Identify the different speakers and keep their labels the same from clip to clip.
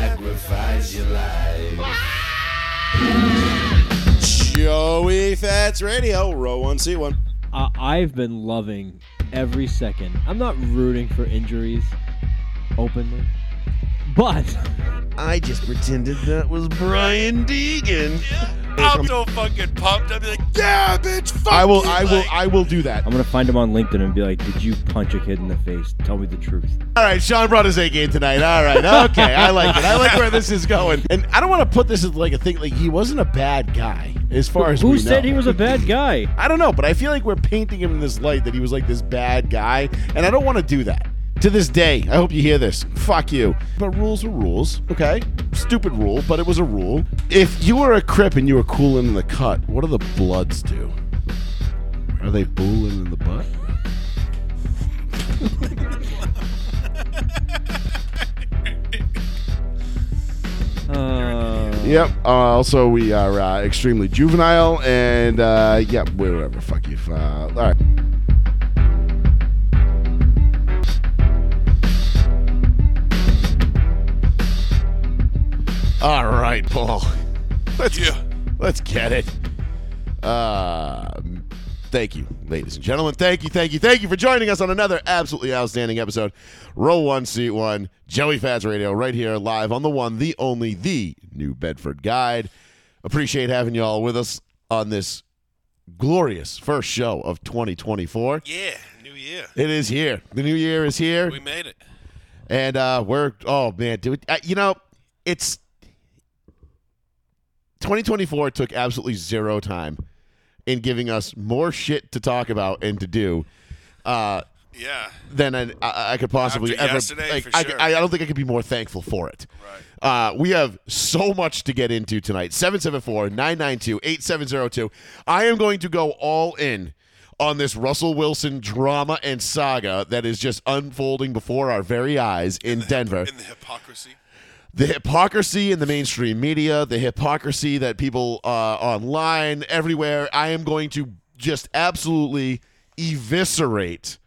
Speaker 1: sacrifice your life.
Speaker 2: Joey Fats Radio, row one, C one.
Speaker 3: I I've been loving every second. I'm not rooting for injuries openly, but
Speaker 1: I just pretended that was Brian Deegan.
Speaker 4: I'm so fucking pumped. I'm like,
Speaker 2: Yeah, bitch. Fuck
Speaker 5: I will,
Speaker 2: you,
Speaker 5: I will,
Speaker 2: like-
Speaker 5: I will do that.
Speaker 3: I'm gonna find him on LinkedIn and be like, "Did you punch a kid in the face? Tell me the truth."
Speaker 5: All right, Sean brought his A game tonight. All right, okay, I like it. I like where this is going, and I don't want to put this as like a thing. Like he wasn't a bad guy, as far as
Speaker 3: Who
Speaker 5: we
Speaker 3: said
Speaker 5: know.
Speaker 3: he was a bad guy?
Speaker 5: I don't know, but I feel like we're painting him in this light that he was like this bad guy, and I don't want to do that. To this day, I hope you hear this. Fuck you. But rules are rules, okay? Stupid rule, but it was a rule. If you were a Crip and you were cooling in the cut, what do the Bloods do? Are they booling in the butt?
Speaker 3: Uh,
Speaker 5: Yep. Uh, also, we are uh, extremely juvenile, and uh, yep, whatever. Fuck you. Uh, all right. All right, Paul. Let's
Speaker 4: Yeah.
Speaker 5: let's get it. Um, thank you, ladies and gentlemen. Thank you, thank you, thank you for joining us on another absolutely outstanding episode. Roll one, seat one, Joey Fats Radio, right here live on the one, the only, the New Bedford Guide. Appreciate having you all with us on this glorious first show of 2024.
Speaker 4: yeah, new year.
Speaker 5: It is here. The new year is here.
Speaker 4: We made it.
Speaker 5: And uh, we're oh man, dude, uh, you know, it's 2024 took absolutely zero time in giving us more shit to talk about and to do uh,
Speaker 4: Yeah.
Speaker 5: than I, I I could possibly
Speaker 4: After
Speaker 5: ever.
Speaker 4: yesterday,
Speaker 5: like,
Speaker 4: for
Speaker 5: I,
Speaker 4: sure.
Speaker 5: I, I don't think I could be more thankful for it.
Speaker 4: Right.
Speaker 5: Uh, we have so much to get into tonight. 774-992-8702. I am going to go all in on this Russell Wilson drama and saga that is just unfolding before our very eyes in Denver
Speaker 4: In the hypocrisy.
Speaker 5: the hypocrisy in the mainstream media, the hypocrisy that people uh, online, everywhere. I am going to just absolutely eviscerate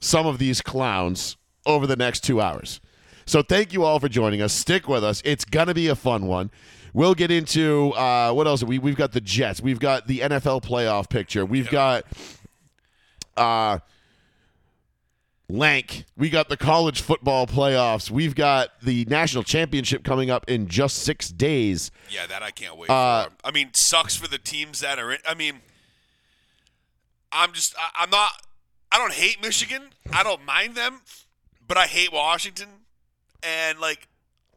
Speaker 5: some of these clowns over the next two hours. So thank you all for joining us. Stick with us. It's gonna be a fun one. We'll get into uh, what else? We we've got the Jets. We've got the NFL playoff picture. We've got uh, Lank. We got the college football playoffs. We've got the national championship coming up in just six days.
Speaker 4: Yeah, that I can't wait.
Speaker 5: Uh,
Speaker 4: for. I mean, sucks for the teams that are in. I mean, I'm just, I, I'm not, I don't hate Michigan. I don't mind them, but I hate Washington. And, like,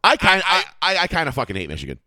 Speaker 5: I kind I
Speaker 4: I-
Speaker 5: I, I kind of fucking hate Michigan.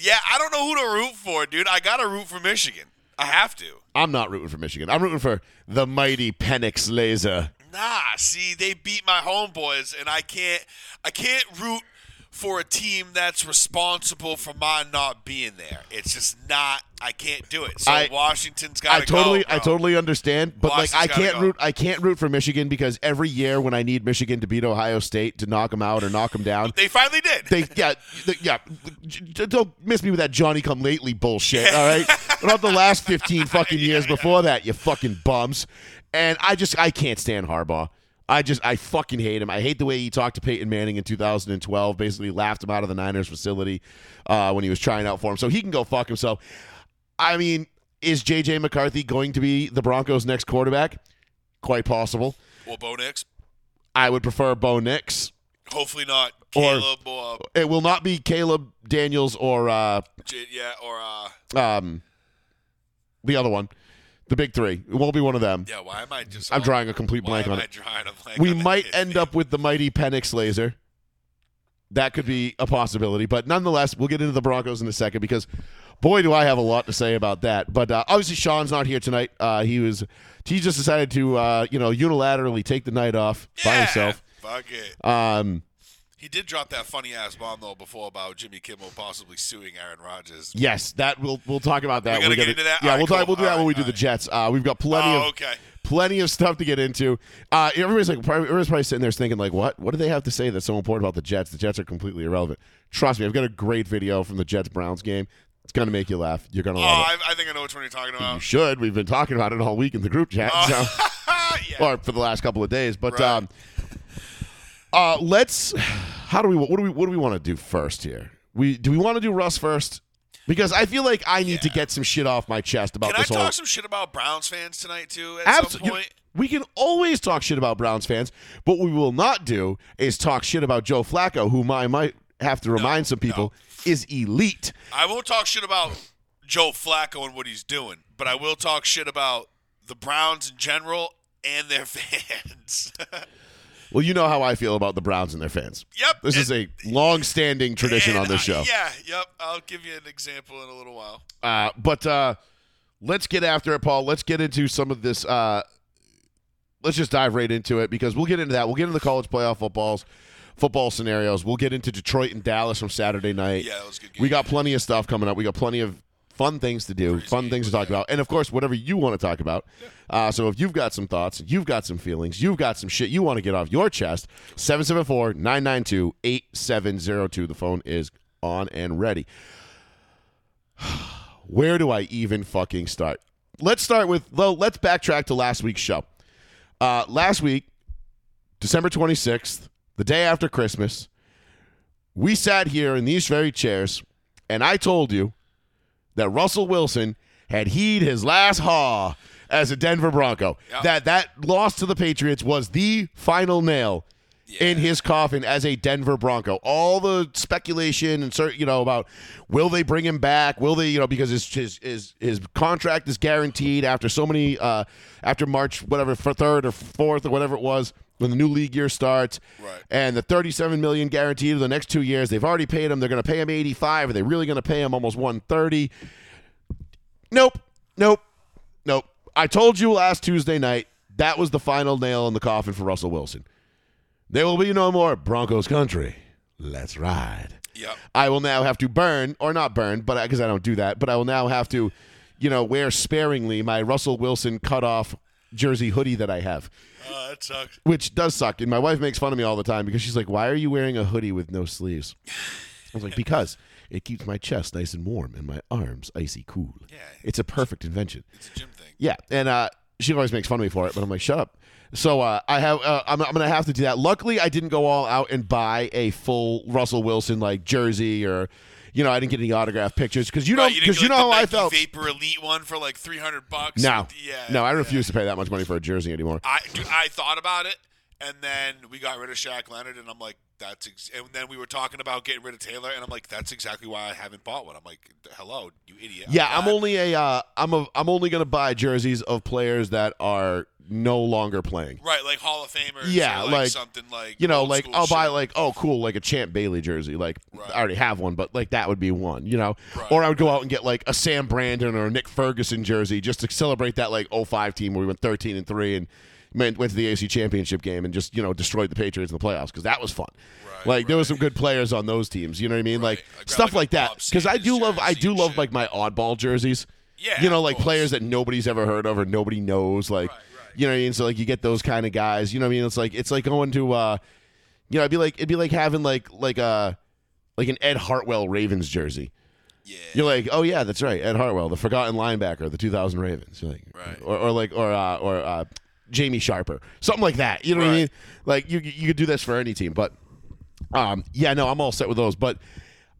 Speaker 4: yeah, I don't know who to root for, dude. I got to root for Michigan. I have to.
Speaker 5: I'm not rooting for Michigan. I'm rooting for the mighty Penix Laser.
Speaker 4: Nah, see, they beat my homeboys, and I can't, I can't root for a team that's responsible for my not being there. It's just not. I can't do it. So
Speaker 5: I-
Speaker 4: Washington's got
Speaker 5: I
Speaker 4: to
Speaker 5: totally
Speaker 4: go.
Speaker 5: I
Speaker 4: bro.
Speaker 5: totally understand, but
Speaker 4: Boston's
Speaker 5: like I
Speaker 4: gotta
Speaker 5: can't
Speaker 4: go.
Speaker 5: root I can't root for Michigan because every year when I need Michigan to beat Ohio State to knock them out or knock them down,
Speaker 4: They finally did.
Speaker 5: They yeah the, yeah. j- j- Don't miss me with that Johnny Come Lately bullshit. All right, not the last fifteen fucking years before that. You fucking bums. And I just I can't stand Harbaugh. I just I fucking hate him. I hate the way he talked to Peyton Manning in 2012. Basically laughed him out of the Niners facility uh, when he was trying out for him. So he can go fuck himself. I mean, is JJ McCarthy going to be the Broncos' next quarterback? Quite possible.
Speaker 4: well, Bo Nix,
Speaker 5: I would prefer Bo Nix.
Speaker 4: hopefully not.
Speaker 5: Or-
Speaker 4: Caleb or, uh,
Speaker 5: It will not be Caleb Daniels or uh,
Speaker 4: J- yeah, or uh,
Speaker 5: um, the other one, the big three. It won't be one of them.
Speaker 4: yeah. Why am I just?
Speaker 5: I'm drawing a complete
Speaker 4: Why
Speaker 5: blank
Speaker 4: am
Speaker 5: on
Speaker 4: I
Speaker 5: it.
Speaker 4: drawing a blank?
Speaker 5: We
Speaker 4: on
Speaker 5: might
Speaker 4: it?
Speaker 5: end up with the mighty Penix laser. That could be a possibility, but nonetheless, we'll get into the Broncos in a second because, boy, do I have a lot to say about that. But uh, obviously, Sean's not here tonight. Uh, he was he just decided to uh, you know unilaterally take the night off by
Speaker 4: Yeah,
Speaker 5: himself.
Speaker 4: Fuck it.
Speaker 5: Um,
Speaker 4: He did drop that funny ass bomb though before about Jimmy Kimmel possibly suing Aaron Rodgers.
Speaker 5: yes, that we'll we'll talk about that.
Speaker 4: We're gonna
Speaker 5: We
Speaker 4: get
Speaker 5: gotta-
Speaker 4: into that?
Speaker 5: Yeah,
Speaker 4: All right,
Speaker 5: we'll talk.
Speaker 4: cool.
Speaker 5: We'll do
Speaker 4: All
Speaker 5: that when
Speaker 4: right,
Speaker 5: we do
Speaker 4: all
Speaker 5: the
Speaker 4: right.
Speaker 5: Jets. Uh, we've got plenty
Speaker 4: Oh,
Speaker 5: of
Speaker 4: okay.
Speaker 5: plenty of stuff to get into. Uh, everybody's like, probably, everybody's probably sitting there thinking, like, what? What do they have to say that's so important about the Jets? The Jets are completely irrelevant. Trust me, I've got a great video from the Jets Browns game. It's gonna make you laugh. You're gonna
Speaker 4: Oh,
Speaker 5: love it.
Speaker 4: I, I think Oh, I know which one you're talking
Speaker 5: you
Speaker 4: about.
Speaker 5: should. We've been talking about it all week in the group chat,
Speaker 4: Uh,
Speaker 5: so,
Speaker 4: yeah.
Speaker 5: or for the last couple of days. But
Speaker 4: Right.
Speaker 5: um, uh, let's. How do we? What do we? What do we want to do first here? We do we want to do Russ first? Because I feel like I need to get some shit off my chest about
Speaker 4: Can I
Speaker 5: this whole.
Speaker 4: talk some shit about Browns fans tonight too? At
Speaker 5: Abso-
Speaker 4: some
Speaker 5: you-
Speaker 4: point,
Speaker 5: we can always talk shit about Browns fans, but what we will not do is talk shit about Joe Flacco, whom I might have to remind some people is elite.
Speaker 4: I won't talk shit about Joe Flacco and what he's doing, but I will talk shit about the Browns in general and their fans.
Speaker 5: Well, you know how I feel about the Browns and their fans.
Speaker 4: Yep,
Speaker 5: This is a
Speaker 4: and-
Speaker 5: long-standing tradition
Speaker 4: And uh,
Speaker 5: on this
Speaker 4: I-
Speaker 5: show.
Speaker 4: yeah, yep. I'll give you an example in a little while.
Speaker 5: Uh, but uh, let's get after it, Paul. Let's get into some of this. Uh, let's just dive right into it because we'll get into that. We'll get into the college playoff footballs, football scenarios. We'll get into Detroit and Dallas from Saturday night.
Speaker 4: Yeah, that was a good game.
Speaker 5: we got plenty of stuff coming up. We got plenty of fun things to do, fun things to talk about, and of course, whatever you want to talk about. Uh, so if you've got some thoughts, you've got some feelings, you've got some shit you want to get off your chest, 774 992 8702. The phone is on and ready. Where do I even fucking start? Let's start with, though, let's backtrack to last week's show. Uh, last week, December 26th, the day after Christmas, we sat here in these very chairs, and I told you that Russell Wilson had heed his last haw as a Denver Bronco.
Speaker 4: Yeah.
Speaker 5: That that loss to the Patriots was the final nail in his coffin as a Denver Bronco. All the speculation and cer- you know about will they bring him back? Will they you know because his his his, his contract is guaranteed after so many uh, after March whatever for third or fourth or whatever it was when the new league year starts.
Speaker 4: Right.
Speaker 5: And the 37 million guaranteed for the next 2 years. They've already paid him. They're going to pay him 85. Are they really going to pay him almost 130? Nope. Nope. Nope. I told you last Tuesday night that was the final nail in the coffin for Russell Wilson. There will be no more Broncos country. Let's ride.
Speaker 4: Yep.
Speaker 5: I will now have to burn, or not burn, but because I don't do that, but I will now have to, you know, wear sparingly my Russell Wilson cutoff jersey hoodie that I have,
Speaker 4: Uh, that sucks.
Speaker 5: which does suck. And my wife makes fun of me all the time because she's like, "Why are you wearing a hoodie with no sleeves?" I was like, "Because it keeps my chest nice and warm and my arms icy cool.
Speaker 4: Yeah.
Speaker 5: It's a perfect invention."
Speaker 4: It's a gym thing.
Speaker 5: Yeah, and uh, she always makes fun of me for it, but I'm like, shut up. So uh, I have, uh, I'm, I'm gonna have to do that. Luckily, I didn't go all out and buy a full Russell Wilson like jersey or, you know, I didn't get any autograph pictures because you know
Speaker 4: Right, didn't
Speaker 5: because
Speaker 4: get,
Speaker 5: you know
Speaker 4: like,
Speaker 5: how
Speaker 4: the
Speaker 5: I
Speaker 4: Nike
Speaker 5: felt.
Speaker 4: Vapor Elite one for like three hundred bucks.
Speaker 5: No,
Speaker 4: Yeah.
Speaker 5: no, I
Speaker 4: yeah.
Speaker 5: refuse to pay that much money for a jersey anymore.
Speaker 4: I dude, I thought about it, and then we got rid of Shaq Leonard, and I'm like, that's. Ex-, and then we were talking about getting rid of Taylor, and I'm like, that's exactly why I haven't bought one. I'm like, hello, you idiot.
Speaker 5: Yeah,
Speaker 4: I'm
Speaker 5: I'm
Speaker 4: glad-
Speaker 5: only a, uh, I'm a, I'm only gonna buy jerseys of players that are no longer playing.
Speaker 4: right, like Hall of Famers.
Speaker 5: Yeah,
Speaker 4: or, like,
Speaker 5: like,
Speaker 4: something like
Speaker 5: You know,
Speaker 4: old
Speaker 5: like
Speaker 4: school
Speaker 5: I'll buy
Speaker 4: shit.
Speaker 5: like oh cool like a Champ Bailey jersey. Like
Speaker 4: Right.
Speaker 5: I already have one, but like that would be one. You know,
Speaker 4: Right,
Speaker 5: or I would go out and get like a Sam Brandon or a Nick Ferguson jersey just to celebrate that like 05 team where we went 13 and three and went went to the AC Championship game and just you know destroyed the Patriots in the playoffs because that was fun.
Speaker 4: Right,
Speaker 5: like there was some good players on those teams. You know what I mean? Like
Speaker 4: Right. I got,
Speaker 5: stuff
Speaker 4: like, a
Speaker 5: like that
Speaker 4: Bob
Speaker 5: because I do
Speaker 4: Sanders
Speaker 5: love I
Speaker 4: jersey
Speaker 5: do
Speaker 4: and
Speaker 5: love
Speaker 4: shit.
Speaker 5: like my oddball jerseys.
Speaker 4: Yeah,
Speaker 5: you know,
Speaker 4: of
Speaker 5: like
Speaker 4: course.
Speaker 5: players that nobody's ever heard of or nobody knows. Like,
Speaker 4: Right, right.
Speaker 5: you know what I mean? So like you get those kind of guys. You know what I mean? It's like it's like going to, uh you know, it'd be like it'd be like having like like uh like an Ed Hartwell Ravens jersey.
Speaker 4: yeah,
Speaker 5: You're like, oh yeah, that's right, Ed Hartwell, the forgotten linebacker, of the 2000 Ravens. You're like,
Speaker 4: Right.
Speaker 5: or, or like or uh, or uh, Jamie Sharper, something like that. You know what I
Speaker 4: Right.
Speaker 5: mean? Like you you could do this for any team, but um, yeah, no, I'm all set with those, but.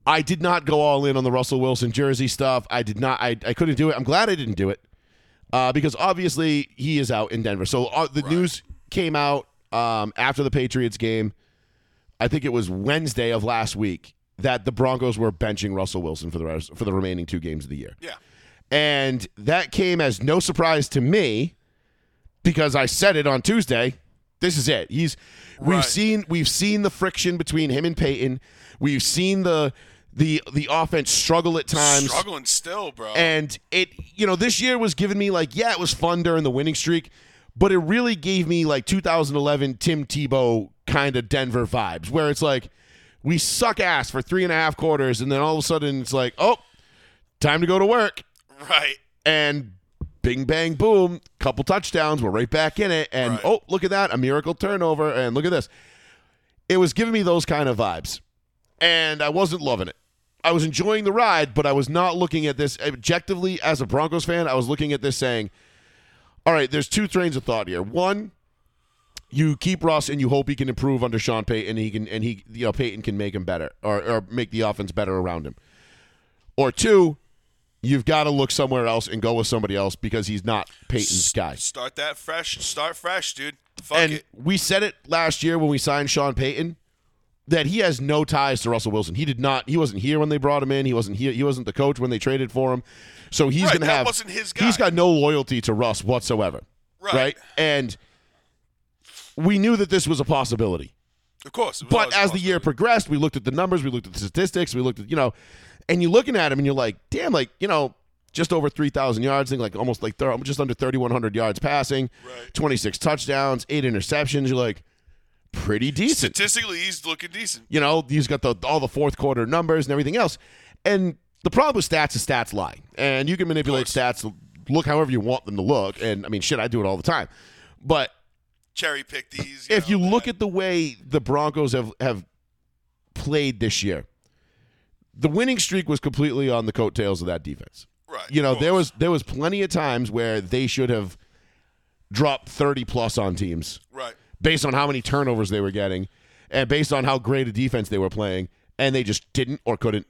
Speaker 5: I did not go all in on the Russell Wilson jersey stuff. I did not. I, I couldn't do it. I'm glad I didn't do it uh, because obviously he is out in Denver. So uh, the news came out um, after the Patriots game. I think it was Wednesday of last week that the Broncos were benching Russell Wilson for the rest, for the remaining two games of the year,
Speaker 4: yeah.
Speaker 5: and that came as no surprise to me because I said it on Tuesday. This is it. He's we've
Speaker 4: Right.
Speaker 5: seen we've seen the friction between him and Peyton. We've seen the the the offense struggle at times.
Speaker 4: struggling still, bro.
Speaker 5: And it, you know, this year was giving me like, yeah, it was fun during the winning streak, but it really gave me like 2011 Tim Tebow kind of Denver vibes, where it's like we suck ass for three and a half quarters, and then all of a sudden it's like, oh, time to go to work,
Speaker 4: right,
Speaker 5: and bing bang boom, couple touchdowns, we're right back in it, and
Speaker 4: Right.
Speaker 5: oh, look at that, a miracle turnover, and look at this. It was giving me those kind of vibes, and I wasn't loving it. I was enjoying the ride, but I was not looking at this objectively as a Broncos fan. I was looking at this saying, all right, there's two trains of thought here. One, you keep Russ and you hope he can improve under Sean Payton and he can and he you know Payton can make him better or, or make the offense better around him. Or two, you've got to look somewhere else and go with somebody else because he's not Payton's guy.
Speaker 4: Start that fresh. Start fresh, dude. Fuck
Speaker 5: And
Speaker 4: it.
Speaker 5: we said it last year when we signed Sean Payton that he has no ties to Russell Wilson. He did not. He wasn't here when they brought him in. He wasn't here. He wasn't the coach when they traded for him. So he's
Speaker 4: Right,
Speaker 5: gonna
Speaker 4: that
Speaker 5: have.
Speaker 4: wasn't his
Speaker 5: He's
Speaker 4: guy.
Speaker 5: got no loyalty to Russ whatsoever.
Speaker 4: Right.
Speaker 5: And we knew that this was a possibility.
Speaker 4: Of course. it was
Speaker 5: But
Speaker 4: always a
Speaker 5: as the year
Speaker 4: possibility.
Speaker 5: progressed, we looked at the numbers, we looked at the statistics, we looked at you know, and you're looking at him and you're like, damn, like you know, just over three thousand yards, and like almost like thir- just under thirty one hundred yards passing,
Speaker 4: Right.
Speaker 5: twenty six touchdowns, eight interceptions. You're like, pretty decent.
Speaker 4: statistically, he's looking decent.
Speaker 5: You know, he's got the all the fourth quarter numbers and everything else. And the problem with stats is stats lie, and you can manipulate stats to look however you want them to look. And I mean, shit, I do it all the time, but
Speaker 4: Cherry pick these.
Speaker 5: if you look at the way the Broncos have have played this year, the winning streak was completely on the coattails of that defense.
Speaker 4: Right,
Speaker 5: You know,
Speaker 4: of
Speaker 5: there was there was plenty of times where they should have dropped 30 plus on teams
Speaker 4: right,
Speaker 5: based on how many turnovers they were getting and based on how great a defense they were playing and they just didn't or couldn't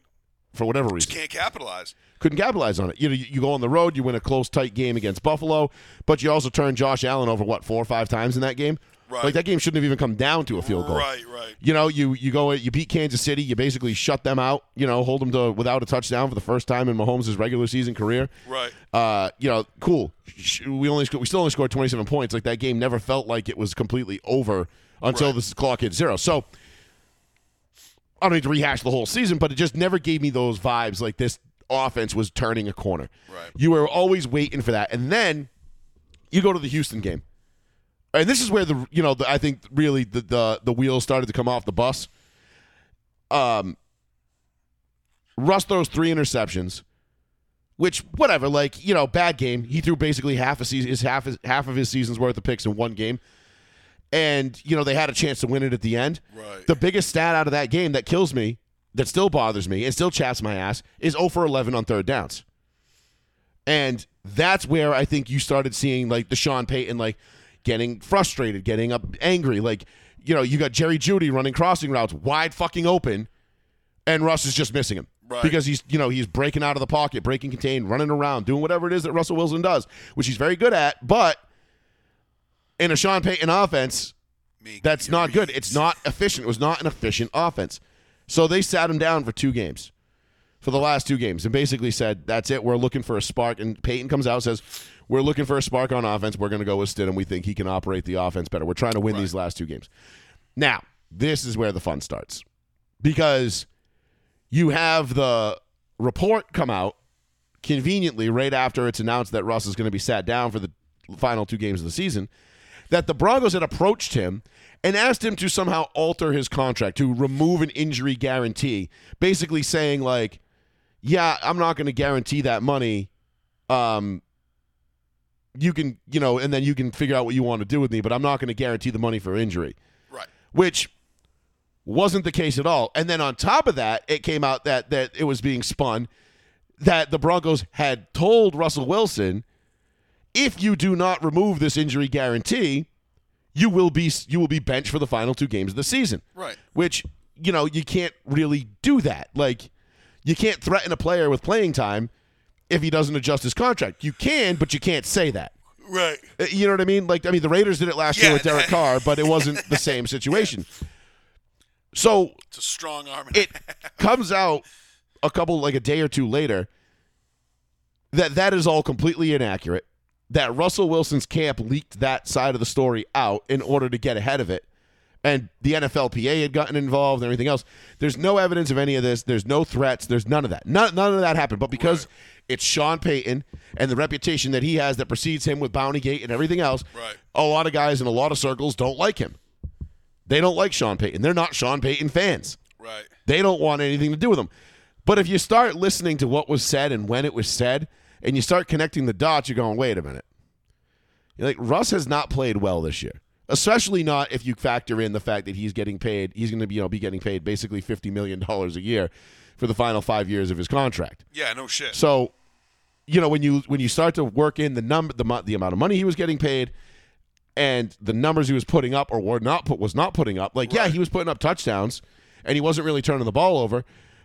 Speaker 5: for whatever reason
Speaker 4: can't capitalize.
Speaker 5: couldn't capitalize on it. You know, you, you go on the road, you win a close, tight game against Buffalo, but you also turn Josh Allen over what four or five times in that game.
Speaker 4: Right.
Speaker 5: Like that game shouldn't have even come down to a field goal.
Speaker 4: Right, right.
Speaker 5: You know, you you go you beat Kansas City, you basically shut them out. You know, hold them to without a touchdown for the first time in Mahomes' regular season career.
Speaker 4: Right.
Speaker 5: Uh, you know, cool. Sh- We only sc- we still only scored 27 points. Like that game never felt like it was completely over until
Speaker 4: Right.
Speaker 5: this clock hit zero. So I don't need to rehash the whole season, but it just never gave me those vibes like this offense was turning a corner.
Speaker 4: Right.
Speaker 5: You were always waiting for that, and then you go to the Houston game, and this is where the you know the, I think really the, the the wheels started to come off the bus. Um, Russ throws three interceptions, which whatever, like you know, bad game. He threw basically half a season, his half half of his season's worth of picks in one game, and you know they had a chance to win it at the end.
Speaker 4: Right.
Speaker 5: The biggest stat out of that game that kills me, that still bothers me, and still chaps my ass is 0 for 11 on third downs. And that's where I think you started seeing like the Sean Payton like getting frustrated, getting up angry. Like, you know, you got Jerry Judy running crossing routes wide fucking open, and Russ is just missing him.
Speaker 4: Right.
Speaker 5: Because he's you know, he's breaking out of the pocket, breaking contain, running around, doing whatever it is that Russell Wilson does, which he's very good at, but in a Sean Payton offense,
Speaker 4: Me,
Speaker 5: that's
Speaker 4: you
Speaker 5: not good.
Speaker 4: read.
Speaker 5: It's not efficient. It was not an efficient offense. So they sat him down for two games, for the last two games, and basically said, "That's it. We're looking for a spark." And Peyton comes out and says, "We're looking for a spark on offense. We're going to go with Stidham. We think he can operate the offense better. We're trying to win these last two games." Now, this is where the fun starts, because you have the report come out conveniently right after it's announced that Russ is going to be sat down for the final two games of the season that the Broncos had approached him and asked him to somehow alter his contract to remove an injury guarantee, basically saying like, "Yeah, I'm not going to guarantee that money. Um, you can, you know, and then you can figure out what you want to do with me, but I'm not going to guarantee the money for injury."
Speaker 4: Right.
Speaker 5: which wasn't the case at all. And then on top of that, it came out that that it was being spun that the Broncos had told Russell Wilson, if you do not remove this injury guarantee, you will be you will be benched for the final two games of the season.
Speaker 4: Right.
Speaker 5: Which you know you can't really do that. Like you can't threaten a player with playing time if he doesn't adjust his contract. You can, but you can't say that.
Speaker 4: Right.
Speaker 5: Uh, You know what I mean? Like, I mean, the Raiders did it last year
Speaker 4: Yeah,
Speaker 5: with Derek
Speaker 4: that-
Speaker 5: Carr, but it wasn't the same situation. So
Speaker 4: It's a strong arm.
Speaker 5: it comes out a couple, like a day or two later, that that is all completely inaccurate. That Russell Wilson's camp leaked that side of the story out in order to get ahead of it. And the NFLPA had gotten involved and everything else. There's no evidence of any of this. There's no threats. There's none of that. None, none of that happened. But because it's Sean Payton and the reputation that he has that precedes him with Bountygate and everything else,
Speaker 4: Right.
Speaker 5: a lot of guys in a lot of circles don't like him. They don't like Sean Payton. They're not Sean Payton fans.
Speaker 4: right.
Speaker 5: They don't want anything to do with them. But if you start listening to what was said and when it was said, and you start connecting the dots, you're going, wait a minute. You're like, Russ has not played well this year. Especially not if you factor in the fact that he's getting paid, he's gonna be, you know, be getting paid basically fifty million dollars a year for the final five years of his contract.
Speaker 4: Yeah. No shit.
Speaker 5: So, you know, when you when you start to work in the number, the, mo- the amount of money he was getting paid, and the numbers he was putting up or were not put was not putting up. Like, yeah,
Speaker 4: Right.
Speaker 5: he was putting up touchdowns, and he wasn't really turning the ball over.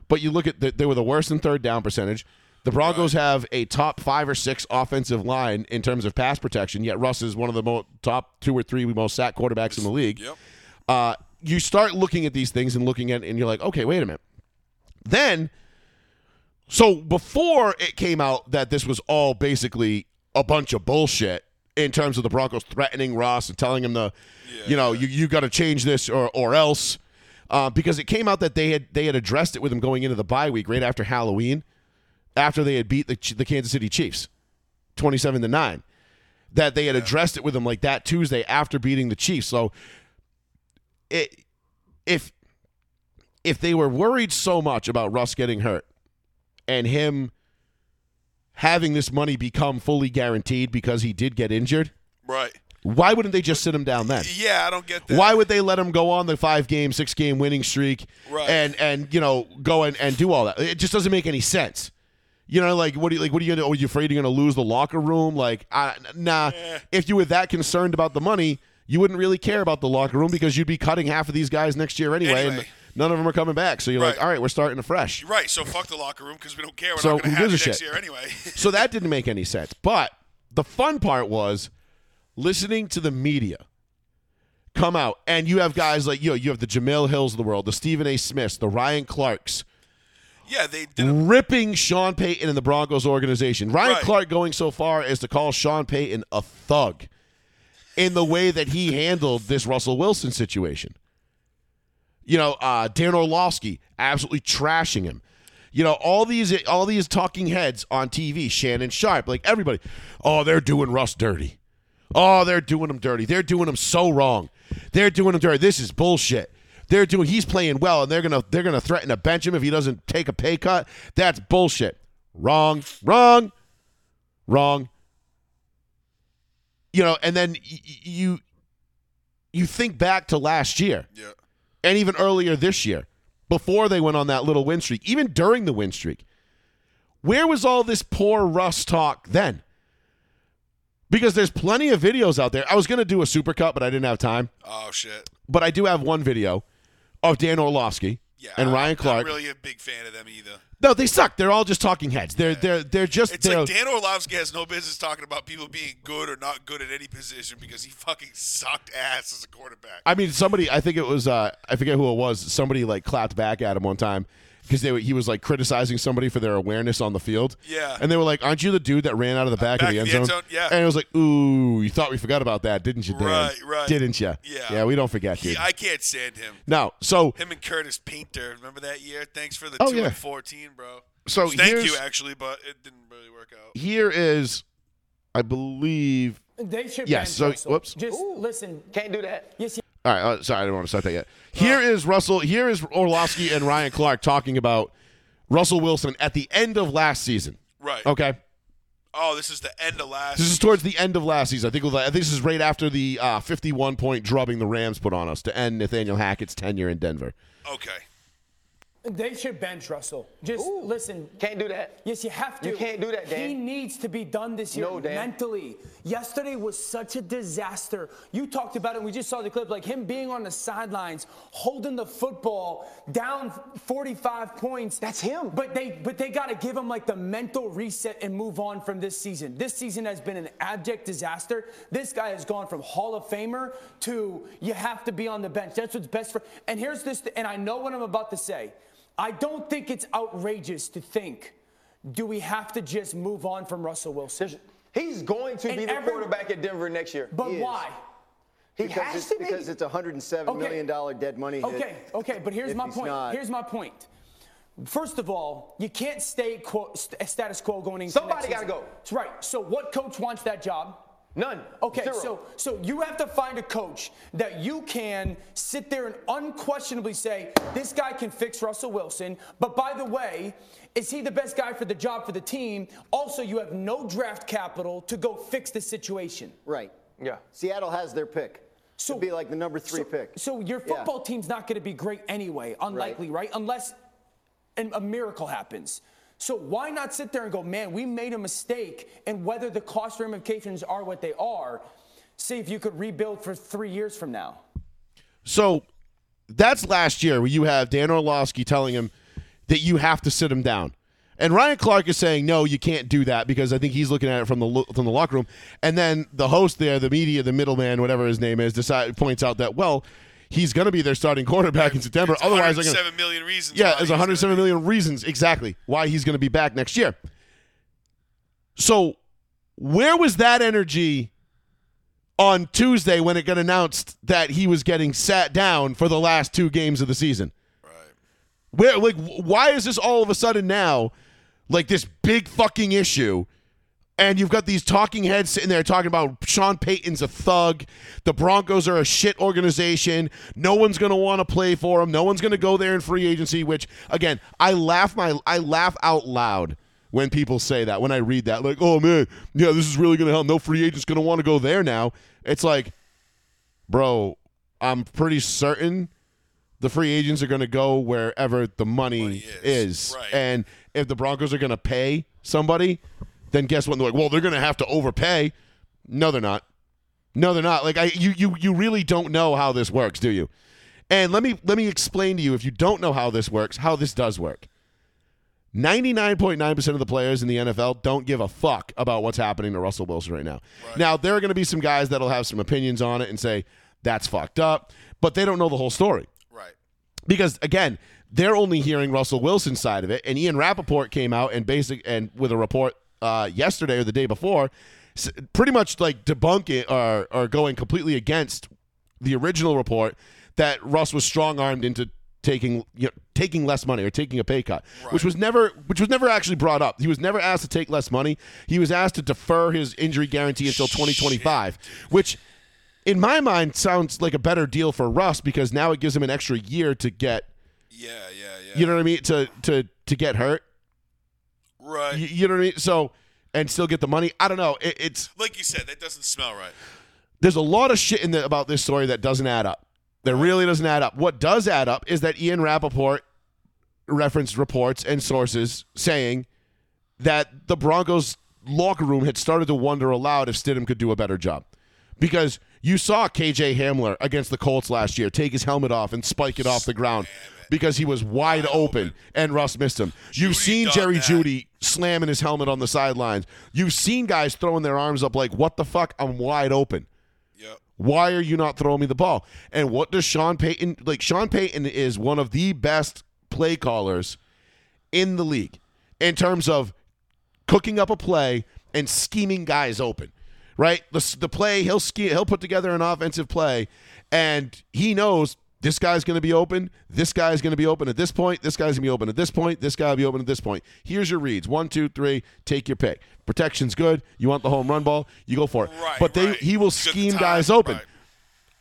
Speaker 5: But you look at the, they were the worst in third down percentage. The Broncos have a top five or six offensive line in terms of pass protection. Yet Russ is one of the mo- top two or three most sack quarterbacks in the league.
Speaker 4: Yep.
Speaker 5: Uh, you start looking at these things and looking at, it and you're like, okay, wait a minute. Then so before it came out that this was all basically a bunch of bullshit in terms of the Broncos threatening Ross and telling him the, you know, you you got to change this or or else, uh, because it came out that they had they had addressed it with him going into the bye week right after Halloween, after they had beat the Ch- the Kansas City Chiefs, twenty seven to nine, that they had addressed it with him like that Tuesday after beating the Chiefs. So, it if if they were worried so much about Russ getting hurt and him having this money become fully guaranteed because he did get injured,
Speaker 4: Right.
Speaker 5: why wouldn't they just sit him down then?
Speaker 4: Yeah, I don't get that.
Speaker 5: Why would they let him go on the five game, six game winning streak
Speaker 4: Right.
Speaker 5: and and you know go and, and do all that? It just doesn't make any sense. You know, like what? Are you, like what are you gonna? do? Are you afraid you're gonna lose the locker room? Like, I, nah. If you were that concerned about the money, you wouldn't really care about the locker room because you'd be cutting half of these guys next year anyway, and
Speaker 4: Anyway.
Speaker 5: none of them are coming back. So you're like,
Speaker 4: Right.
Speaker 5: all right, we're starting afresh.
Speaker 4: Right. So fuck the locker room because we don't care. We're
Speaker 5: So
Speaker 4: not going
Speaker 5: who
Speaker 4: to have
Speaker 5: gives
Speaker 4: it
Speaker 5: a
Speaker 4: next
Speaker 5: shit?
Speaker 4: year anyway.
Speaker 5: So that didn't make any sense. But the fun part was listening to the media come out, and you have guys like you know, you have the Jamil Hills of the world, the Stephen A. Smiths, the Ryan Clarks,
Speaker 4: yeah, they did. A,
Speaker 5: ripping Sean Payton and the Broncos organization. Ryan
Speaker 4: Right.
Speaker 5: Clark going so far as to call Sean Payton a thug in the way that he handled this Russell Wilson situation. You know, uh, Dan Orlovsky absolutely trashing him. You know, all these all these talking heads on TV, Shannon Sharp, like everybody, oh, they're doing Russ dirty. Oh, they're doing him dirty. They're doing him so wrong. They're doing him dirty. This is bullshit. They're doing he's playing well and they're gonna they're gonna threaten to bench him if he doesn't take a pay cut. That's bullshit. Wrong, wrong, wrong. You know, and then y- y- you you think back to last year
Speaker 4: yeah.
Speaker 5: and even earlier this year, before they went on that little win streak, even during the win streak. Where was all this poor Russ talk then? Because there's plenty of videos out there. I was going to do a supercut, but I didn't have time.
Speaker 4: Oh shit.
Speaker 5: But I do have one video of Dan Orlovsky
Speaker 4: Yeah.
Speaker 5: and
Speaker 4: I'm
Speaker 5: Ryan
Speaker 4: not
Speaker 5: Clark.
Speaker 4: really a big fan of them either.
Speaker 5: No, they suck. They're all just talking heads. They're they're they're just
Speaker 4: It's
Speaker 5: they're,
Speaker 4: like Dan Orlovsky has no business talking about people being good or not good at any position because he fucking sucked ass as a quarterback.
Speaker 5: I mean, somebody. I think it was. Uh, I forget who it was. Somebody like clapped back at him one time because they were, he was like criticizing somebody for their awareness on the field.
Speaker 4: Yeah.
Speaker 5: And they were like, "Aren't you the dude that ran out of the back,
Speaker 4: back
Speaker 5: of the end
Speaker 4: of
Speaker 5: zone?"
Speaker 4: the end zone, yeah.
Speaker 5: And it was like, "Ooh, you thought we forgot about that, didn't you, Dan?
Speaker 4: Right, right.
Speaker 5: Didn't you?
Speaker 4: Yeah.
Speaker 5: Yeah, we don't forget, dude.
Speaker 4: he, I can't stand him.
Speaker 5: no. So
Speaker 4: Him and Curtis Painter. Remember that year? Thanks for the
Speaker 5: Oh,
Speaker 4: two
Speaker 5: yeah.
Speaker 4: and fourteen, bro.
Speaker 5: So
Speaker 4: thank
Speaker 5: here's-
Speaker 4: you actually, but it didn't really work out.
Speaker 5: here is, I believe.
Speaker 6: They should.
Speaker 5: Yes,
Speaker 6: ban
Speaker 5: so-
Speaker 6: Russell.
Speaker 5: whoops.
Speaker 6: Just listen. Can't do that. Yes,
Speaker 5: All right. Uh, sorry, I didn't want to start that yet. Here is Russell. Here is Orlovsky and Ryan Clark talking about Russell Wilson at the end of last season.
Speaker 4: Right.
Speaker 5: Okay.
Speaker 4: Oh, this is the end of last.
Speaker 5: This is towards the end of last season. I think it was, I think this is right after the uh, 51 point drubbing the Rams put on us to end Nathaniel Hackett's tenure in Denver.
Speaker 4: okay.
Speaker 6: they should bench Russell. Just listen.
Speaker 7: Can't do that.
Speaker 6: Yes, you have to.
Speaker 7: You can't do that, Dan.
Speaker 6: He needs to be done this year
Speaker 7: No, Dan.
Speaker 6: mentally. Yesterday was such a disaster. You talked about it. We just saw the clip, like him being on the sidelines, holding the football, down 45 points.
Speaker 7: That's him.
Speaker 6: But they, but they got to give him like the mental reset and move on from this season. This season has been an abject disaster. This guy has gone from Hall of Famer to you have to be on the bench. That's what's best for. And here's this, and I know what I'm about to say. I don't think it's outrageous to think, do we have to just move on from Russell Wilson?
Speaker 7: He's going to
Speaker 6: And
Speaker 7: be the
Speaker 6: every-
Speaker 7: quarterback at Denver next year.
Speaker 6: But
Speaker 8: He is.
Speaker 6: why?
Speaker 8: He
Speaker 7: Because
Speaker 8: has
Speaker 7: it's-
Speaker 8: to be.
Speaker 7: because it's
Speaker 8: a hundred and seven
Speaker 6: Okay.
Speaker 8: million dollar dead money. hit.
Speaker 6: Okay, okay, but here's
Speaker 8: If
Speaker 6: my
Speaker 8: he's
Speaker 6: point.
Speaker 8: not-
Speaker 6: Here's my point. First of all, you can't stay quo- st- status quo going into
Speaker 7: Somebody
Speaker 6: got to
Speaker 7: gotta go.
Speaker 6: That's right. So what coach wants that job?
Speaker 7: None.
Speaker 6: Okay,
Speaker 7: Zero.
Speaker 6: so so you have to find a coach that you can sit there and unquestionably say this guy can fix Russell Wilson. But by the way, is he the best guy for the job for the team? Also, you have no draft capital to go fix the situation.
Speaker 8: Right.
Speaker 7: Yeah.
Speaker 8: Seattle has their pick.
Speaker 6: So-
Speaker 8: So be like the number three
Speaker 6: so,
Speaker 8: pick.
Speaker 6: So your
Speaker 8: Yeah.
Speaker 6: football team's not going to be great anyway, unlikely, right? Unless an, a miracle happens. So why not sit there and go, man, we made a mistake, and whether the cost ramifications are what they are, see if you could rebuild for three years from now.
Speaker 5: So that's last year where you have Dan Orlovsky telling him that you have to sit him down. And Ryan Clark is saying, no, you can't do that because I think he's looking at it from the lo- from the locker room. And then the host there, the media, the middleman, whatever his name is, decide, points out that, well, he's going to be their starting quarterback in September.
Speaker 4: It's
Speaker 5: Otherwise, they're gonna-
Speaker 4: 107 million reasons.
Speaker 5: yeah,
Speaker 4: why
Speaker 5: there's
Speaker 4: he's
Speaker 5: 107
Speaker 4: gonna be-
Speaker 5: million reasons exactly why he's going to be back next year. So, where was that energy on Tuesday when it got announced that he was getting sat down for the last two games of the season? Where like wh- why is this all of a sudden now like this big fucking issue? And you've got these talking heads sitting there talking about Sean Payton's a thug. The Broncos are a shit organization. No one's going to want to play for him. No one's going to go there in free agency, which again, I laugh my I laugh out loud when people say that. When I read that like, "Oh man, yeah, this is really going to help. No free agent's going to want to go there now." It's like, "Bro, I'm pretty certain the free agents are going to go wherever the money, is.
Speaker 4: is, right.
Speaker 5: And if the Broncos are going to pay somebody, then guess what? They're like, well, they're going to have to overpay. No, they're not. No, they're not. Like I, you, you, you really don't know how this works, do you? And let me let me explain to you if you don't know how this works, how this does work. 99.9% of the players in the NFL don't give a fuck about what's happening to Russell Wilson right now. Now, there are going to be some guys that'll have some opinions on it and say, that's fucked up, but they don't know the whole story
Speaker 4: Right.
Speaker 5: because again they're only hearing russell wilson's side of it and ian rappaport came out and basic and with a report uh, yesterday or the day before s- pretty much like debunking or, or going completely against the original report that russ was strong-armed into taking you know, taking less money or taking a pay cut which was never which was never actually brought up he was never asked to take less money he was asked to defer his injury guarantee until 2025 which in my mind sounds like a better deal for Russ because now it gives him an extra year to get
Speaker 4: Yeah, yeah, yeah.
Speaker 5: you know what I mean to to to get hurt.
Speaker 4: right.
Speaker 5: You, you know what I mean? So and still get the money. I don't know. It, it's
Speaker 4: like you said, that doesn't smell right.
Speaker 5: there's a lot of shit in the, about this story that doesn't add up. That really doesn't add up. What does add up is that Ian Rappaport referenced reports and sources saying that the Broncos locker room had started to wonder aloud if Stidham could do a better job. Because you saw KJ Hamler against the Colts last year take his helmet off and spike it off the ground because he was wide open and Russ missed him. You've
Speaker 4: Judy
Speaker 5: seen
Speaker 4: done
Speaker 5: Jerry
Speaker 4: that.
Speaker 5: Judy slamming his helmet on the sidelines. You've seen guys throwing their arms up like, what the fuck? I'm wide open.
Speaker 4: Yep.
Speaker 5: Why are you not throwing me the ball? And what does Sean Payton like? Sean Payton is one of the best play callers in the league in terms of cooking up a play and scheming guys open. Right? The, s- the play he'll ski, he'll put together an offensive play, and he knows this guy's going to be open. This guy's going to be open at this point. This guy's going to be open at this point. This guy will be open at this point. Here's your reads: one, two, three. Take your pick. Protection's good. You want the home run ball? You go for it.
Speaker 4: Right,
Speaker 5: but they
Speaker 4: right.
Speaker 5: he will
Speaker 4: Just the
Speaker 5: scheme
Speaker 4: time,
Speaker 5: guys open.
Speaker 4: right.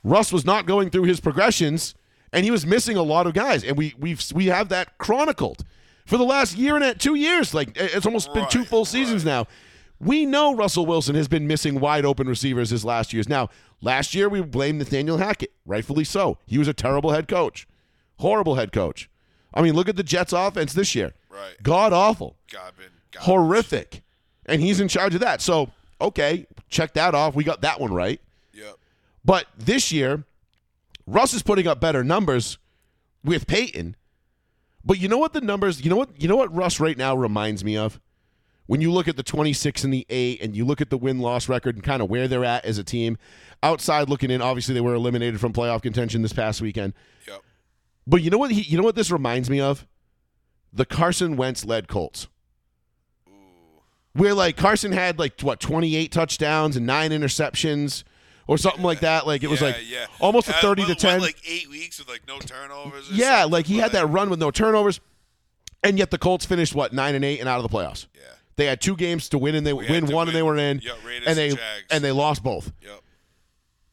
Speaker 5: Russ was not going through his progressions, and he was missing a lot of guys, and we we've we have that chronicled for the last year and a, two years. Like it- it's almost been two
Speaker 4: Right,
Speaker 5: full seasons now. We know Russell Wilson has been missing wide open receivers his last years. Now, last year we blamed Nathaniel Hackett, rightfully so. He was a terrible head coach, horrible head coach. I mean, look at the Jets' offense this year.
Speaker 4: Right.
Speaker 5: God awful
Speaker 4: God, man. God.
Speaker 5: horrific. And he's in charge of that. So, okay, check that off. We got that one right.
Speaker 4: Yep.
Speaker 5: But this year, Russ is putting up better numbers with Peyton. But you know what the numbers, you know what, you know what Russ right now reminds me of? When you look at the 26 and the 8 and you look at the win-loss record and kind of where they're at as a team, outside looking in, obviously they were eliminated from playoff contention this past weekend.
Speaker 4: Yep.
Speaker 5: But you know what he, you know what this reminds me of? The Carson Wentz led Colts. Where like Carson had like what 28 touchdowns and 9 interceptions or something like that like it was
Speaker 4: Yeah,
Speaker 5: like
Speaker 4: yeah.
Speaker 5: almost a
Speaker 4: Uh,
Speaker 5: 30 to
Speaker 4: what- what,
Speaker 5: 10
Speaker 4: like eight weeks with like no turnovers. or
Speaker 5: yeah,
Speaker 4: something?
Speaker 5: like he had
Speaker 4: Right.
Speaker 5: that run with no turnovers, and yet the Colts finished what nine and eight and out of the playoffs.
Speaker 4: Yeah.
Speaker 5: They had two games to win, and they
Speaker 4: had
Speaker 5: win
Speaker 4: to
Speaker 5: one, and they
Speaker 4: win.
Speaker 5: were in,
Speaker 4: Yeah, Raiders
Speaker 5: and they
Speaker 4: and Jags.
Speaker 5: and they lost both.
Speaker 4: Yep.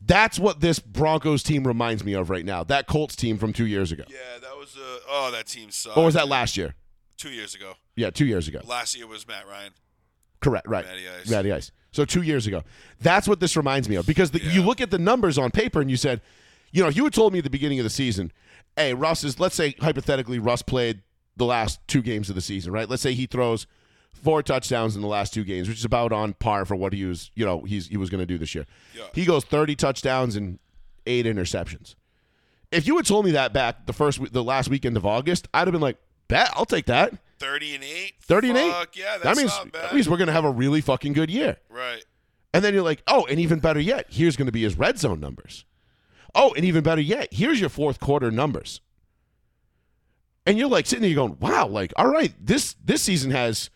Speaker 5: That's what this Broncos team reminds me of right now. That Colts team from two years ago,
Speaker 4: Yeah, that was uh oh that team sucked.
Speaker 5: or was that last year?
Speaker 4: two years ago?
Speaker 5: Yeah, two years ago.
Speaker 4: Last year was Matt Ryan.
Speaker 5: Correct, right?
Speaker 4: Matty Ice.
Speaker 5: Matty Ice. So two years ago, that's what this reminds me of because the, you look at the numbers on paper and you said, you know, if you had told me at the beginning of the season, hey, Russ is let's say hypothetically Russ played the last two games of the season, right? Let's say he throws four touchdowns in the last two games, which is about on par for what he was, you know, he's he was going to do this year.
Speaker 4: Yeah.
Speaker 5: He goes 30 touchdowns and eight interceptions. If you had told me that back the first we- the last weekend of August, I'd have been like, "Bet, I'll take that."
Speaker 4: 30 and 8.
Speaker 5: 30 and 8.
Speaker 4: Fuck, Yeah, that's
Speaker 5: that means
Speaker 4: not bad.
Speaker 5: that means we're going to have a really fucking good year.
Speaker 4: right.
Speaker 5: And then you're like, oh, and even better yet, here's going to be his red zone numbers. Oh, and even better yet, here's your fourth quarter numbers. And you're like sitting there going, wow, like, all right, this this season has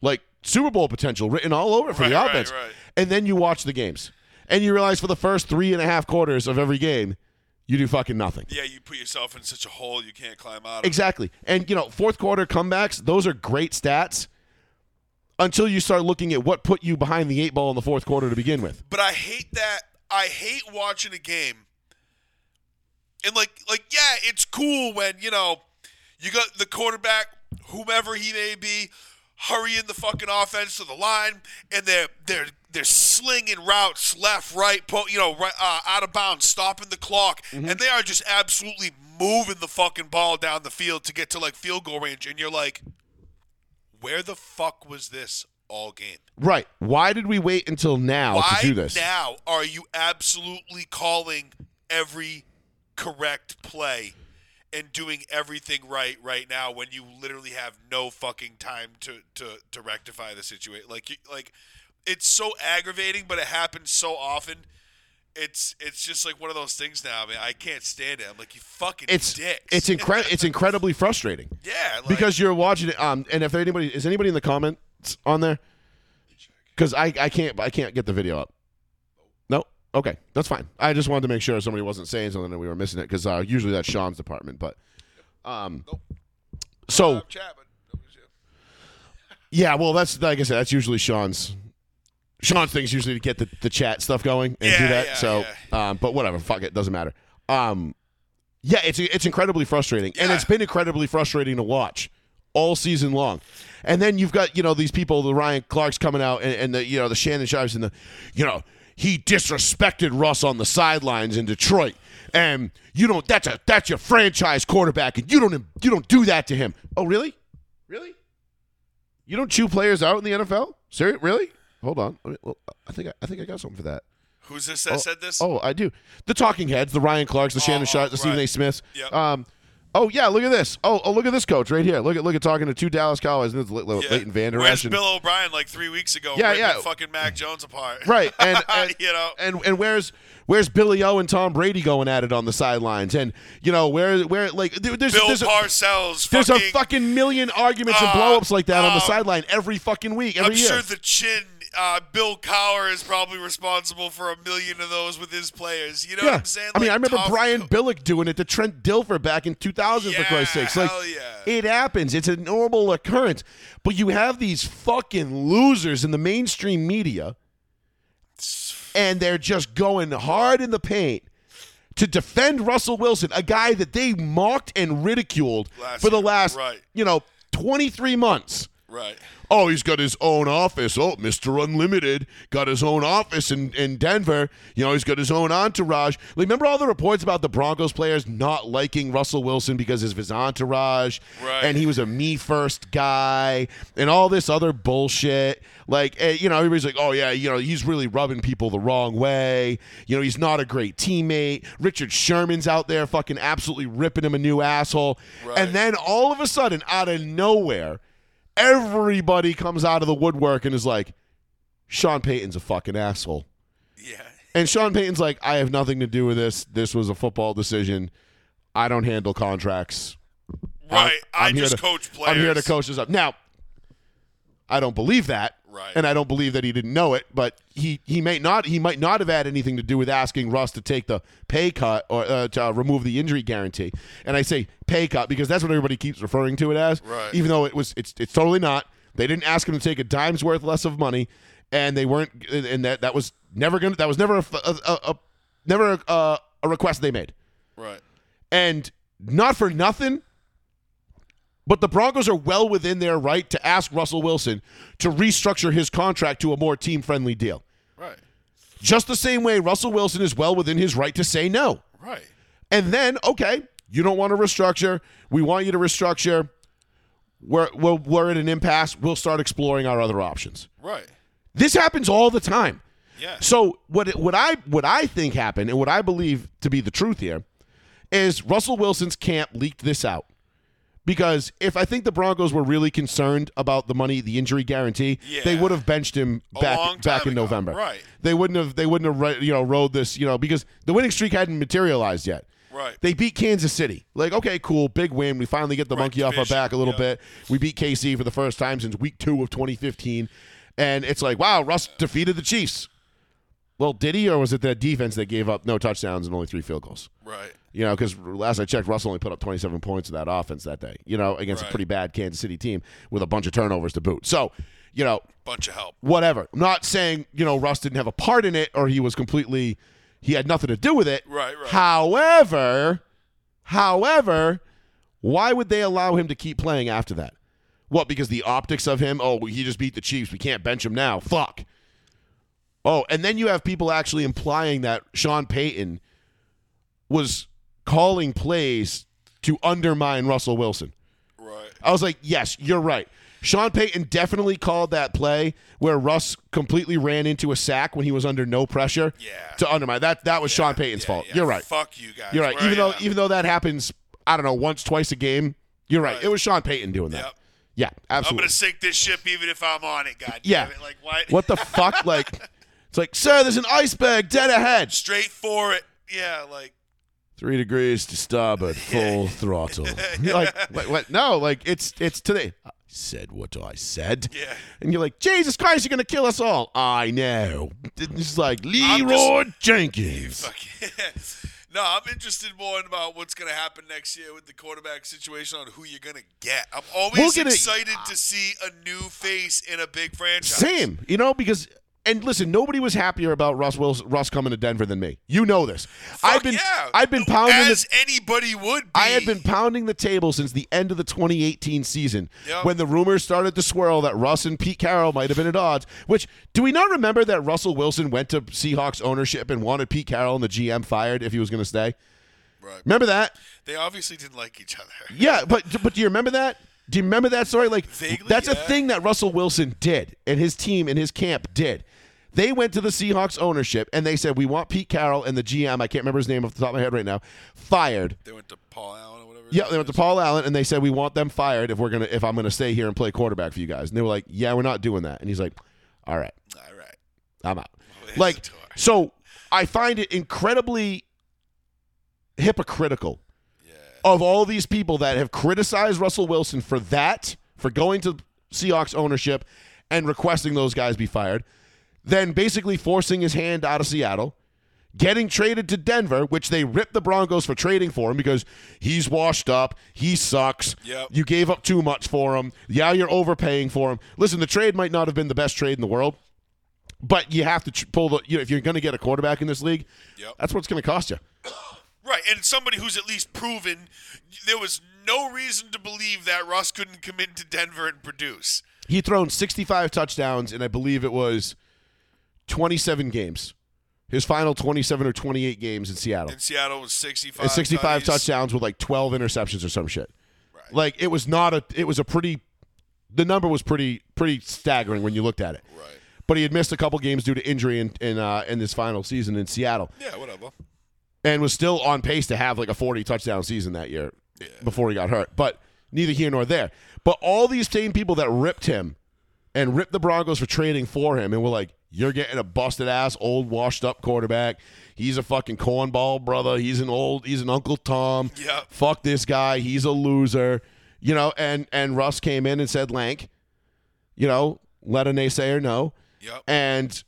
Speaker 5: like Super Bowl potential written all over it for the
Speaker 4: Right, right,
Speaker 5: offense.
Speaker 4: right.
Speaker 5: And then you watch the games. And you realize for the first three and a half quarters of every game, you do fucking nothing.
Speaker 4: Yeah, you put yourself in such a hole you can't climb out of.
Speaker 5: Exactly. And you know, fourth quarter comebacks, those are great stats until you start looking at what put you behind the eight ball in the fourth quarter to begin with.
Speaker 4: But I hate that. I hate watching a game. And like, like, yeah, it's cool when you know you got the quarterback, whomever he may be, hurrying the fucking offense to the line, and they're they're they're slinging routes left, right, po- you know, right, uh, out of bounds, stopping the clock, and they are just absolutely moving the fucking ball down the field to get to like field goal range, and you're like, where the fuck was this all game?
Speaker 5: Right. Why did we wait until now
Speaker 4: Why
Speaker 5: to do this?
Speaker 4: now are you absolutely calling every correct play and doing everything right right now when you literally have no fucking time to to, to rectify the situation? Like you, like it's so aggravating, but it happens so often. It's it's just like one of those things now. I mean, I can't stand it. I'm like you fucking
Speaker 5: It's
Speaker 4: dicks.
Speaker 5: it's incre- it's incredibly frustrating
Speaker 4: yeah, like,
Speaker 5: because you're watching it. Um, and if anybody is anybody in the comments on there, because I I can't I can't get the video up. No. Okay, that's fine. I just wanted to make sure somebody wasn't saying something and we were missing it because uh, usually that's Sean's department, but um, so
Speaker 4: Bob Chapman.
Speaker 5: yeah, well, that's like I said, that's usually Sean's. Sean's thing's usually to get the, the chat stuff going and do
Speaker 4: Yeah,
Speaker 5: that.
Speaker 4: yeah,
Speaker 5: so, um, but whatever, fuck it, doesn't matter. Um, yeah, it's it's incredibly frustrating, and
Speaker 4: Yeah.
Speaker 5: it's been incredibly frustrating to watch all season long. And then you've got you know these people, the Ryan Clark's coming out, and, and the you know the Shannon Shives and the, you know, he disrespected Russ on the sidelines in Detroit, and you don't that's a that's your franchise quarterback, and you don't you don't do that to him. Oh really? Really? You don't chew players out in the NFL? Seriously? Really? Hold on. Let me- well, I think I, I think I got something for that.
Speaker 4: Who's this that said this?
Speaker 5: Oh, I do. The Talking Heads, the Ryan Clarks, the Shannon
Speaker 4: oh,
Speaker 5: Sharp, the Stephen
Speaker 4: right.
Speaker 5: A. Smiths.
Speaker 4: Yep.
Speaker 5: Um, oh yeah, look at this. Oh, oh, look at this coach right here. Look at look at talking to two Dallas Cowboys and it's Le- Le-
Speaker 4: Yeah.
Speaker 5: Leighton Vander
Speaker 4: Where's
Speaker 5: Esch and-
Speaker 4: Bill O'Brien like three weeks ago?
Speaker 5: Yeah,
Speaker 4: ripping
Speaker 5: yeah.
Speaker 4: Fucking Mac Jones apart.
Speaker 5: Right, and, and
Speaker 4: you know,
Speaker 5: and and where's where's Billy O and Tom Brady going at it on the sidelines? And you know where where like there, there's
Speaker 4: Bill
Speaker 5: there's a,
Speaker 4: Parcells.
Speaker 5: there's
Speaker 4: fucking,
Speaker 5: a fucking million arguments and
Speaker 4: Uh,
Speaker 5: blowups like that on the
Speaker 4: uh,
Speaker 5: sideline every fucking week, every
Speaker 4: I'm
Speaker 5: year.
Speaker 4: sure the chin. Uh, Bill Cower is probably responsible for a million of those with his players. You know what I'm saying?
Speaker 5: I mean,
Speaker 4: Like,
Speaker 5: I remember
Speaker 4: tough-
Speaker 5: Brian Billick doing it to Trent Dilfer back in 2000, for
Speaker 4: Yeah,
Speaker 5: Christ's sakes. Like,
Speaker 4: hell yeah.
Speaker 5: it happens. It's a normal occurrence. But you have these fucking losers in the mainstream media, and they're just going hard in the paint to defend Russell Wilson, a guy that they mocked and ridiculed
Speaker 4: Last
Speaker 5: for the
Speaker 4: year,
Speaker 5: last,
Speaker 4: right.
Speaker 5: you know, 23 months.
Speaker 4: Right.
Speaker 5: Oh, he's got his own office. Oh, Mr. Unlimited got his own office in, in Denver. You know, he's got his own entourage. Like, remember all the reports about the Broncos players not liking Russell Wilson because of his entourage?
Speaker 4: Right.
Speaker 5: And he was a me first guy and all this other bullshit. Like, eh, you know, everybody's like, oh, yeah, you know, he's really rubbing people the wrong way. You know, he's not a great teammate. Richard Sherman's out there fucking absolutely ripping him a new asshole.
Speaker 4: Right.
Speaker 5: And then all of a sudden, out of nowhere, everybody comes out of the woodwork and is like, Sean Payton's a fucking asshole.
Speaker 4: Yeah.
Speaker 5: And Sean Payton's like, I have nothing to do with this. This was a football decision. I don't handle contracts. I'm-
Speaker 4: Right. i
Speaker 5: I'm here
Speaker 4: just
Speaker 5: to-
Speaker 4: coach players.
Speaker 5: I'm here to coach this up. Now, I don't believe that.
Speaker 4: Right.
Speaker 5: And I don't believe that he didn't know it, but he, he may not he might not have had anything to do with asking Russ to take the pay cut or uh, to uh, remove the injury guarantee. And I say pay cut because that's what everybody keeps referring to it as.
Speaker 4: Right.
Speaker 5: Even though it was it's it's totally not. They didn't ask him to take a dime's worth less of money and they weren't and- and that that was never going to that was never a, a, a, a never a, a, a request they made.
Speaker 4: Right.
Speaker 5: And not for nothing, but the Broncos are well within their right to ask Russell Wilson to restructure his contract to a more team friendly deal.
Speaker 4: Right.
Speaker 5: Just the same way Russell Wilson is well within his right to say no.
Speaker 4: Right.
Speaker 5: And then, okay, you don't want to restructure. We want you to restructure. We're, we're, we're at an impasse. We'll start exploring our other options.
Speaker 4: Right.
Speaker 5: This happens all the time.
Speaker 4: Yeah.
Speaker 5: So what it- what I what I think happened and what I believe to be the truth here is Russell Wilson's camp leaked this out. Because if I think the Broncos were really concerned about the money, the injury guarantee, they
Speaker 4: Yeah.
Speaker 5: would have benched him
Speaker 4: A long
Speaker 5: back
Speaker 4: time
Speaker 5: back in
Speaker 4: ago,
Speaker 5: November.
Speaker 4: right.
Speaker 5: They wouldn't have they wouldn't have ri- you know rode this, you know, because the winning streak hadn't materialized yet.
Speaker 4: Right.
Speaker 5: They beat Kansas City. Like, okay, cool, big win. We finally get the
Speaker 4: Right,
Speaker 5: monkey off our
Speaker 4: division,
Speaker 5: back a little
Speaker 4: yeah.
Speaker 5: bit. We beat KC for the first time since week 2 of 2015. And it's like, wow, Russ defeated the Chiefs. Well, did he, or was it that defense that gave up no touchdowns and only three field goals?
Speaker 4: Right.
Speaker 5: You know, because last I checked, Russell only put up 27 points in that offense that day, you know, against a
Speaker 4: Right.
Speaker 5: pretty bad Kansas City team with a bunch of turnovers to boot. So, you know,
Speaker 4: Bunch of help.
Speaker 5: whatever. I'm not saying, you know, Russ didn't have a part in it or he was completely, he had nothing to do with it.
Speaker 4: Right, right.
Speaker 5: However, however, why would they allow him to keep playing after that? What, because the optics of him, oh, he just beat the Chiefs. We can't bench him now. Fuck. Oh, and then you have people actually implying that Sean Payton was calling plays to undermine Russell Wilson.
Speaker 4: Right.
Speaker 5: I was like, yes, you're right. Sean Payton definitely called that play where Russ completely ran into a sack when he was under no pressure.
Speaker 4: Yeah.
Speaker 5: To undermine that that was Sean Payton's
Speaker 4: Yeah,
Speaker 5: fault.
Speaker 4: yeah.
Speaker 5: You're right.
Speaker 4: Fuck you guys.
Speaker 5: You're right.
Speaker 4: Where
Speaker 5: Even
Speaker 4: I
Speaker 5: though
Speaker 4: am.
Speaker 5: even though that happens, I don't know, once, twice a game. You're right.
Speaker 4: Right.
Speaker 5: It was Sean Payton doing that.
Speaker 4: Yep.
Speaker 5: Yeah,
Speaker 4: I'm
Speaker 5: absolutely.
Speaker 4: gonna sink this ship even if I'm on it, god
Speaker 5: yeah.
Speaker 4: damn it. Like what
Speaker 5: What the fuck? Like it's like, sir, there's an iceberg dead ahead.
Speaker 4: straight for it. Yeah, like
Speaker 5: Three degrees to starboard, full throttle. You're like, what, what? No, like it's it's today. I said what I said.
Speaker 4: Yeah.
Speaker 5: And you're like, Jesus Christ, you're gonna kill us all. I know. It's like
Speaker 4: I'm
Speaker 5: Leroy Jenkins.
Speaker 4: fuck No, I'm interested more in about what's going to happen next year with the quarterback situation on who you're going to get. I'm
Speaker 5: We'll
Speaker 4: always
Speaker 5: get a-
Speaker 4: excited to see a new face in a big franchise.
Speaker 5: Same, you know, because and listen, nobody was happier about Russ Wilson, Russ coming to Denver than me. You know this.
Speaker 4: Fuck
Speaker 5: I've been
Speaker 4: yeah.
Speaker 5: I've been pounding this.
Speaker 4: as anybody would be.
Speaker 5: I had been pounding the table since the end of the 2018 season
Speaker 4: Yep.
Speaker 5: when the rumors started to swirl that Russ and Pete Carroll might have been at odds. Which, do we not remember that Russell Wilson went to Seahawks ownership and wanted Pete Carroll and the GM fired if he was going to stay?
Speaker 4: Right.
Speaker 5: Remember that?
Speaker 4: They obviously didn't like each other.
Speaker 5: Yeah, but but do you remember that? Do you remember that story? Like
Speaker 4: Vaguely,
Speaker 5: that's a
Speaker 4: yeah.
Speaker 5: thing that Russell Wilson did and his team and his camp did. They went to the Seahawks ownership and they said, "We want Pete Carroll and the GM. I can't remember his name off the top of my head right now. Fired.
Speaker 4: They went to Paul Allen or whatever. his
Speaker 5: Yeah, they
Speaker 4: name
Speaker 5: went to
Speaker 4: is.
Speaker 5: Paul Allen and they said we want them fired if we're gonna if I'm gonna stay here and play quarterback for you guys. And they were like, yeah, we're not doing that. And he's like, all right,
Speaker 4: All right.
Speaker 5: I'm out.
Speaker 4: Well,
Speaker 5: Like
Speaker 4: Oh, it's a tour.
Speaker 5: so, I find it incredibly hypocritical of all these people that have criticized Russell Wilson for that for going to Seahawks ownership and requesting those guys be fired, then basically forcing his hand out of Seattle getting traded to Denver, which they ripped the Broncos for trading for him because he's washed up, he sucks.
Speaker 4: Yep.
Speaker 5: You gave up too much for him. Yeah, you're overpaying for him. Listen, the trade might not have been the best trade in the world, but you have to tr- pull the. You know, if you're going to get a quarterback in this league,
Speaker 4: Yep.
Speaker 5: that's what it's going to cost you.
Speaker 4: Right, and somebody who's at least proven there was no reason to believe that Russ couldn't come into Denver and produce.
Speaker 5: He thrown 65 touchdowns, and I believe it was 27 games. His final 27 or 28 games in Seattle.
Speaker 4: In Seattle was 65.
Speaker 5: and 65
Speaker 4: buddies.
Speaker 5: touchdowns with like 12 interceptions or some shit. Like it was not a it was a pretty the number was pretty pretty staggering when you looked at it.
Speaker 4: Right.
Speaker 5: But he had missed a couple games due to injury in in, uh, in this final season in Seattle,
Speaker 4: Yeah, whatever.
Speaker 5: and was still on pace to have like a forty touchdown season that year before he got hurt. But neither here nor there. But all these same people that ripped him and ripped the Broncos for trading for him, and were like, "You're getting a busted ass, old, washed up quarterback. He's a fucking cornball brother. He's an old, he's an Uncle Tom.
Speaker 4: Yep.
Speaker 5: Fuck this guy. He's a loser." You know, and and Russ came in and said, "Lank, you know, let a naysayer know."
Speaker 4: Yep.
Speaker 5: And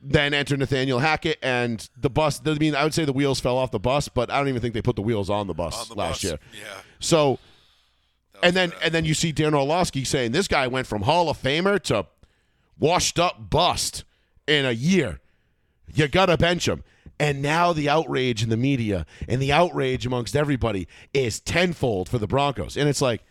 Speaker 5: then enter Nathaniel Hackett and the bus. I mean, I would say the wheels fell off the bus, but I don't even think they put the wheels on the bus
Speaker 4: On the
Speaker 5: last
Speaker 4: bus.
Speaker 5: year.
Speaker 4: Yeah.
Speaker 5: So,
Speaker 4: That was
Speaker 5: and then
Speaker 4: bad.
Speaker 5: and then you see Dan Orlovsky saying this guy went from Hall of Famer to washed up bust in a year. You gotta bench him. And now the outrage in the media and the outrage amongst everybody is tenfold for the Broncos. And it's like,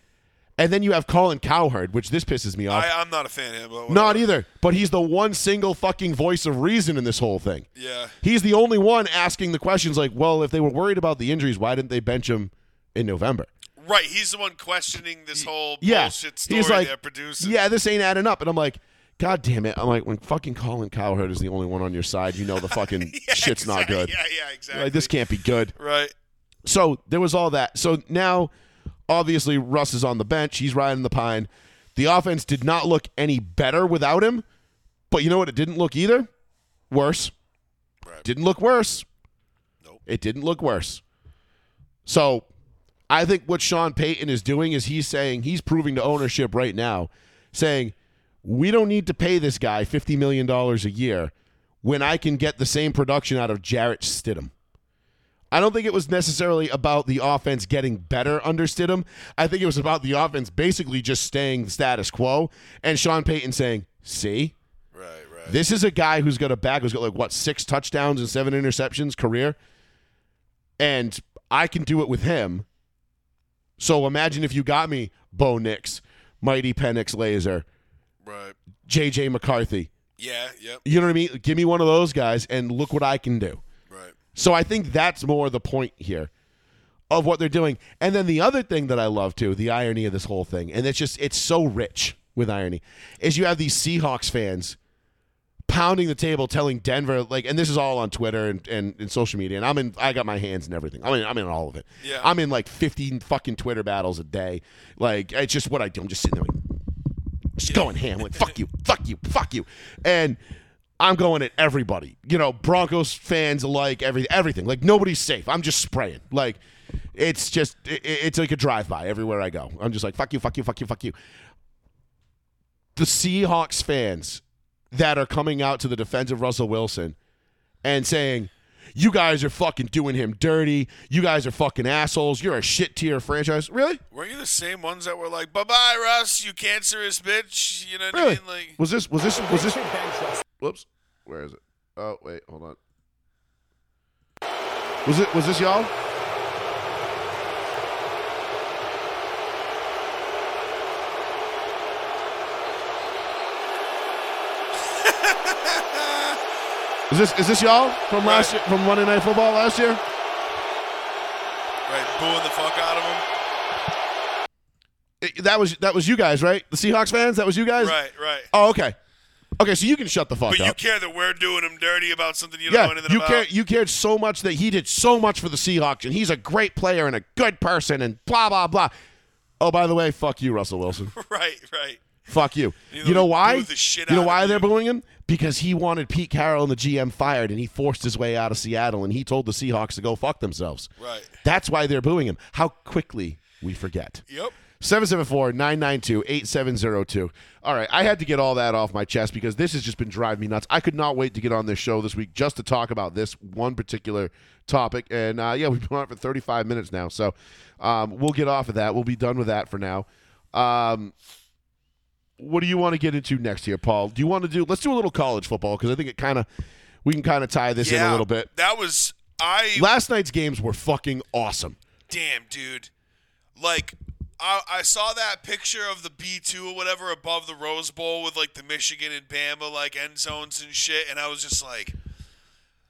Speaker 5: and then you have Colin Cowherd, which this pisses me off.
Speaker 4: I, I'm not a fan of him. But
Speaker 5: Not
Speaker 4: whatever.
Speaker 5: either, but he's the one single fucking voice of reason in this whole thing.
Speaker 4: Yeah.
Speaker 5: He's the only one asking the questions like, well, if they were worried about the injuries, why didn't they bench him in November?
Speaker 4: Right, he's the one questioning this whole
Speaker 5: yeah.
Speaker 4: bullshit story
Speaker 5: He's like,
Speaker 4: they're producing.
Speaker 5: Yeah, this ain't adding up. And I'm like, God damn it. I'm like, when fucking Colin Cowherd is the only one on your side, you know the fucking
Speaker 4: Yeah,
Speaker 5: shit's not
Speaker 4: exact-
Speaker 5: good.
Speaker 4: Yeah, yeah, exactly.
Speaker 5: Like, this can't be good.
Speaker 4: Right.
Speaker 5: So there was all that. So now, obviously, Russ is on the bench. He's riding the pine. The offense did not look any better without him. But you know what? It didn't look either worse.
Speaker 4: Right.
Speaker 5: Didn't look worse.
Speaker 4: Nope.
Speaker 5: It didn't look worse. So I think what Sean Payton is doing is he's saying, he's proving to ownership right now, saying, we don't need to pay this guy $50 million a year when I can get the same production out of Jarrett Stidham. I don't think it was necessarily about the offense getting better under Stidham. I think it was about the offense basically just staying status quo and Sean Payton saying, see,
Speaker 4: Right, right.
Speaker 5: this is a guy who's got a back who's got like what six touchdowns and seven interceptions career, and I can do it with him. So imagine if you got me Bo Nix, Mighty Penix Laser,
Speaker 4: Right.
Speaker 5: J.J. McCarthy.
Speaker 4: Yeah, yep.
Speaker 5: You know what I mean? Give me one of those guys, and look what I can do.
Speaker 4: Right.
Speaker 5: So I think that's more the point here of what they're doing. And then the other thing that I love too, the irony of this whole thing, and it's just it's so rich with irony, is you have these Seahawks fans pounding the table telling Denver like and this is all on Twitter and, and, and social media and I'm in I got my hands in everything. I mean I'm in all of it.
Speaker 4: Yeah.
Speaker 5: I'm in like 15 fucking Twitter battles a day. Like it's just what I do. I'm just sitting there like, just going ham. Like, fuck you, fuck you, fuck you. And I'm going at everybody. You know, Broncos fans alike, every, everything. Like, nobody's safe. I'm just spraying. Like, it's just, i- i it's like a drive by everywhere I go. I'm just like, fuck you, fuck you, fuck you, fuck you. The Seahawks fans that are coming out to the defense of Russell Wilson and saying, you guys are fucking doing him dirty. You guys are fucking assholes. You're a shit tier franchise. Really?
Speaker 4: Were you the same ones that were like, "Bye bye, Russ, you cancerous bitch"? You know what
Speaker 5: Really?
Speaker 4: I mean? Like,
Speaker 5: Was this, was this, was this,
Speaker 6: Should bench Russ.
Speaker 5: Whoops. Where is it? Oh wait, hold on. Was it was this y'all? Is this is this y'all from last year,
Speaker 4: Right.
Speaker 5: from Monday Night Football last year?
Speaker 4: right, booing the fuck out of him.
Speaker 5: It- Eh, that was that was you guys, right? The Seahawks fans. That was you guys.
Speaker 4: Right, right.
Speaker 5: Oh, okay. Okay, so you can shut the fuck
Speaker 4: But
Speaker 5: up.
Speaker 4: you care that we're doing him dirty about something you don't know anything
Speaker 5: you
Speaker 4: about.
Speaker 5: cared. You cared so much that he did so much for the Seahawks, and he's a great player and a good person, and blah blah blah. Oh, by the way, fuck you, Russell Wilson.
Speaker 4: Right, right.
Speaker 5: fuck you.
Speaker 4: You
Speaker 5: You know
Speaker 4: know,
Speaker 5: why?
Speaker 4: blew the shit
Speaker 5: you know
Speaker 4: out of
Speaker 5: why they're
Speaker 4: you.
Speaker 5: booing him? Because he wanted Pete Carroll and the GM fired, and he forced his way out of Seattle, and he told the Seahawks to go fuck themselves.
Speaker 4: Right.
Speaker 5: That's why they're booing him. How quickly we forget.
Speaker 4: Yep.
Speaker 5: 774-992-8702. All right, I had to get all that off my chest because this has just been driving me nuts. I could not wait to get on this show this week just to talk about this one particular topic. And uh, yeah, we've been on it for 35 minutes now, so um, we'll get off of that. We'll be done with that for now. Um, what do you want to get into next here, Paul? Do you want to do? Let's do a little college football because I think it kind of we can kind of tie this in a little bit.
Speaker 4: That was I.
Speaker 5: Last night's games were fucking awesome.
Speaker 4: damn, dude. Like, I, I saw that picture of the B2 or whatever above the Rose Bowl with, like, the Michigan and Bama, like, end zones and shit. And I was just like,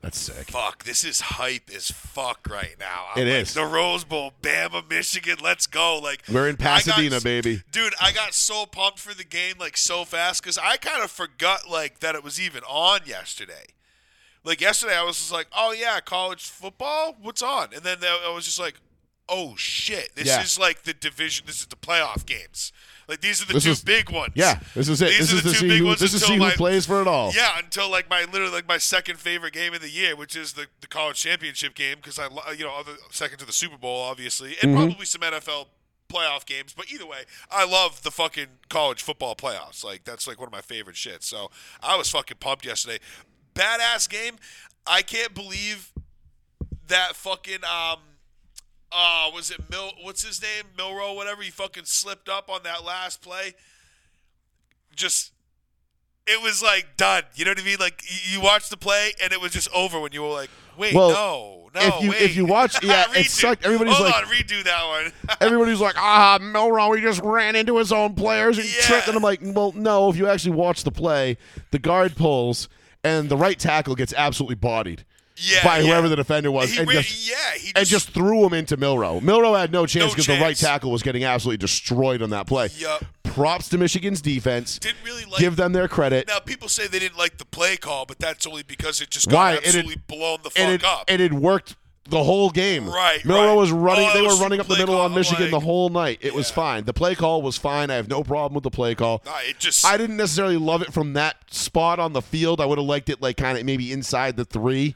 Speaker 5: That's sick.
Speaker 4: fuck, this is hype as fuck right now. I'm
Speaker 5: It
Speaker 4: like,
Speaker 5: is.
Speaker 4: The Rose Bowl, Bama, Michigan, let's go. Like,
Speaker 5: We're in
Speaker 4: I got
Speaker 5: Pasadena,
Speaker 4: s-
Speaker 5: baby.
Speaker 4: Dude, I got so pumped for the game, like, so fast because I kind of forgot, like, that it was even on yesterday. Like, yesterday, I was just like, oh, yeah, college football? What's on? And then I I was just like, oh, shit. This
Speaker 5: Yeah.
Speaker 4: is like the division, this is the playoff games. Like, these are the
Speaker 5: This
Speaker 4: two
Speaker 5: is-
Speaker 4: big ones.
Speaker 5: Yeah, this is it.
Speaker 4: These
Speaker 5: This
Speaker 4: are
Speaker 5: is
Speaker 4: the
Speaker 5: to
Speaker 4: two
Speaker 5: see
Speaker 4: big
Speaker 5: who-
Speaker 4: ones
Speaker 5: this is
Speaker 4: until
Speaker 5: see who
Speaker 4: my-
Speaker 5: plays for it all.
Speaker 4: Yeah, until like my literally like my second favorite game of the year, which is the, the college championship game, because I lo- you know other second to the Super Bowl, obviously, and
Speaker 5: Mm-hmm.
Speaker 4: probably some NFL playoff games. But either way, I love the fucking college football playoffs. Like that's like one of my favorite shit. So I was fucking pumped yesterday. Badass game. I can't believe that fucking um uh was it Mil what's his name? Milrow, whatever, he fucking slipped up on that last play. Just it was like done. You know what I mean? Like y- you watched the play and it was just over when you were like, wait,
Speaker 5: Well,
Speaker 4: no, no,
Speaker 5: if you- if
Speaker 4: wait.
Speaker 5: you watch- yeah, it
Speaker 4: Redo.
Speaker 5: sucked. Everybody's
Speaker 4: Hold
Speaker 5: like-
Speaker 4: on, redo that one.
Speaker 5: Everybody's like, ah, Milrow, he just ran into his own players and
Speaker 4: Yeah.
Speaker 5: tripped. And I'm like, well, no, if you actually watch the play, the guard pulls and the right tackle gets absolutely bodied.
Speaker 4: Yeah,
Speaker 5: by whoever
Speaker 4: yeah.
Speaker 5: the defender was,
Speaker 4: He
Speaker 5: and
Speaker 4: ran-
Speaker 5: just
Speaker 4: yeah, he
Speaker 5: and
Speaker 4: just-
Speaker 5: just threw him into Milrow. Milrow had no chance
Speaker 4: No
Speaker 5: because the right
Speaker 4: chance.
Speaker 5: tackle was getting absolutely destroyed on that play.
Speaker 4: Yup.
Speaker 5: Props to Michigan's defense.
Speaker 4: Didn't really like-
Speaker 5: give them their credit.
Speaker 4: Now people say they didn't like the play call, but that's only because it just got
Speaker 5: Why It had-
Speaker 4: absolutely blown the fuck
Speaker 5: it had,
Speaker 4: up.
Speaker 5: It had worked the whole game.
Speaker 4: Right,
Speaker 5: Milrow
Speaker 4: right.
Speaker 5: was running.
Speaker 4: Oh,
Speaker 5: they
Speaker 4: it
Speaker 5: were
Speaker 4: was
Speaker 5: running up the
Speaker 4: play
Speaker 5: middle
Speaker 4: call,
Speaker 5: on Michigan
Speaker 4: like-
Speaker 5: the whole night. It was fine. The play call was fine. I have no problem with the play call.
Speaker 4: Nah, it just-
Speaker 5: I didn't necessarily love it from that spot on the field. I would have liked it like kind of maybe inside the three.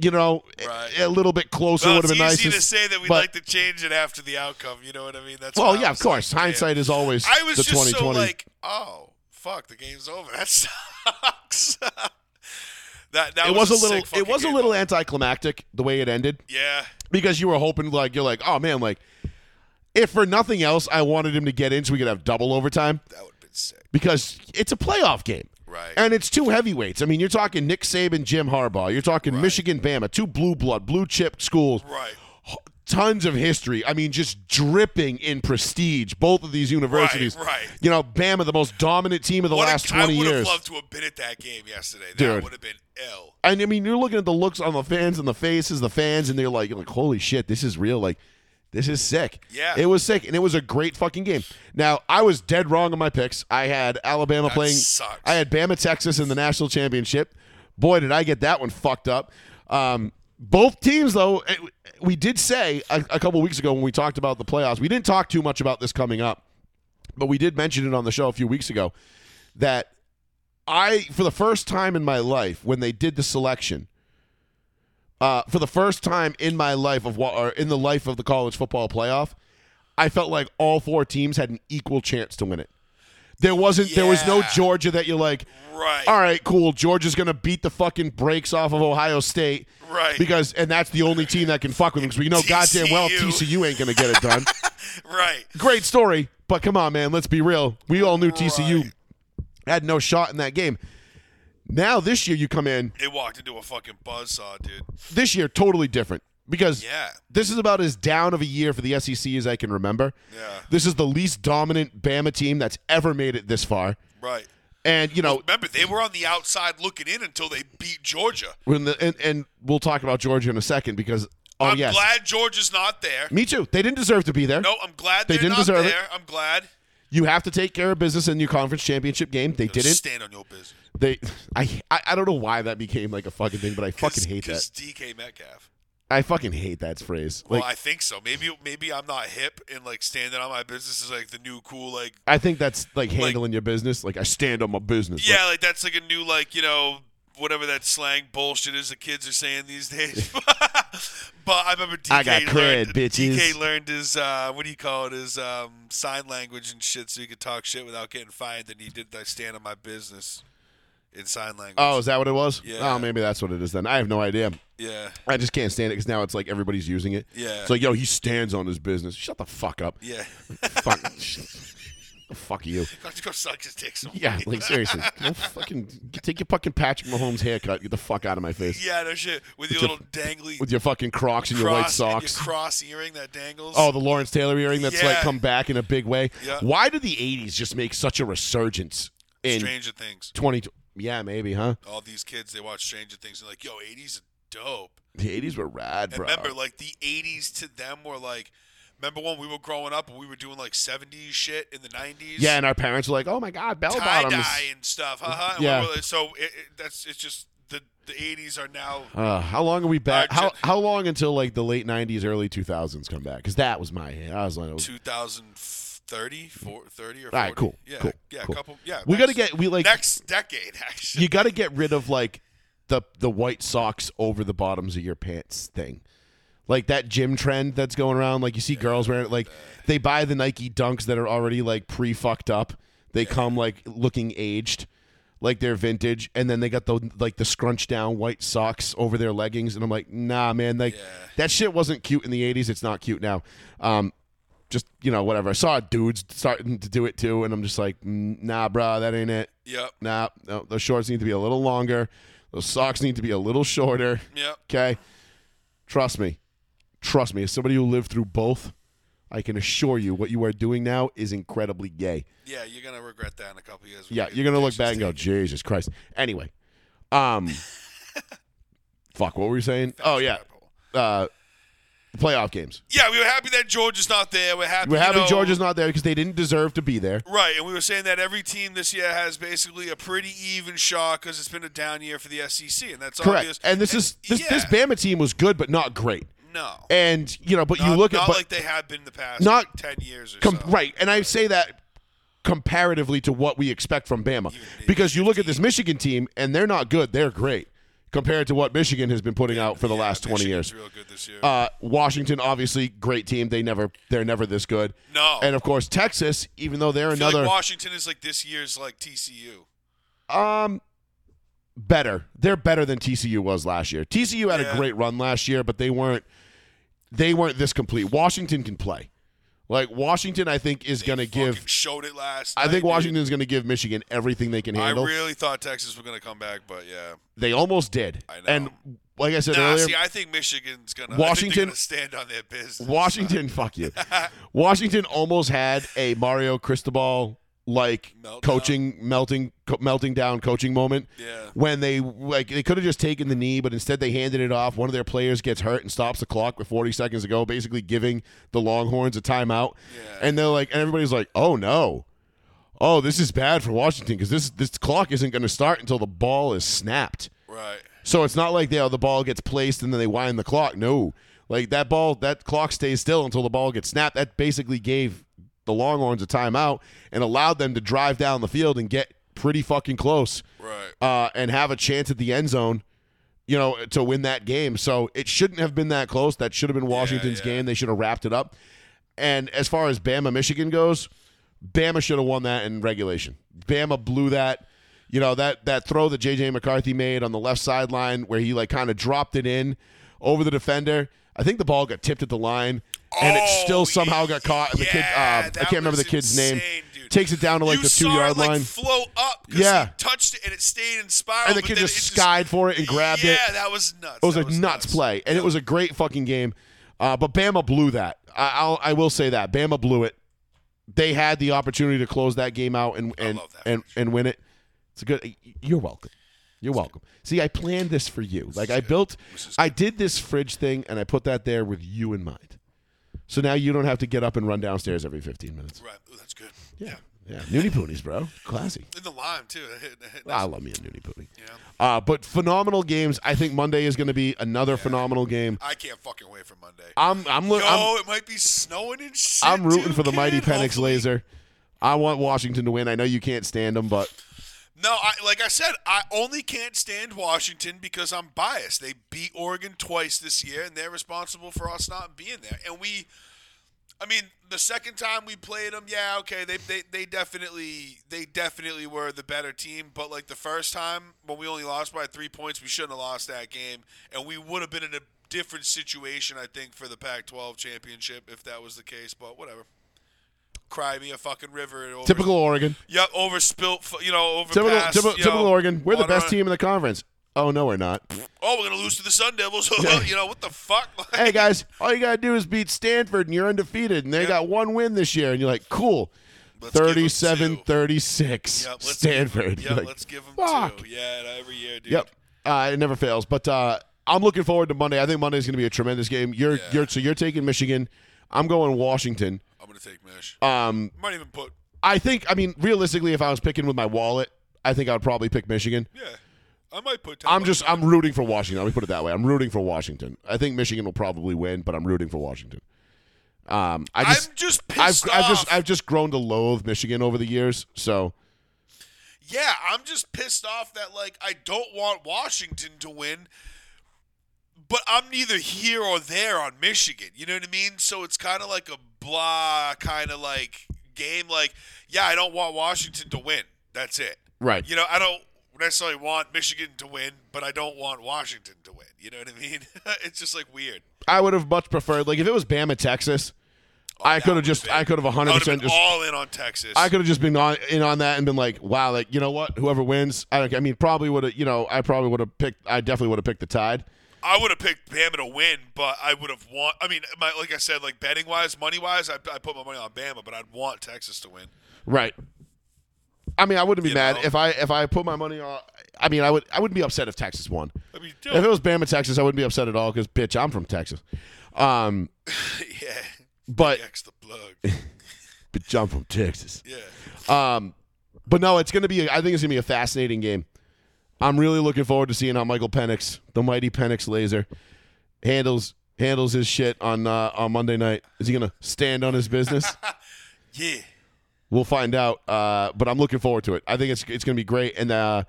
Speaker 5: You know,
Speaker 4: Right.
Speaker 5: a, a little bit closer
Speaker 4: well,
Speaker 5: would have
Speaker 4: it's
Speaker 5: been nice.
Speaker 4: easy to say that we'd
Speaker 5: but-
Speaker 4: like to change it after the outcome. You know what I mean? That's
Speaker 5: Well,
Speaker 4: what I
Speaker 5: yeah, of
Speaker 4: was
Speaker 5: course.
Speaker 4: like, man.
Speaker 5: Hindsight is always
Speaker 4: I was
Speaker 5: the
Speaker 4: just
Speaker 5: twenty
Speaker 4: so
Speaker 5: twenty.
Speaker 4: like, oh fuck, the game's over. That sucks. that that
Speaker 5: it was a
Speaker 4: sick
Speaker 5: little.
Speaker 4: fucking
Speaker 5: It was a
Speaker 4: game,
Speaker 5: little
Speaker 4: though.
Speaker 5: anticlimactic the way it ended.
Speaker 4: Yeah,
Speaker 5: because you were hoping like you're like oh man like if for nothing else i wanted him to get in so we could have double overtime
Speaker 4: that would have been sick.
Speaker 5: because it's a playoff game
Speaker 4: Right.
Speaker 5: and it's two heavyweights i mean you're talking nick saban jim harbaugh you're talking michigan bama two blue blood blue chip schools
Speaker 4: Right.
Speaker 5: tons of history i mean just dripping in prestige both of these universities
Speaker 4: right.
Speaker 5: you know bama the most dominant team of the
Speaker 4: What a-
Speaker 5: last 20
Speaker 4: I would
Speaker 5: years
Speaker 4: have loved to have been at that game yesterday. That
Speaker 5: Dude.
Speaker 4: would have been ill.
Speaker 5: and I mean, you're looking at the looks on the fans and the faces, the fans, and they're like, you're like, holy shit, this is real. Like, this is sick.
Speaker 4: Yeah.
Speaker 5: It was sick, and it was a great fucking game. Now, I was dead wrong on my picks. I had Alabama
Speaker 4: That
Speaker 5: playing.
Speaker 4: sucks.
Speaker 5: I had Bama, Texas in the national championship. Boy, did I get that one fucked up. Um, both teams, though, it- we did say a, a couple weeks ago when we talked about the playoffs, we didn't talk too much about this coming up, but we did mention it on the show a few weeks ago that I, for the first time in my life, when they did the selection, uh, for the first time in my life of what, or in the life of the college football playoff, I felt like all four teams had an equal chance to win it. There wasn't, there was no
Speaker 4: Yeah.
Speaker 5: Georgia that you're like,
Speaker 4: Right.
Speaker 5: all right, cool, Georgia's gonna beat the fucking brakes off of Ohio State,
Speaker 4: Right.
Speaker 5: Because, and that's the only team that can fuck with them because we know goddamn well
Speaker 4: TCU.
Speaker 5: TCU ain't gonna get it done.
Speaker 4: Right.
Speaker 5: Great story, but come on, man, let's be real. We all knew TCU
Speaker 4: Right.
Speaker 5: had no shot in that game. Now this year, you come in,
Speaker 4: They walked into a fucking buzzsaw, dude.
Speaker 5: this year totally different because
Speaker 4: Yeah.
Speaker 5: this is about as down of a year for the SEC as I can remember.
Speaker 4: Yeah.
Speaker 5: This is the least dominant Bama team that's ever made it this far.
Speaker 4: Right.
Speaker 5: And you know,
Speaker 4: Remember, they were on the outside looking in until they beat Georgia.
Speaker 5: when the, and, and we'll talk about Georgia in a second because oh
Speaker 4: I'm
Speaker 5: yes.
Speaker 4: glad Georgia's not there.
Speaker 5: Me too. They didn't deserve to be there.
Speaker 4: No, I'm glad
Speaker 5: They
Speaker 4: they're
Speaker 5: didn't
Speaker 4: not
Speaker 5: deserve it.
Speaker 4: there. I'm glad.
Speaker 5: You have to take care of business in your conference championship game. They didn't.
Speaker 4: stand on your business.
Speaker 5: They I, I I don't know why that became like a fucking thing, but I fucking hate that.
Speaker 4: Because DK Metcalf.
Speaker 5: I fucking hate that phrase. Like
Speaker 4: well, I think so. Maybe maybe I'm not hip and like standing on my business is like the new cool like
Speaker 5: I, think that's like handling your business. Like I stand on my business. Like,
Speaker 4: yeah like that's like a new like you know whatever that slang bullshit is the kids are saying these days. but I remember DK
Speaker 5: I got
Speaker 4: learned
Speaker 5: cred, bitches.
Speaker 4: DK learned his uh, what do you call it his um, sign language and shit so he could talk shit without getting fined and he did that stand on my business in sign language.
Speaker 5: Oh, is that what it was?
Speaker 4: Yeah.
Speaker 5: Oh, maybe that's what it is then. I have no idea.
Speaker 4: yeah.
Speaker 5: I just can't stand it because now it's like everybody's using it.
Speaker 4: Yeah.
Speaker 5: It's like, yo, he stands on his business. Shut the fuck up.
Speaker 4: Yeah.
Speaker 5: Fuck. fuck you.
Speaker 4: Go- go suck his dick somewhere.
Speaker 5: Yeah, like seriously. Go fucking take your fucking Patrick Mahomes haircut. Get the fuck out of my face.
Speaker 4: Yeah, no shit. With your
Speaker 5: your-
Speaker 4: little dangly
Speaker 5: With your fucking Crocs and your white
Speaker 4: cross, and
Speaker 5: socks.
Speaker 4: your cross earring that dangles.
Speaker 5: Oh, the Lawrence Taylor earring that's like
Speaker 4: Yeah.
Speaker 5: come back in a big way.
Speaker 4: Yeah.
Speaker 5: Why did the 80s just make such a resurgence in
Speaker 4: Stranger Things.
Speaker 5: 20 Yeah, maybe, huh?
Speaker 4: All these kids, they watch Stranger Things and like, yo, 80s are dope.
Speaker 5: The 80s were rad,
Speaker 4: And
Speaker 5: bro.
Speaker 4: remember, like, the 80s to them were like, remember when we were growing up and we were doing like 70s shit in the 90s?
Speaker 5: yeah, and our parents were like, "Oh my god, bell
Speaker 4: tie
Speaker 5: bottoms."
Speaker 4: dye and stuff. Haha. And
Speaker 5: Yeah.
Speaker 4: we were- so it, it- that's it's just the, the 80s are now.
Speaker 5: Uh, how long are we back?
Speaker 4: Uh,
Speaker 5: how
Speaker 4: ju-
Speaker 5: how long until like the late '90s, early 2000s come back? Because that was my. I was like,
Speaker 4: 2030, 40, 30 or 40.
Speaker 5: all right, cool,
Speaker 4: Yeah,
Speaker 5: cool,
Speaker 4: yeah,
Speaker 5: cool.
Speaker 4: a couple. Yeah,
Speaker 5: we
Speaker 4: next-
Speaker 5: got to get we like
Speaker 4: next decade. Actually,
Speaker 5: you got to get rid of like the the white socks over the bottoms of your pants thing. Like that gym trend that's going around, like you see girls wearing it, like they buy the Nike Dunks that are already like pre fucked up. They come like looking aged, like they're vintage, and then they got the like the scrunched down white socks over their leggings, and I'm like, nah, man, like that shit wasn't cute in the '80s. It's not cute now. Um, just you know, whatever. I saw dudes starting to do it too, and I'm just like, "Mm, nah, bruh, that ain't it
Speaker 4: Yep.
Speaker 5: nah, no, those shorts need to be a little longer. Those socks need to be a little shorter.
Speaker 4: Yep.
Speaker 5: Okay. Trust me. Trust me. As somebody who lived through both, I can assure you what you are doing now is incredibly gay.
Speaker 4: Yeah, you're gonna regret that in a couple years. when
Speaker 5: Yeah,
Speaker 4: you
Speaker 5: you're gonna look
Speaker 4: get
Speaker 5: back and go, Jesus Christ. Anyway, um, Fuck, what were we saying? Oh yeah, uh, playoff games.
Speaker 4: Yeah, we were happy that George is not there. We're happy.
Speaker 5: We're
Speaker 4: you
Speaker 5: happy
Speaker 4: know-
Speaker 5: Georgia's not there because they didn't deserve to be there.
Speaker 4: Right, and we were saying that every team this year has basically a pretty even shot because it's been a down year for the SEC, and that's obvious.
Speaker 5: Correct. And this is this,
Speaker 4: yeah,
Speaker 5: this Bama team was good, but not great.
Speaker 4: No,
Speaker 5: And you know, but you
Speaker 4: Not-
Speaker 5: look at
Speaker 4: not
Speaker 5: but
Speaker 4: like they have been the past
Speaker 5: Not
Speaker 4: ten years or
Speaker 5: com-
Speaker 4: so.
Speaker 5: right, and I say that comparatively to what we expect from Bama because you look at this Michigan team and they're not good; they're great compared to what Michigan has been putting out for the
Speaker 4: Yeah,
Speaker 5: last twenty
Speaker 4: Michigan's
Speaker 5: years.
Speaker 4: Real good this year.
Speaker 5: Uh, Washington, obviously, great team. They never, they're never this good.
Speaker 4: No.
Speaker 5: and of course Texas, even though they're
Speaker 4: I feel
Speaker 5: another
Speaker 4: like Washington is like this year's like TCU.
Speaker 5: Um, better. They're better than TCU was last year. TCU had
Speaker 4: Yeah.
Speaker 5: a great run last year, but they weren't. They weren't this complete. Washington can play. Like Washington, I think is going to
Speaker 4: Fucking
Speaker 5: give.
Speaker 4: showed it last.
Speaker 5: I
Speaker 4: night,
Speaker 5: think
Speaker 4: dude.
Speaker 5: Washington's going to give Michigan everything they can
Speaker 4: I
Speaker 5: handle.
Speaker 4: really thought Texas was going to come back, but yeah.
Speaker 5: they almost did.
Speaker 4: I know.
Speaker 5: And like I said
Speaker 4: Nah,
Speaker 5: earlier,
Speaker 4: see, I think Michigan's going to
Speaker 5: Washington-
Speaker 4: to stand on their business.
Speaker 5: Washington, fuck you. Washington almost had a Mario Cristobal like
Speaker 4: Meltdown.
Speaker 5: coaching melting co- melting down coaching moment.
Speaker 4: Yeah.
Speaker 5: When they like they could have just taken the knee, but instead they handed it off. One of their players gets hurt and stops the clock with 40 seconds to go, basically giving the Longhorns a timeout.
Speaker 4: Yeah.
Speaker 5: And they're like, and everybody's like, oh no. Oh, this is bad for Washington because this this clock isn't going to start until the ball is snapped.
Speaker 4: Right.
Speaker 5: So it's not like they, oh, the ball gets placed and then they wind the clock. No, like that ball, that clock stays still until the ball gets snapped. That basically gave the Longhorns a timeout and allowed them to drive down the field and get pretty fucking close
Speaker 4: Right.
Speaker 5: uh, and have a chance at the end zone, you know, to win that game. So it shouldn't have been that close. That should have been Washington's
Speaker 4: yeah.
Speaker 5: game. They should have wrapped it up. And as far as Bama Michigan goes, Bama should have won that in regulation. Bama blew that. You know that that throw that JJ McCarthy made on the left sideline where he like kind of dropped it in over the defender. I think the ball got tipped at the line, and it
Speaker 4: Oh,
Speaker 5: still somehow got caught. And the kid,
Speaker 4: yeah,
Speaker 5: uh, I
Speaker 4: that
Speaker 5: can't remember
Speaker 4: was
Speaker 5: the kid's name,
Speaker 4: insane, dude.
Speaker 5: takes it down to like
Speaker 4: you
Speaker 5: the two
Speaker 4: saw
Speaker 5: yard
Speaker 4: it, like,
Speaker 5: line.
Speaker 4: flow up. 'cause
Speaker 5: Yeah.
Speaker 4: he touched it and it stayed in spiral.
Speaker 5: And the
Speaker 4: but
Speaker 5: kid
Speaker 4: then
Speaker 5: just
Speaker 4: it
Speaker 5: skied for it and grabbed
Speaker 4: yeah,
Speaker 5: it.
Speaker 4: Yeah, that was nuts.
Speaker 5: It was
Speaker 4: that
Speaker 5: a nuts play, and
Speaker 4: Yeah.
Speaker 5: it was a great fucking game. Uh, but Bama blew that. I, I'll, I will say that Bama blew it. They had the opportunity to close that game out and and
Speaker 4: love that
Speaker 5: and, and win it. It's a good. You're welcome. You're welcome. See, I planned this for you. Like I built, I did this fridge thing, and I put that there with you in mind. So now you don't have to get up and run downstairs every 15 minutes.
Speaker 4: Right. Ooh, that's good.
Speaker 5: Yeah, yeah. Noonie poonies, bro. Classy.
Speaker 4: In the lime too. That hit- that hit-
Speaker 5: I love me a Noonie poonie. Uh, but phenomenal games. I think Monday is going to be another phenomenal game.
Speaker 4: I can't fucking wait for Monday.
Speaker 5: I'm I'm
Speaker 4: Yo,
Speaker 5: look, I'm,
Speaker 4: it might be snowing and shit.
Speaker 5: I'm rooting
Speaker 4: too,
Speaker 5: for the mighty
Speaker 4: kid.
Speaker 5: Penix
Speaker 4: Hopefully-
Speaker 5: laser. I want Washington to win. I know you can't stand them, but
Speaker 4: No, I, like I said, I only can't stand Washington because I'm biased. They beat Oregon twice this year, and they're responsible for us not being there. And we, I mean, the second time we played them, yeah, okay, they, they, they definitely they definitely were the better team. But like the first time when we only lost by three points, we shouldn't have lost that game, and we would have been in a different situation, I think, for the Pac-12 championship if that was the case. But whatever. Cry me a fucking river. Over
Speaker 5: typical Oregon.
Speaker 4: yeah, over spilt, f- you know, over
Speaker 5: Typical typical, typical Oregon. We're the best team in the conference. Oh no, we're not.
Speaker 4: Oh, we're gonna lose to the Sun Devils. you know what the fuck?
Speaker 5: hey guys, all you gotta do is beat Stanford and you're undefeated and they got one win this year and you're like, cool.
Speaker 4: Let's give 'em
Speaker 5: 37
Speaker 4: two.
Speaker 5: 36
Speaker 4: Yep, let's
Speaker 5: Stanford.
Speaker 4: Give,
Speaker 5: You're
Speaker 4: yeah,
Speaker 5: like,
Speaker 4: let's give them
Speaker 5: fuck.
Speaker 4: two. Yeah, every year, dude.
Speaker 5: Yep. Uh, it never fails. But uh, I'm looking forward to Monday. I think Monday's going to be a tremendous game. You're you're so you're taking Michigan. I'm going Washington.
Speaker 4: I'm gonna take Mish. Um, might even put.
Speaker 5: I think I mean realistically if I was picking with my wallet, I think I would probably pick Michigan.
Speaker 4: Yeah, I might put.
Speaker 5: I'm just I'm rooting for Washington. Let me put it that way. I'm rooting for Washington. I think Michigan will probably win, but I'm rooting for Washington. Um, I
Speaker 4: I'm
Speaker 5: just,
Speaker 4: just
Speaker 5: I've,
Speaker 4: pissed
Speaker 5: I've
Speaker 4: off.
Speaker 5: just I've just grown to loathe Michigan over the years. So
Speaker 4: yeah, I'm just pissed off that like I don't want Washington to win, but I'm neither here or there on Michigan. You know what I mean? So it's kind of like a blah kind of like game. Like, yeah, I don't want Washington to win. That's it.
Speaker 5: Right.
Speaker 4: You know, I don't necessarily want Michigan to win, but I don't want Washington to win. You know what I mean? it's just like weird.
Speaker 5: I would have much preferred like if it was Bama Texas,
Speaker 4: Oh,
Speaker 5: I could have just I could have 100
Speaker 4: I would have
Speaker 5: percent
Speaker 4: been
Speaker 5: just
Speaker 4: all in on Texas.
Speaker 5: I could have just been on in on that and been like, wow, like you know what, whoever wins, I don't. care. I mean, probably would have, you know, I probably would have picked. I definitely would have picked the Tide.
Speaker 4: I would have picked Bama to win, but I would have want. I mean, my like I said, like betting wise, money wise, I, I put my money on Bama, but I'd want Texas to win.
Speaker 5: Right. I mean, I wouldn't be
Speaker 4: You
Speaker 5: mad
Speaker 4: know?
Speaker 5: if I if I put my money on. I mean, I would I wouldn't be upset if Texas won.
Speaker 4: I mean, dude.
Speaker 5: If it was Bama, Texas, I wouldn't be upset at all because bitch, I'm from Texas. Um,
Speaker 4: yeah.
Speaker 5: but
Speaker 4: X the plug.
Speaker 5: bitch, I'm from Texas.
Speaker 4: Yeah.
Speaker 5: Um, but no, it's gonna be. I think it's gonna be a fascinating game. I'm really looking forward to seeing how Michael Penix, the mighty Penix laser, handles handles his shit on uh, on Monday night. Is he gonna stand on his business?
Speaker 4: Yeah.
Speaker 5: We'll find out. Uh, but I'm looking forward to it. I think it's it's going to be great. And uh,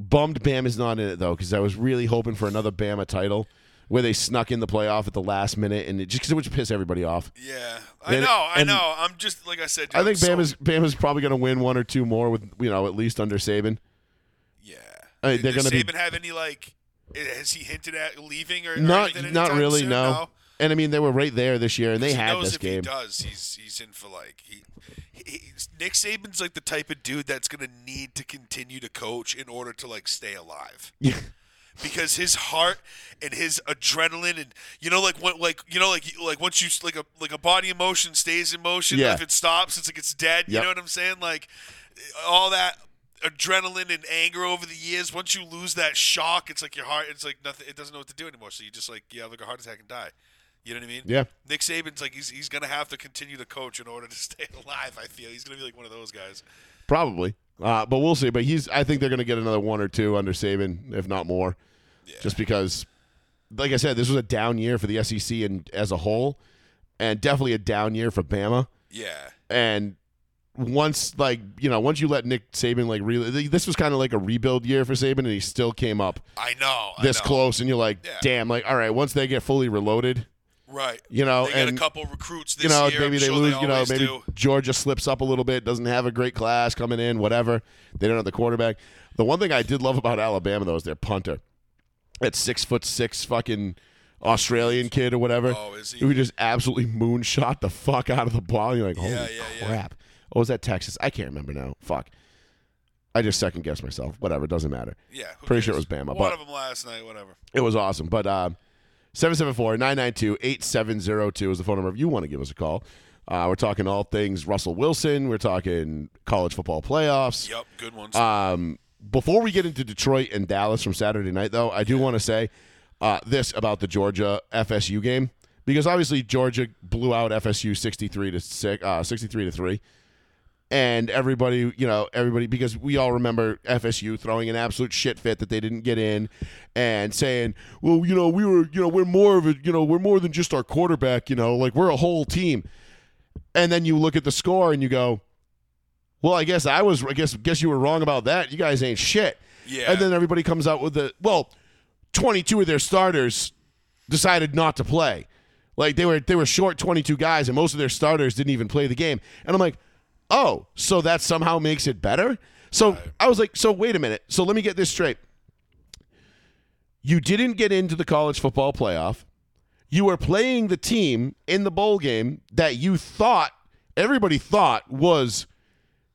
Speaker 5: bummed Bam is not in it though, because I was really hoping for another Bama title where they snuck in the playoff at the last minute, and it just 'cause it would just piss everybody off.
Speaker 4: Yeah. I
Speaker 5: Then-
Speaker 4: know. I
Speaker 5: and-
Speaker 4: know. I'm just like I said. Dude,
Speaker 5: I think
Speaker 4: I'm
Speaker 5: Bama's
Speaker 4: so-
Speaker 5: Bama's probably going to win one or two more with you know at least under Saban.
Speaker 4: Yeah.
Speaker 5: I mean,
Speaker 4: Did-
Speaker 5: they're
Speaker 4: does
Speaker 5: gonna be-
Speaker 4: Saban have any like? Has he hinted at leaving or or
Speaker 5: Not
Speaker 4: anything
Speaker 5: not
Speaker 4: anytime
Speaker 5: really
Speaker 4: soon?
Speaker 5: no. And I mean they were right there this year, and they
Speaker 4: He
Speaker 5: had
Speaker 4: knows
Speaker 5: this
Speaker 4: if
Speaker 5: game.
Speaker 4: He does. He's he's in for like he, he, he's- Nick Saban's like the type of dude that's gonna need to continue to coach in order to like stay alive.
Speaker 5: Yeah.
Speaker 4: Because his heart and his adrenaline and you know like when like you know like you- like once you like a like a body in motion stays in motion
Speaker 5: Yeah.
Speaker 4: if it stops it's like it's dead you
Speaker 5: Yep.
Speaker 4: know what I'm saying like all that adrenaline and anger over the years once you lose that shock it's like your heart it's like nothing it doesn't know what to do anymore so you just like you have like a heart attack and die you know what I mean
Speaker 5: Yeah.
Speaker 4: Nick Saban's like he's he's gonna have to continue to coach in order to stay alive. I feel he's gonna be like one of those guys.
Speaker 5: Probably. Uh, but we'll see. But he's. I think they're going to get another one or two under Saban, if not more, just because, like I said, this was a down year for the SEC and as a whole, and definitely a down year for Bama.
Speaker 4: Yeah,
Speaker 5: And once, like you know, once you let Nick Saban like really, this was kind of like a rebuild year for Saban, and he still came up
Speaker 4: I know. I
Speaker 5: this
Speaker 4: know.
Speaker 5: close, and you're like,
Speaker 4: Yeah.
Speaker 5: damn, like all right, once they get fully reloaded,
Speaker 4: right?
Speaker 5: you know,
Speaker 4: they
Speaker 5: and
Speaker 4: get a couple recruits this
Speaker 5: you know,
Speaker 4: year.
Speaker 5: maybe
Speaker 4: I'm
Speaker 5: they
Speaker 4: sure
Speaker 5: lose.
Speaker 4: They
Speaker 5: you know,
Speaker 4: always
Speaker 5: maybe
Speaker 4: do.
Speaker 5: Georgia slips up a little bit, doesn't have a great class coming in, whatever. They don't have the quarterback. The one thing I did love about Alabama though is their punter. That six foot six fucking Australian kid or whatever,
Speaker 4: Oh, is he?
Speaker 5: who just absolutely moonshot the fuck out of the ball. You're like, holy
Speaker 4: Yeah, yeah, yeah.
Speaker 5: crap! Oh, was that Texas? I can't remember now. Fuck. I just second guessed myself. Whatever, doesn't matter.
Speaker 4: Yeah, who
Speaker 5: pretty sure it
Speaker 4: cares?
Speaker 5: was Bama,
Speaker 4: One
Speaker 5: but-
Speaker 4: of them last night, whatever.
Speaker 5: It was awesome. But uh, 774-992-8702 is the phone number if you want to give us a call. Uh, we're talking all things Russell Wilson. We're talking college football playoffs.
Speaker 4: Yep, good ones.
Speaker 5: Um, before we get into Detroit and Dallas from Saturday night, though, I do want to say uh, this about the Georgia FSU game because obviously Georgia blew out FSU sixty-three to six, uh, sixty-three to three, and everybody, you know, everybody because we all remember FSU throwing an absolute shit fit that they didn't get in, and saying, well, you know, we were, you know, we're more of a, you know, we're more than just our quarterback, you know, like we're a whole team, and then you look at the score and you go. Well, I guess I was. I guess guess you were wrong about that. You guys ain't shit.
Speaker 4: Yeah.
Speaker 5: And then everybody comes out with the well, twenty two of their starters decided not to play. Like they were they were short twenty two guys, and most of their starters didn't even play the game. And I'm like, oh, so that somehow makes it better. So I was like, so wait a minute. So let me get this straight. You didn't get into the college football playoff. You were playing the team in the bowl game that you thought everybody thought was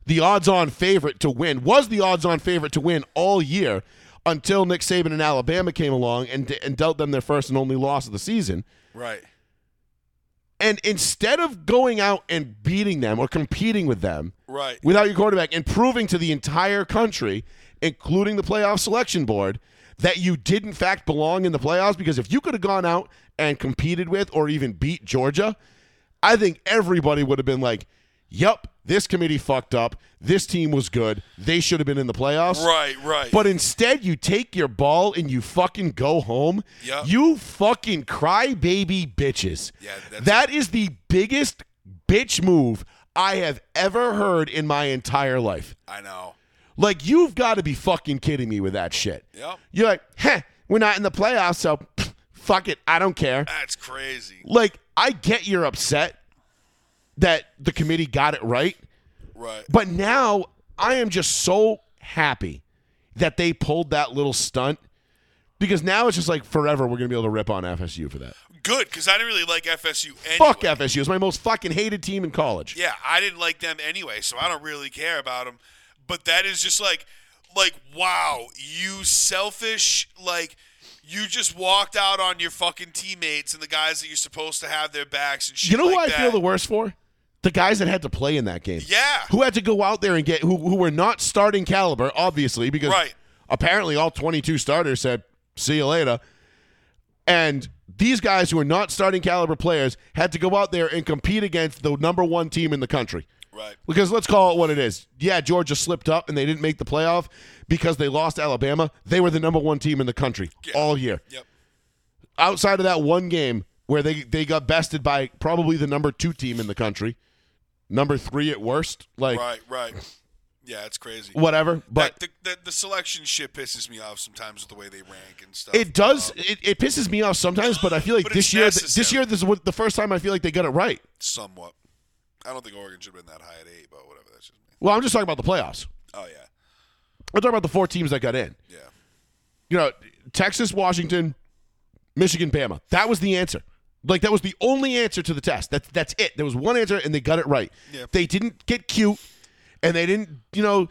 Speaker 5: the odds-on favorite to win was the odds-on favorite to win all year until Nick Saban and Alabama came along and and dealt them their first and only loss of the season.
Speaker 4: right.
Speaker 5: And instead of going out and beating them or competing with them
Speaker 4: Right.
Speaker 5: without your quarterback and proving to the entire country, including the playoff selection board, that you did in fact belong in the playoffs, because if you could have gone out and competed with or even beat Georgia, I think everybody would have been like, Yep, this committee fucked up. This team was good. They should have been in the playoffs.
Speaker 4: Right, right.
Speaker 5: But instead, you take your ball and you fucking go home.
Speaker 4: Yep.
Speaker 5: You fucking crybaby bitches.
Speaker 4: Yeah, that's-
Speaker 5: That is the biggest bitch move I have ever heard in my entire life.
Speaker 4: I know.
Speaker 5: Like, you've got to be fucking kidding me with that shit.
Speaker 4: Yep.
Speaker 5: You're like, heh, we're not in the playoffs, so pff, fuck it. I don't care.
Speaker 4: That's crazy.
Speaker 5: Like, I get you're upset that the committee got it right.
Speaker 4: Right.
Speaker 5: But now I am just so happy that they pulled that little stunt because now it's just like forever we're going to be able to rip on FSU for that.
Speaker 4: Good, because I didn't really like FSU. Anyway.
Speaker 5: Fuck FSU. It's my most fucking hated team in college.
Speaker 4: Yeah, I didn't like them anyway, so I don't really care about them. But that is just like, like, wow, you selfish, like, you just walked out on your fucking teammates and the guys that you're supposed to have their backs and shit.
Speaker 5: You know who
Speaker 4: like
Speaker 5: I feel
Speaker 4: that.
Speaker 5: the worst for? The guys that had to play in that game.
Speaker 4: Yeah.
Speaker 5: Who had to go out there and get who who were not starting caliber, obviously, because
Speaker 4: Right.
Speaker 5: apparently all 22 starters said, "See you later." And these guys who are not starting caliber players had to go out there and compete against the number 1 team in the country.
Speaker 4: Right.
Speaker 5: Because let's call it what it is. Yeah, Georgia slipped up and they didn't make the playoff because they lost Alabama. They were the number 1 team in the country
Speaker 4: Yeah.
Speaker 5: all year
Speaker 4: Yep.
Speaker 5: outside of that one game where they they got bested by probably the number two team in the country, number three at worst, like
Speaker 4: Right. Right. Yeah, it's crazy.
Speaker 5: whatever. But
Speaker 4: That- the, the, the selection shit pisses me off sometimes with the way they rank and stuff.
Speaker 5: it does.
Speaker 4: Um,
Speaker 5: It, it pisses me off sometimes. But I feel like
Speaker 4: But
Speaker 5: this
Speaker 4: it's
Speaker 5: year, this
Speaker 4: necessary.
Speaker 5: year, this is what- the first time I feel like they got it right.
Speaker 4: somewhat. I don't think Oregon should have been that high at eight, but whatever. That's just me.
Speaker 5: Well, I'm just talking about the playoffs.
Speaker 4: Oh yeah,
Speaker 5: I'm talking about the four teams that got in.
Speaker 4: yeah.
Speaker 5: You know, Texas, Washington, Michigan, Bama. That was the answer. Like that was the only answer to the test. That's that's it. There was one answer, and they got it right.
Speaker 4: Yeah.
Speaker 5: They didn't get cute, and they didn't, you know,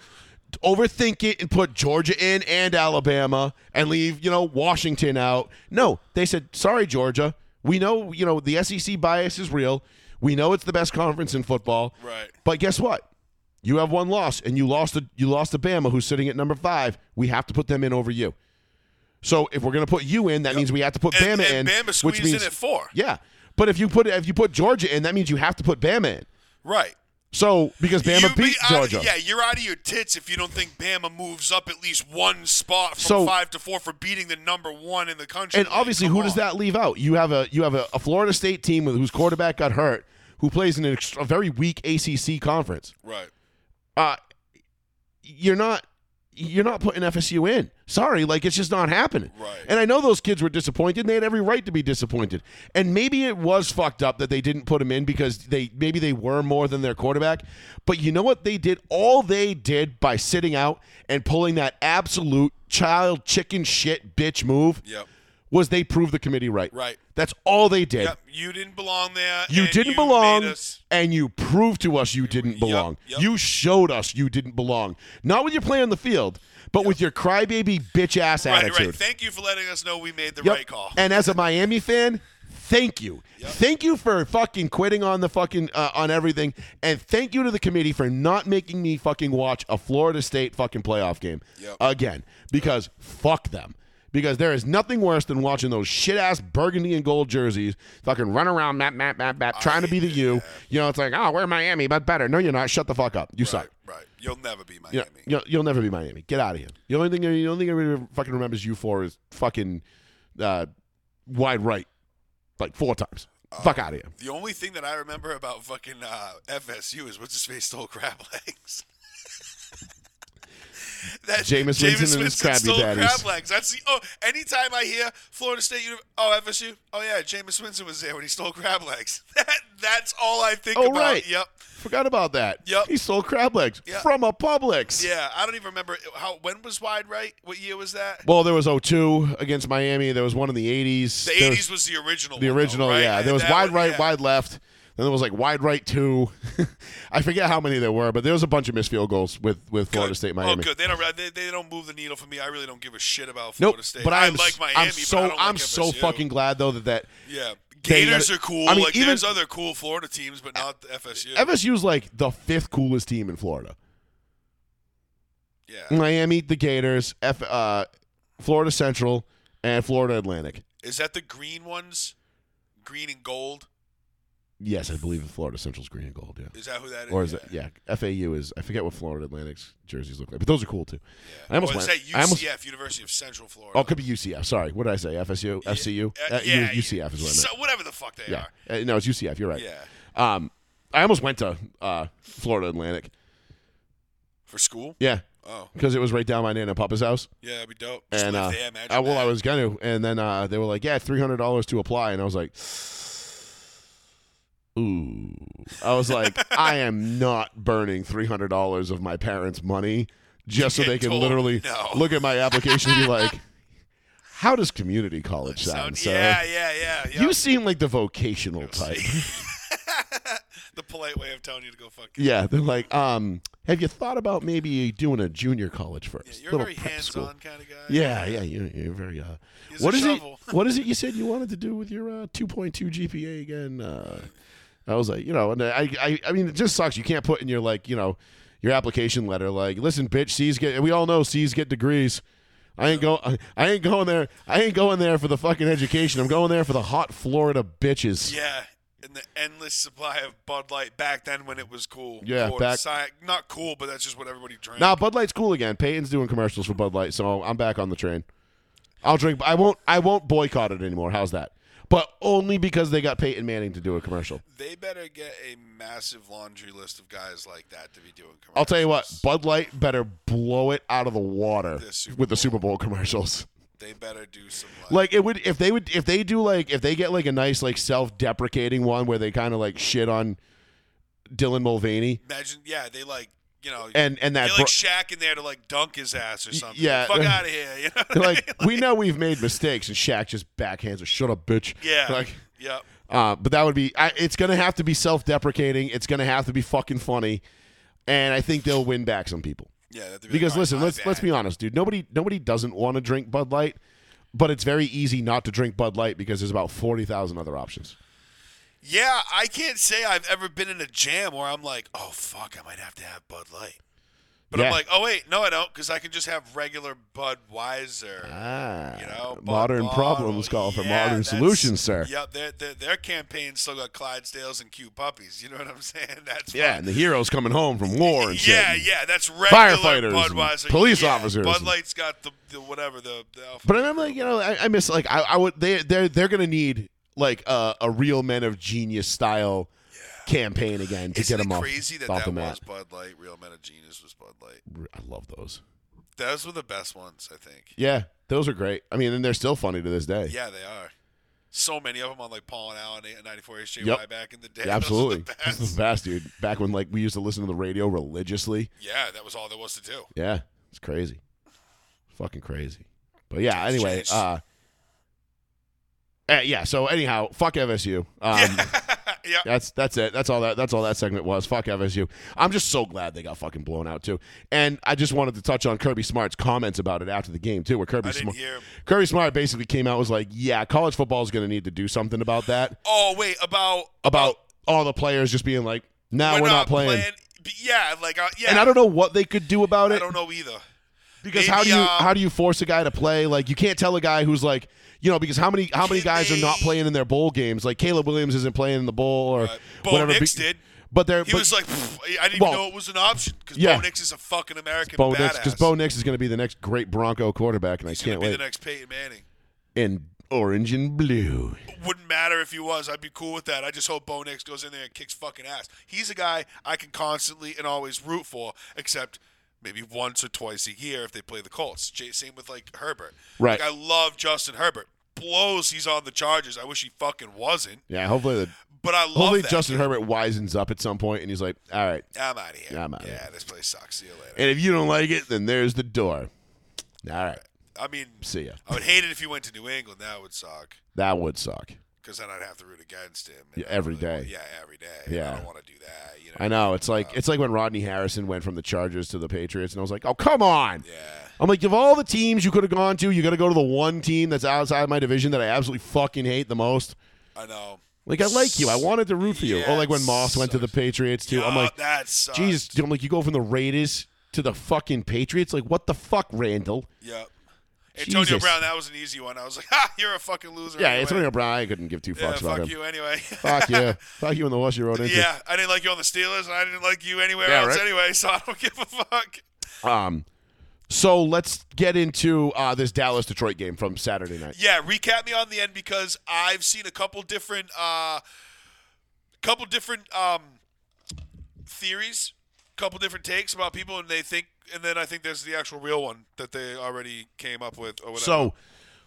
Speaker 5: overthink it and put Georgia in and Alabama and leave, you know, Washington out. No, they said, sorry, Georgia. We know, you know, the SEC bias is real. We know it's the best conference in football.
Speaker 4: Right.
Speaker 5: But guess what? You have one loss, and you lost. To, you lost to Bama, who's sitting at number five. We have to put them in over you. So if we're going to put you in, that means we have to put
Speaker 4: And-
Speaker 5: Bama
Speaker 4: and
Speaker 5: in,
Speaker 4: Bama
Speaker 5: which
Speaker 4: squeezed in
Speaker 5: means
Speaker 4: at four.
Speaker 5: Yeah, but if you put if you put Georgia in, that means you have to put Bama in.
Speaker 4: Right.
Speaker 5: So because Bama
Speaker 4: You be
Speaker 5: beat
Speaker 4: out of-
Speaker 5: Georgia,
Speaker 4: yeah, you're out of your tits if you don't think Bama moves up at least one spot from
Speaker 5: So-
Speaker 4: five to four for beating the number one in the country.
Speaker 5: and
Speaker 4: Like,
Speaker 5: obviously,
Speaker 4: come
Speaker 5: who does
Speaker 4: on.
Speaker 5: that leave out? You have a you have a, a Florida State team with, whose quarterback got hurt, who plays in an ex- a very weak ACC conference.
Speaker 4: Right.
Speaker 5: Uh, you're not you're not putting FSU in. Sorry, like it's just not happening.
Speaker 4: Right.
Speaker 5: And I know those kids were disappointed. And they had every right to be disappointed. And maybe it was fucked up that they didn't put him in because they maybe they were more than their quarterback. But you know what they did? All they did by sitting out and pulling that absolute child chicken shit bitch move
Speaker 4: Yep.
Speaker 5: was they proved the committee right.
Speaker 4: Right.
Speaker 5: That's all they did.
Speaker 4: Yep. You didn't belong there.
Speaker 5: You
Speaker 4: and
Speaker 5: didn't
Speaker 4: you
Speaker 5: belong,
Speaker 4: made us-
Speaker 5: and you proved to us you didn't belong.
Speaker 4: yup.
Speaker 5: You showed us you didn't belong. Not with your play on the field, but with your crybaby bitch ass
Speaker 4: Right.
Speaker 5: attitude.
Speaker 4: Right. Thank you for letting us know we made the
Speaker 5: Yup.
Speaker 4: right call.
Speaker 5: And as a Miami fan, thank you. Thank you for fucking quitting on the fucking uh, on everything, and thank you to the committee for not making me fucking watch a Florida State fucking playoff game
Speaker 4: Yep.
Speaker 5: again because fuck them. Because there is nothing worse than watching those shit ass burgundy and gold jerseys fucking run around, map, map, map, map, trying to be the you. You know, it's like, oh, we're Miami, but better. No, you're not. Shut the fuck up. You
Speaker 4: right.
Speaker 5: suck.
Speaker 4: Right. You'll never be Miami.
Speaker 5: You know, you know, you'll never be Miami. Get out of here. The only thing the only thing everybody fucking remembers you for is fucking uh, wide right, like four times.
Speaker 4: Oh.
Speaker 5: Fuck out of here.
Speaker 4: The only thing that I remember about fucking uh, FSU is what's his face stole crab legs. that
Speaker 5: Jameis Winston and his Krabby
Speaker 4: stole
Speaker 5: Patties.
Speaker 4: crab legs. That's the oh. Anytime I hear Florida State, Uni- oh FSU, oh yeah, Jameis Winston was there when he stole crab legs. That, that's all I think
Speaker 5: Oh
Speaker 4: about.
Speaker 5: right.
Speaker 4: Yep.
Speaker 5: Forgot about that.
Speaker 4: Yep.
Speaker 5: He stole crab legs
Speaker 4: Yep.
Speaker 5: from a Publix.
Speaker 4: Yeah. I don't even remember how. When was wide right? What year was that?
Speaker 5: Well, there was 02 against Miami. There was one in the 80s.
Speaker 4: the
Speaker 5: There was-
Speaker 4: '80s was the original.
Speaker 5: The
Speaker 4: one, though,
Speaker 5: original,
Speaker 4: right?
Speaker 5: yeah. There was
Speaker 4: That
Speaker 5: wide
Speaker 4: one-
Speaker 5: right,
Speaker 4: yeah.
Speaker 5: wide left. Then there was like wide right two. I forget how many there were, but there was a bunch of missed field goals with with
Speaker 4: Good.
Speaker 5: Florida State Miami.
Speaker 4: Oh, good. They don't. They, they don't move the needle for me. I really don't give a shit about
Speaker 5: Nope.
Speaker 4: Florida State.
Speaker 5: But
Speaker 4: I
Speaker 5: I'm,
Speaker 4: like
Speaker 5: s-
Speaker 4: Miami.
Speaker 5: I'm
Speaker 4: but I
Speaker 5: so
Speaker 4: don't like
Speaker 5: I'm so
Speaker 4: FSU.
Speaker 5: fucking glad though that that
Speaker 4: Yeah,
Speaker 5: They
Speaker 4: Gators
Speaker 5: gotta-
Speaker 4: are cool.
Speaker 5: I mean,
Speaker 4: like
Speaker 5: even-
Speaker 4: there's other cool Florida teams, but not the FSU.
Speaker 5: FSU's like the fifth coolest team in Florida.
Speaker 4: yeah,
Speaker 5: Miami, the Gators, F, uh, Florida Central, and Florida Atlantic.
Speaker 4: is that the green ones? Green and gold.
Speaker 5: Yes, I believe Florida Central's green and gold. Yeah,
Speaker 4: Is that who that is?
Speaker 5: or is it? Yeah, FAU is. I forget what Florida Atlantic's jerseys look like, but those are cool too. I
Speaker 4: Or
Speaker 5: almost went.
Speaker 4: is that
Speaker 5: I
Speaker 4: UCF,
Speaker 5: almost,
Speaker 4: University of Central Florida?
Speaker 5: oh, it could be UCF. Sorry, what did I say? FSU, FCU,
Speaker 4: Uh,
Speaker 5: Uh, U-
Speaker 4: yeah,
Speaker 5: UCF is what I meant.
Speaker 4: So, whatever the fuck they
Speaker 5: yeah,
Speaker 4: are.
Speaker 5: Uh, no, it's UCF. You're right.
Speaker 4: Yeah,
Speaker 5: Um, I almost went to uh, Florida Atlantic.
Speaker 4: for school.
Speaker 5: Yeah,
Speaker 4: Oh,
Speaker 5: because it was right down my nana and papa's house.
Speaker 4: yeah, that'd be dope. Just
Speaker 5: and
Speaker 4: live
Speaker 5: uh,
Speaker 4: there, imagine
Speaker 5: I, well,
Speaker 4: that.
Speaker 5: I was gonna, and then uh, they were like, "Yeah, three hundred dollars to apply," and I was like, "Ooh," I was like, "I am not burning three hundred dollars of my parents' money just so
Speaker 4: get
Speaker 5: they can
Speaker 4: told
Speaker 5: literally
Speaker 4: no.
Speaker 5: look at my application and be like." How does community college sound,
Speaker 4: Sound-
Speaker 5: sir?
Speaker 4: yeah, yeah, yeah, yeah.
Speaker 5: You seem like the vocational type.
Speaker 4: the polite way of telling you to go fuck. yourself.
Speaker 5: yeah, they're like, um, have you thought about maybe doing a junior college first?
Speaker 4: Yeah, you're a
Speaker 5: Little
Speaker 4: very
Speaker 5: prep school.
Speaker 4: hands-on kind of guy.
Speaker 5: Yeah, yeah, you, you're very. Uh,
Speaker 4: Use a
Speaker 5: what is
Speaker 4: shovel.
Speaker 5: it? What is it you said you wanted to do with your uh, 2.2 GPA again? Uh, I was like, you know, and I, I, I mean, it just sucks. You can't put in your like, you know, your application letter like, listen, bitch, C's get. We all know C's get degrees. I ain't go. I- I ain't going there. I ain't going there for the fucking education. I'm going there for the hot Florida bitches.
Speaker 4: Yeah, and the endless supply of Bud Light back then when it was cool.
Speaker 5: Yeah,
Speaker 4: Or
Speaker 5: back-
Speaker 4: si- not cool, but that's just what everybody drank.
Speaker 5: Now Bud Light's cool again. Peyton's doing commercials for Bud Light, so I'm back on the train. I'll drink. I won't. I won't boycott it anymore. How's that? But only because they got Peyton Manning to do a commercial.
Speaker 4: They better get a massive laundry list of guys like that to be doing commercials.
Speaker 5: I'll tell you what, Bud Light better blow it out of the water
Speaker 4: The Super
Speaker 5: with the
Speaker 4: Bowl.
Speaker 5: Super Bowl commercials.
Speaker 4: They better do some like,
Speaker 5: Like it would if they would if they do like if they get like a nice like self-deprecating one where they kind of like shit on Dylan Mulvaney.
Speaker 4: imagine. Yeah, they like you know
Speaker 5: And- and that
Speaker 4: they like
Speaker 5: bro-
Speaker 4: Shaq in there to like dunk his ass or something.
Speaker 5: yeah.
Speaker 4: fuck out of here. You know?
Speaker 5: They're like, we know we've made mistakes, and Shaq just backhands her. Shut up, bitch.
Speaker 4: yeah,
Speaker 5: Like,
Speaker 4: yeah.
Speaker 5: uh, but that would be. I, it's gonna have to be self-deprecating. It's gonna have to be fucking funny, and I think they'll win back some people.
Speaker 4: Yeah, that'd be like,
Speaker 5: Because
Speaker 4: "All right,
Speaker 5: listen,
Speaker 4: my
Speaker 5: let's let's
Speaker 4: bad."
Speaker 5: be honest, dude. Nobody nobody doesn't want to drink Bud Light, but it's very easy not to drink Bud Light because there's about forty thousand other options.
Speaker 4: Yeah, I can't say I've ever been in a jam where I'm like, oh fuck, I might have to have Bud Light. But
Speaker 5: Yeah.
Speaker 4: I'm like, oh wait, no, I don't, because I can just have regular Budweiser.
Speaker 5: Ah,
Speaker 4: you know, Bud
Speaker 5: modern
Speaker 4: Bottle.
Speaker 5: problems call for
Speaker 4: Yeah,
Speaker 5: modern
Speaker 4: that's-
Speaker 5: solutions, sir.
Speaker 4: Yep, their, their their campaign still got Clydesdales and cute puppies. You know what I'm saying? That's
Speaker 5: Yeah,
Speaker 4: fine.
Speaker 5: and the heroes coming home from war and shit.
Speaker 4: yeah, yeah. That's regular
Speaker 5: Firefighters and
Speaker 4: Budweiser.
Speaker 5: police
Speaker 4: Yeah,
Speaker 5: officers
Speaker 4: Bud
Speaker 5: and-
Speaker 4: Light's got the, the whatever the. the alpha-
Speaker 5: But I remember, like you know, I, I miss like I, I would they they're they're gonna need like a a real men of genius style campaign again to
Speaker 4: Isn't
Speaker 5: get them
Speaker 4: it
Speaker 5: off,
Speaker 4: crazy that
Speaker 5: off
Speaker 4: that
Speaker 5: the
Speaker 4: was
Speaker 5: mat.
Speaker 4: Bud Light? Real Men of Genius was Bud Light.
Speaker 5: I love those.
Speaker 4: Those were the best ones, I think.
Speaker 5: Yeah, those are great. I mean, and they're still funny to this day.
Speaker 4: Yeah, they are. So many of them on like Paul and Allen and 94 HJY
Speaker 5: Yep.
Speaker 4: back in the day.
Speaker 5: Yeah, absolutely.
Speaker 4: Those are the
Speaker 5: This is
Speaker 4: best.
Speaker 5: the best, dude. Back when like we used to listen to the radio religiously.
Speaker 4: Yeah, that was all there was to do.
Speaker 5: Yeah, it's crazy, fucking crazy. But yeah, anyway,
Speaker 4: changed.
Speaker 5: uh, eh, yeah. So anyhow, fuck FSU. Um,
Speaker 4: yeah.
Speaker 5: That's that's it. That's all that. That's all that segment was. Fuck FSU. I'm just so glad they got fucking blown out too. And I just wanted to touch on Kirby Smart's comments about it after the game too, where Kirby
Speaker 4: I didn't
Speaker 5: Smart
Speaker 4: hear.
Speaker 5: Kirby Smart basically came out and was like, "Yeah, college football is going to need to do something about that.
Speaker 4: Oh, wait, about.
Speaker 5: About all the players just being like, nah, we're, not, playing.
Speaker 4: B- Yeah, like, uh, yeah.
Speaker 5: And I don't know what they could do about
Speaker 4: I
Speaker 5: it.
Speaker 4: don't know either.
Speaker 5: Because
Speaker 4: Maybe,
Speaker 5: how do you
Speaker 4: uh,
Speaker 5: how do you force a guy to play? Like you can't tell a guy who's like you know because how many how many
Speaker 4: Can
Speaker 5: guys are not
Speaker 4: they-
Speaker 5: playing in their bowl games? Like Caleb Williams isn't playing in the bowl or
Speaker 4: Right. Bo
Speaker 5: whatever.
Speaker 4: Nix
Speaker 5: be-
Speaker 4: did.
Speaker 5: But they're
Speaker 4: He
Speaker 5: but
Speaker 4: was like, "Pff, I didn't
Speaker 5: Well,
Speaker 4: even know it was an option because
Speaker 5: yeah.
Speaker 4: Bo Nix is a fucking American
Speaker 5: Bo
Speaker 4: badass.
Speaker 5: Nix because Bo Nix is going to be the next great Bronco quarterback, and I
Speaker 4: He's gonna
Speaker 5: can't
Speaker 4: be
Speaker 5: wait.
Speaker 4: the next Peyton Manning.
Speaker 5: in orange and blue.
Speaker 4: Wouldn't matter if he was. I'd be cool with that. I just hope Bo Nix goes in there and kicks fucking ass. He's a guy I can constantly and always root for, except maybe once or twice a year if they play the Colts. J- Same with like Herbert.
Speaker 5: Right.
Speaker 4: Like I love Justin Herbert. Blows he's on the Chargers. I wish he fucking wasn't.
Speaker 5: Yeah, hopefully the
Speaker 4: But I love
Speaker 5: hopefully
Speaker 4: that.
Speaker 5: Justin Herbert wisens up at some point and he's like, all right,
Speaker 4: I'm out of here.
Speaker 5: I'm outta
Speaker 4: yeah,
Speaker 5: here.
Speaker 4: this place sucks. See you later.
Speaker 5: and if you don't like it, then there's the door. All right,
Speaker 4: I mean,
Speaker 5: see ya.
Speaker 4: I would hate it if he went to New England. That would suck.
Speaker 5: That would susuck.
Speaker 4: because then I'd have to root against him
Speaker 5: Yeah,
Speaker 4: I don't
Speaker 5: every
Speaker 4: really want-
Speaker 5: day.
Speaker 4: yeah, every day.
Speaker 5: Yeah.
Speaker 4: I don't want to do that. You know.
Speaker 5: I know it's like it's like when Rodney Harrison went from the Chargers to the Patriots, and I was like, oh come on.
Speaker 4: Yeah.
Speaker 5: I'm like, of all the teams you could have gone to, you got to go to the one team that's outside my division that I absolutely fucking hate the most.
Speaker 4: I know.
Speaker 5: Like, I like you. I wanted to root for you.
Speaker 4: Yeah,
Speaker 5: or like when Moss went to the
Speaker 4: sucks.
Speaker 5: Patriots too. I'm
Speaker 4: Yeah,
Speaker 5: like,
Speaker 4: that sucks.
Speaker 5: Jesus, dude, I'm like, you go from the Raiders to the fucking Patriots. Like, what the fuck, Randall?
Speaker 4: Yep. Antonio
Speaker 5: Jesus.
Speaker 4: Brown, that was an easy one. I was like, ha, you're a fucking loser.
Speaker 5: Yeah,
Speaker 4: anyway.
Speaker 5: Antonio Brown. I couldn't give two fucks
Speaker 4: Yeah,
Speaker 5: about
Speaker 4: fuck
Speaker 5: him.
Speaker 4: you anyway.
Speaker 5: Fuck yeah, fuck you in the wash you road into.
Speaker 4: yeah, I didn't like you on the Steelers, and I didn't like you anywhere
Speaker 5: Yeah,
Speaker 4: else
Speaker 5: right.
Speaker 4: anyway, so I don't give a fuck.
Speaker 5: Um, so let's get into uh, this Dallas Detroit game from Saturday night.
Speaker 4: Yeah, recap me on the end because I've seen a couple different, uh, couple different um, theories, couple different takes about people, and they think, and then I think there's the actual real one that they already came up with or whatever.
Speaker 5: So,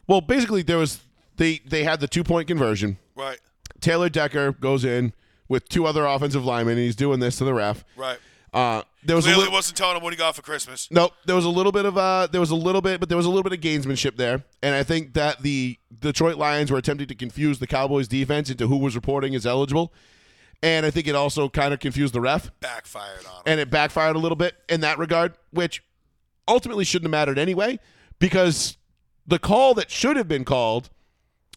Speaker 5: well, basically there was they they had the two point conversion.
Speaker 4: right,
Speaker 5: Taylor Decker goes in with two other offensive linemen, and he's doing this to the ref.
Speaker 4: right.
Speaker 5: Uh, there was a
Speaker 4: Clearly
Speaker 5: little,
Speaker 4: wasn't telling him what he got for Christmas.
Speaker 5: nope. There was a little bit of uh, there was a little bit, but there was a little bit of gamesmanship there, and I think that the Detroit Lions were attempting to confuse the Cowboys defense into who was reporting as eligible, and I think it also kind of confused the ref,
Speaker 4: Backfired on him.
Speaker 5: and it backfired a little bit in that regard, which ultimately shouldn't have mattered anyway, because the call that should have been called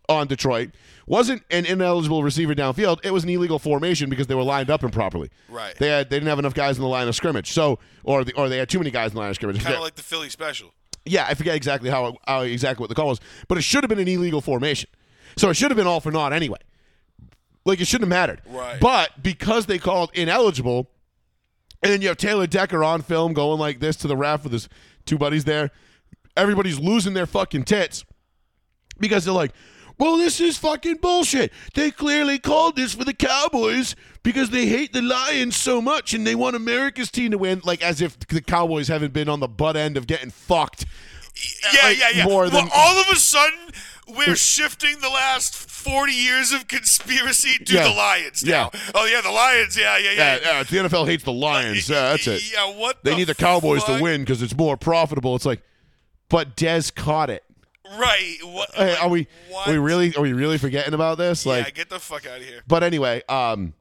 Speaker 5: on Detroit wasn't an ineligible receiver downfield. It was an illegal formation because they were lined up improperly.
Speaker 4: Right.
Speaker 5: They had they didn't have enough guys in the line of scrimmage. So or the, or they had too many guys in the line of scrimmage.
Speaker 4: Kind of like the Philly special.
Speaker 5: Yeah, I forget exactly how, how exactly what the call was, but it should have been an illegal formation. So it should have been all for naught anyway. Like it shouldn't have mattered.
Speaker 4: Right.
Speaker 5: But because they called ineligible, and then you have Taylor Decker on film going like this to the ref with his two buddies there, everybody's losing their fucking tits because they're like, well, this is fucking bullshit. They clearly called this for the Cowboys because they hate the Lions so much and they want America's team to win, like as if the Cowboys haven't been on the butt end of getting fucked.
Speaker 4: Yeah,
Speaker 5: like,
Speaker 4: yeah, yeah.
Speaker 5: More
Speaker 4: well,
Speaker 5: than
Speaker 4: all of a sudden, we're shifting the last 40 years of conspiracy to
Speaker 5: Yeah.
Speaker 4: the Lions now.
Speaker 5: Yeah.
Speaker 4: Oh, yeah, the Lions. Yeah, yeah, yeah.
Speaker 5: yeah, yeah, the NFL hates the Lions. Yeah, that's it.
Speaker 4: Yeah, what
Speaker 5: They
Speaker 4: the
Speaker 5: need the Cowboys
Speaker 4: fuck?
Speaker 5: to win because it's more profitable. It's like, but Dez caught it.
Speaker 4: Right. What,
Speaker 5: Hey, are we?
Speaker 4: what?
Speaker 5: Are we really? Are we really forgetting about this?
Speaker 4: Yeah,
Speaker 5: Like,
Speaker 4: get the fuck out of here.
Speaker 5: but anyway, um,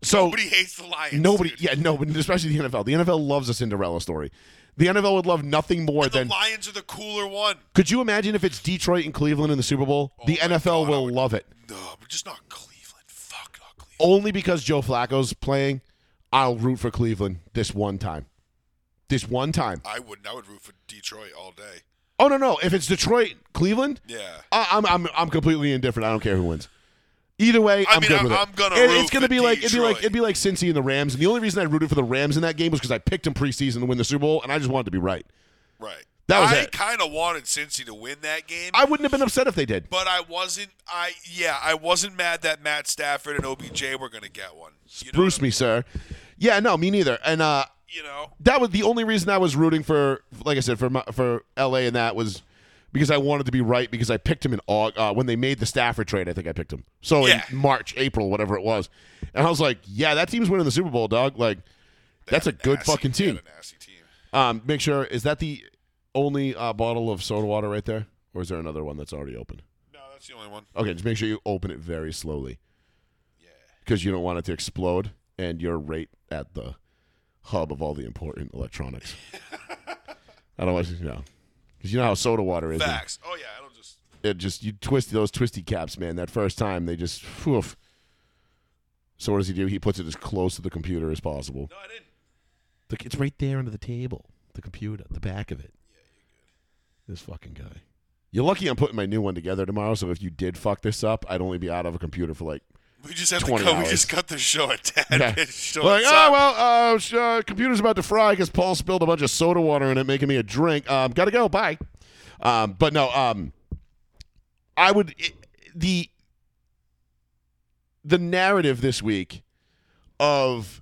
Speaker 5: so
Speaker 4: Nobody hates the Lions.
Speaker 5: Nobody,
Speaker 4: dude.
Speaker 5: yeah, no, but especially the NFL. The NFL loves a Cinderella story. The NFL would love nothing more
Speaker 4: The
Speaker 5: than.
Speaker 4: Lions are the cooler one.
Speaker 5: Could you imagine if it's Detroit and Cleveland in the Super Bowl? the
Speaker 4: Oh my
Speaker 5: NFL
Speaker 4: God, I
Speaker 5: will
Speaker 4: would-
Speaker 5: love it
Speaker 4: No, but just not Cleveland. Fuck not Cleveland.
Speaker 5: only because Joe Flacco's playing. I'll root for Cleveland this one time. This one time.
Speaker 4: I wouldn't. I would root for Detroit all day.
Speaker 5: Oh no, no. If it's Detroit, Cleveland,
Speaker 4: Yeah.
Speaker 5: I, I'm I'm I'm completely indifferent. I don't care who wins. Either way,
Speaker 4: I
Speaker 5: I'm
Speaker 4: mean,
Speaker 5: good
Speaker 4: I'm-
Speaker 5: with it.
Speaker 4: I'm gonna
Speaker 5: It-
Speaker 4: root
Speaker 5: it's gonna
Speaker 4: for
Speaker 5: be like it'd be like
Speaker 4: Detroit.
Speaker 5: it'd be like Cincy and the Rams. And the only reason I rooted for the Rams in that game was because I picked them preseason to win the Super Bowl, and I just wanted to be right.
Speaker 4: Right.
Speaker 5: That was
Speaker 4: I
Speaker 5: it.
Speaker 4: kind of wanted Cincy to win that game.
Speaker 5: I wouldn't have been upset if they did.
Speaker 4: but I wasn't. I yeah, I wasn't mad that Matt Stafford and OBJ were gonna get one. You know
Speaker 5: Bruce
Speaker 4: what
Speaker 5: me, sir. Yeah, no, me neither. And uh,
Speaker 4: I- You know.
Speaker 5: that was the only reason I was rooting for, like I said, for my, for LA, and that was because I wanted to be right because I picked him in Aug uh, when they made the Stafford trade. I think I picked him. So
Speaker 4: Yeah.
Speaker 5: in March, April, whatever it was, and I was like, yeah, that team's winning the Super Bowl, dog. Like, that's a good
Speaker 4: Nasty-
Speaker 5: fucking
Speaker 4: they had
Speaker 5: team.
Speaker 4: a nasty team.
Speaker 5: Um, make sure is that the only uh, bottle of soda water right there, or is there another one that's already open?
Speaker 4: No, that's the only one.
Speaker 5: Okay, just make sure you open it very slowly. Because you don't want it to explode, and you're right at the hub of all the important electronics. Otherwise, you know. Because you know how soda water is. and
Speaker 4: Facts. Oh yeah, I don't just.
Speaker 5: It just, you twist those twisty caps, man. That first time, they just, whew. So what does he do? He puts it as close to the computer as possible.
Speaker 4: No, I didn't.
Speaker 5: Look, it's right there under the table, the computer, the back of it. This fucking guy. You're lucky I'm putting my new one together tomorrow, so if you did fuck this up, I'd only be out of a computer for like
Speaker 4: We just have to
Speaker 5: 20
Speaker 4: cut. We
Speaker 5: hours.
Speaker 4: just cut the show at ten.
Speaker 5: Yeah.
Speaker 4: Show
Speaker 5: like,
Speaker 4: us
Speaker 5: oh,
Speaker 4: up.
Speaker 5: well, uh, sh- uh, computer's about to fry because Paul spilled a bunch of soda water in it, making me a drink. Um, gotta go. Bye. Um, but no, um, I would it, the the narrative this week of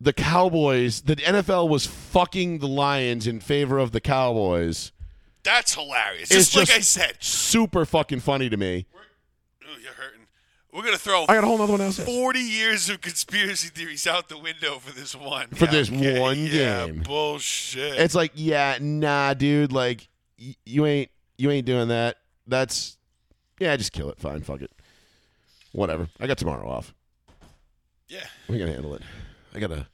Speaker 5: the Cowboys, the NFL was fucking the Lions in favor of the Cowboys.
Speaker 4: That's hilarious.
Speaker 5: It's
Speaker 4: Just, like
Speaker 5: just-
Speaker 4: I said,
Speaker 5: Super fucking funny to me.
Speaker 4: Ooh, you're hurting. We're gonna throw
Speaker 5: I got a whole nother one out there.
Speaker 4: 40 years of conspiracy theories out the window for this one.
Speaker 5: For this one
Speaker 4: yeah,
Speaker 5: game.
Speaker 4: Bullshit.
Speaker 5: it's like yeah nah dude like y- you ain't you ain't doing that that's yeah just kill it fine fuck it whatever i got tomorrow off
Speaker 4: yeah.
Speaker 5: we can handle it i gotta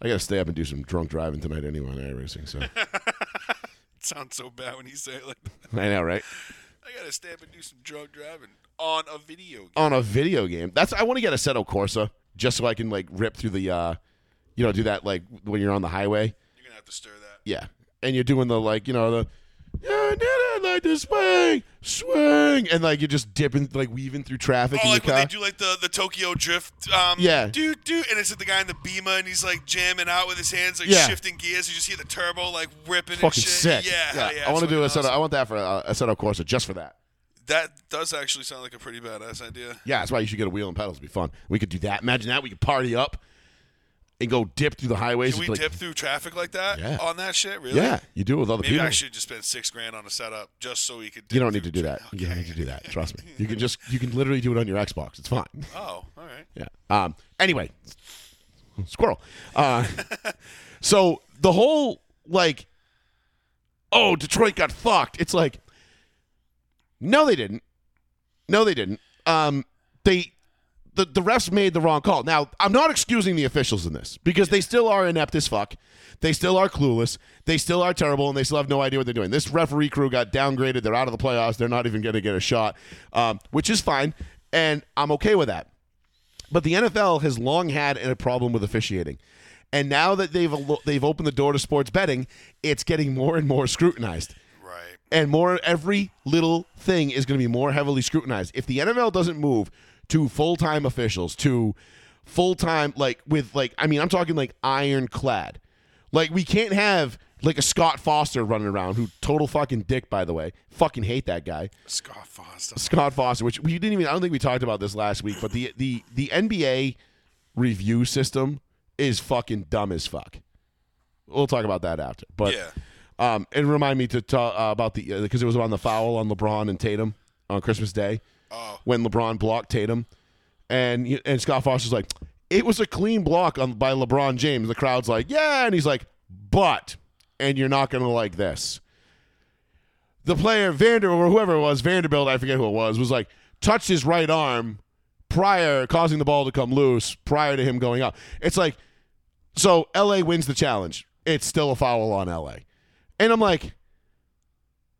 Speaker 5: i gotta stay up and do some drunk driving tonight anyway on racing so
Speaker 4: It sounds so bad when you say it like that.
Speaker 5: i know right
Speaker 4: I gotta stay up and do some drug driving on a video game.
Speaker 5: on a video game that's i want to get a seto corsa just so i can like rip through the uh you know do that like when you're on the highway
Speaker 4: You're gonna have to stir that.
Speaker 5: Yeah. And you're doing the like, you know, the yeah, I did it like the swing, swing, and like you're just dipping, like weaving through traffic
Speaker 4: Oh,
Speaker 5: in
Speaker 4: like
Speaker 5: your
Speaker 4: when they
Speaker 5: car.
Speaker 4: do like the, the Tokyo Drift, um,
Speaker 5: Yeah.
Speaker 4: do do, and it's like the guy in the Beamer, and he's like jamming out with his hands, like
Speaker 5: Yeah.
Speaker 4: shifting gears. You just hear the turbo like ripping
Speaker 5: Fucking
Speaker 4: and shit.
Speaker 5: sick.
Speaker 4: Yeah, yeah.
Speaker 5: I
Speaker 4: want to
Speaker 5: do a
Speaker 4: awesome.
Speaker 5: setup. I want that for uh, a setup Corsa just for that.
Speaker 4: That does actually sound like a pretty badass idea.
Speaker 5: Yeah, that's why you should get a wheel and pedals. It'd be fun. We could do that. Imagine that. We could party up and go dip through the highways.
Speaker 4: Can we
Speaker 5: It's like-
Speaker 4: dip through traffic like that
Speaker 5: Yeah.
Speaker 4: on that shit? Really?
Speaker 5: Yeah, you do it with other
Speaker 4: Maybe
Speaker 5: people.
Speaker 4: I should just spend six grand on a setup just so we could.
Speaker 5: you don't
Speaker 4: dip
Speaker 5: need to do
Speaker 4: through
Speaker 5: that.
Speaker 4: tra-
Speaker 5: You don't
Speaker 4: Okay.
Speaker 5: need to do that. Trust me. You can just you can literally do it on your Xbox. It's fine.
Speaker 4: Oh, all right.
Speaker 5: Yeah. Um. Anyway, squirrel. Uh, so the whole like, oh, Detroit got fucked. It's like, no, they didn't. No, they didn't. Um, they the, the refs made the wrong call. Now, I'm not excusing the officials in this because they still are inept as fuck. They still are clueless. They still are terrible, and they still have no idea what they're doing. This referee crew got downgraded. They're out of the playoffs. They're not even going to get a shot, um, which is fine, and I'm okay with that. But the NFL has long had a problem with officiating. And now that they've al- they've opened the door to sports betting, it's getting more and more scrutinized.
Speaker 4: Right.
Speaker 5: And more every little thing is going to be more heavily scrutinized. If the NFL doesn't move to full-time officials, to full-time like with like I mean, I'm talking like ironclad. Like we can't have like a Scott Foster running around who total fucking dick by the way. Fucking hate that guy.
Speaker 4: Scott Foster.
Speaker 5: Scott Foster, which we didn't even. I don't think we talked about this last week, but the the the NBA review system is fucking dumb as fuck. We'll talk about that after, but
Speaker 4: Yeah.
Speaker 5: um, and remind me to talk uh, about the because it was on the foul on LeBron and Tatum on Christmas Day
Speaker 4: Oh.
Speaker 5: when LeBron blocked Tatum, and he- and Scott Foster's like, it was a clean block on by LeBron James. The crowd's like, yeah, and he's like, but, and you're not gonna like this. The player Vander or whoever it was Vanderbilt, I forget who it was, was like touched his right arm prior, causing the ball to come loose prior to him going up. It's like, so LA wins the challenge. It's still a foul on LA, and I'm like.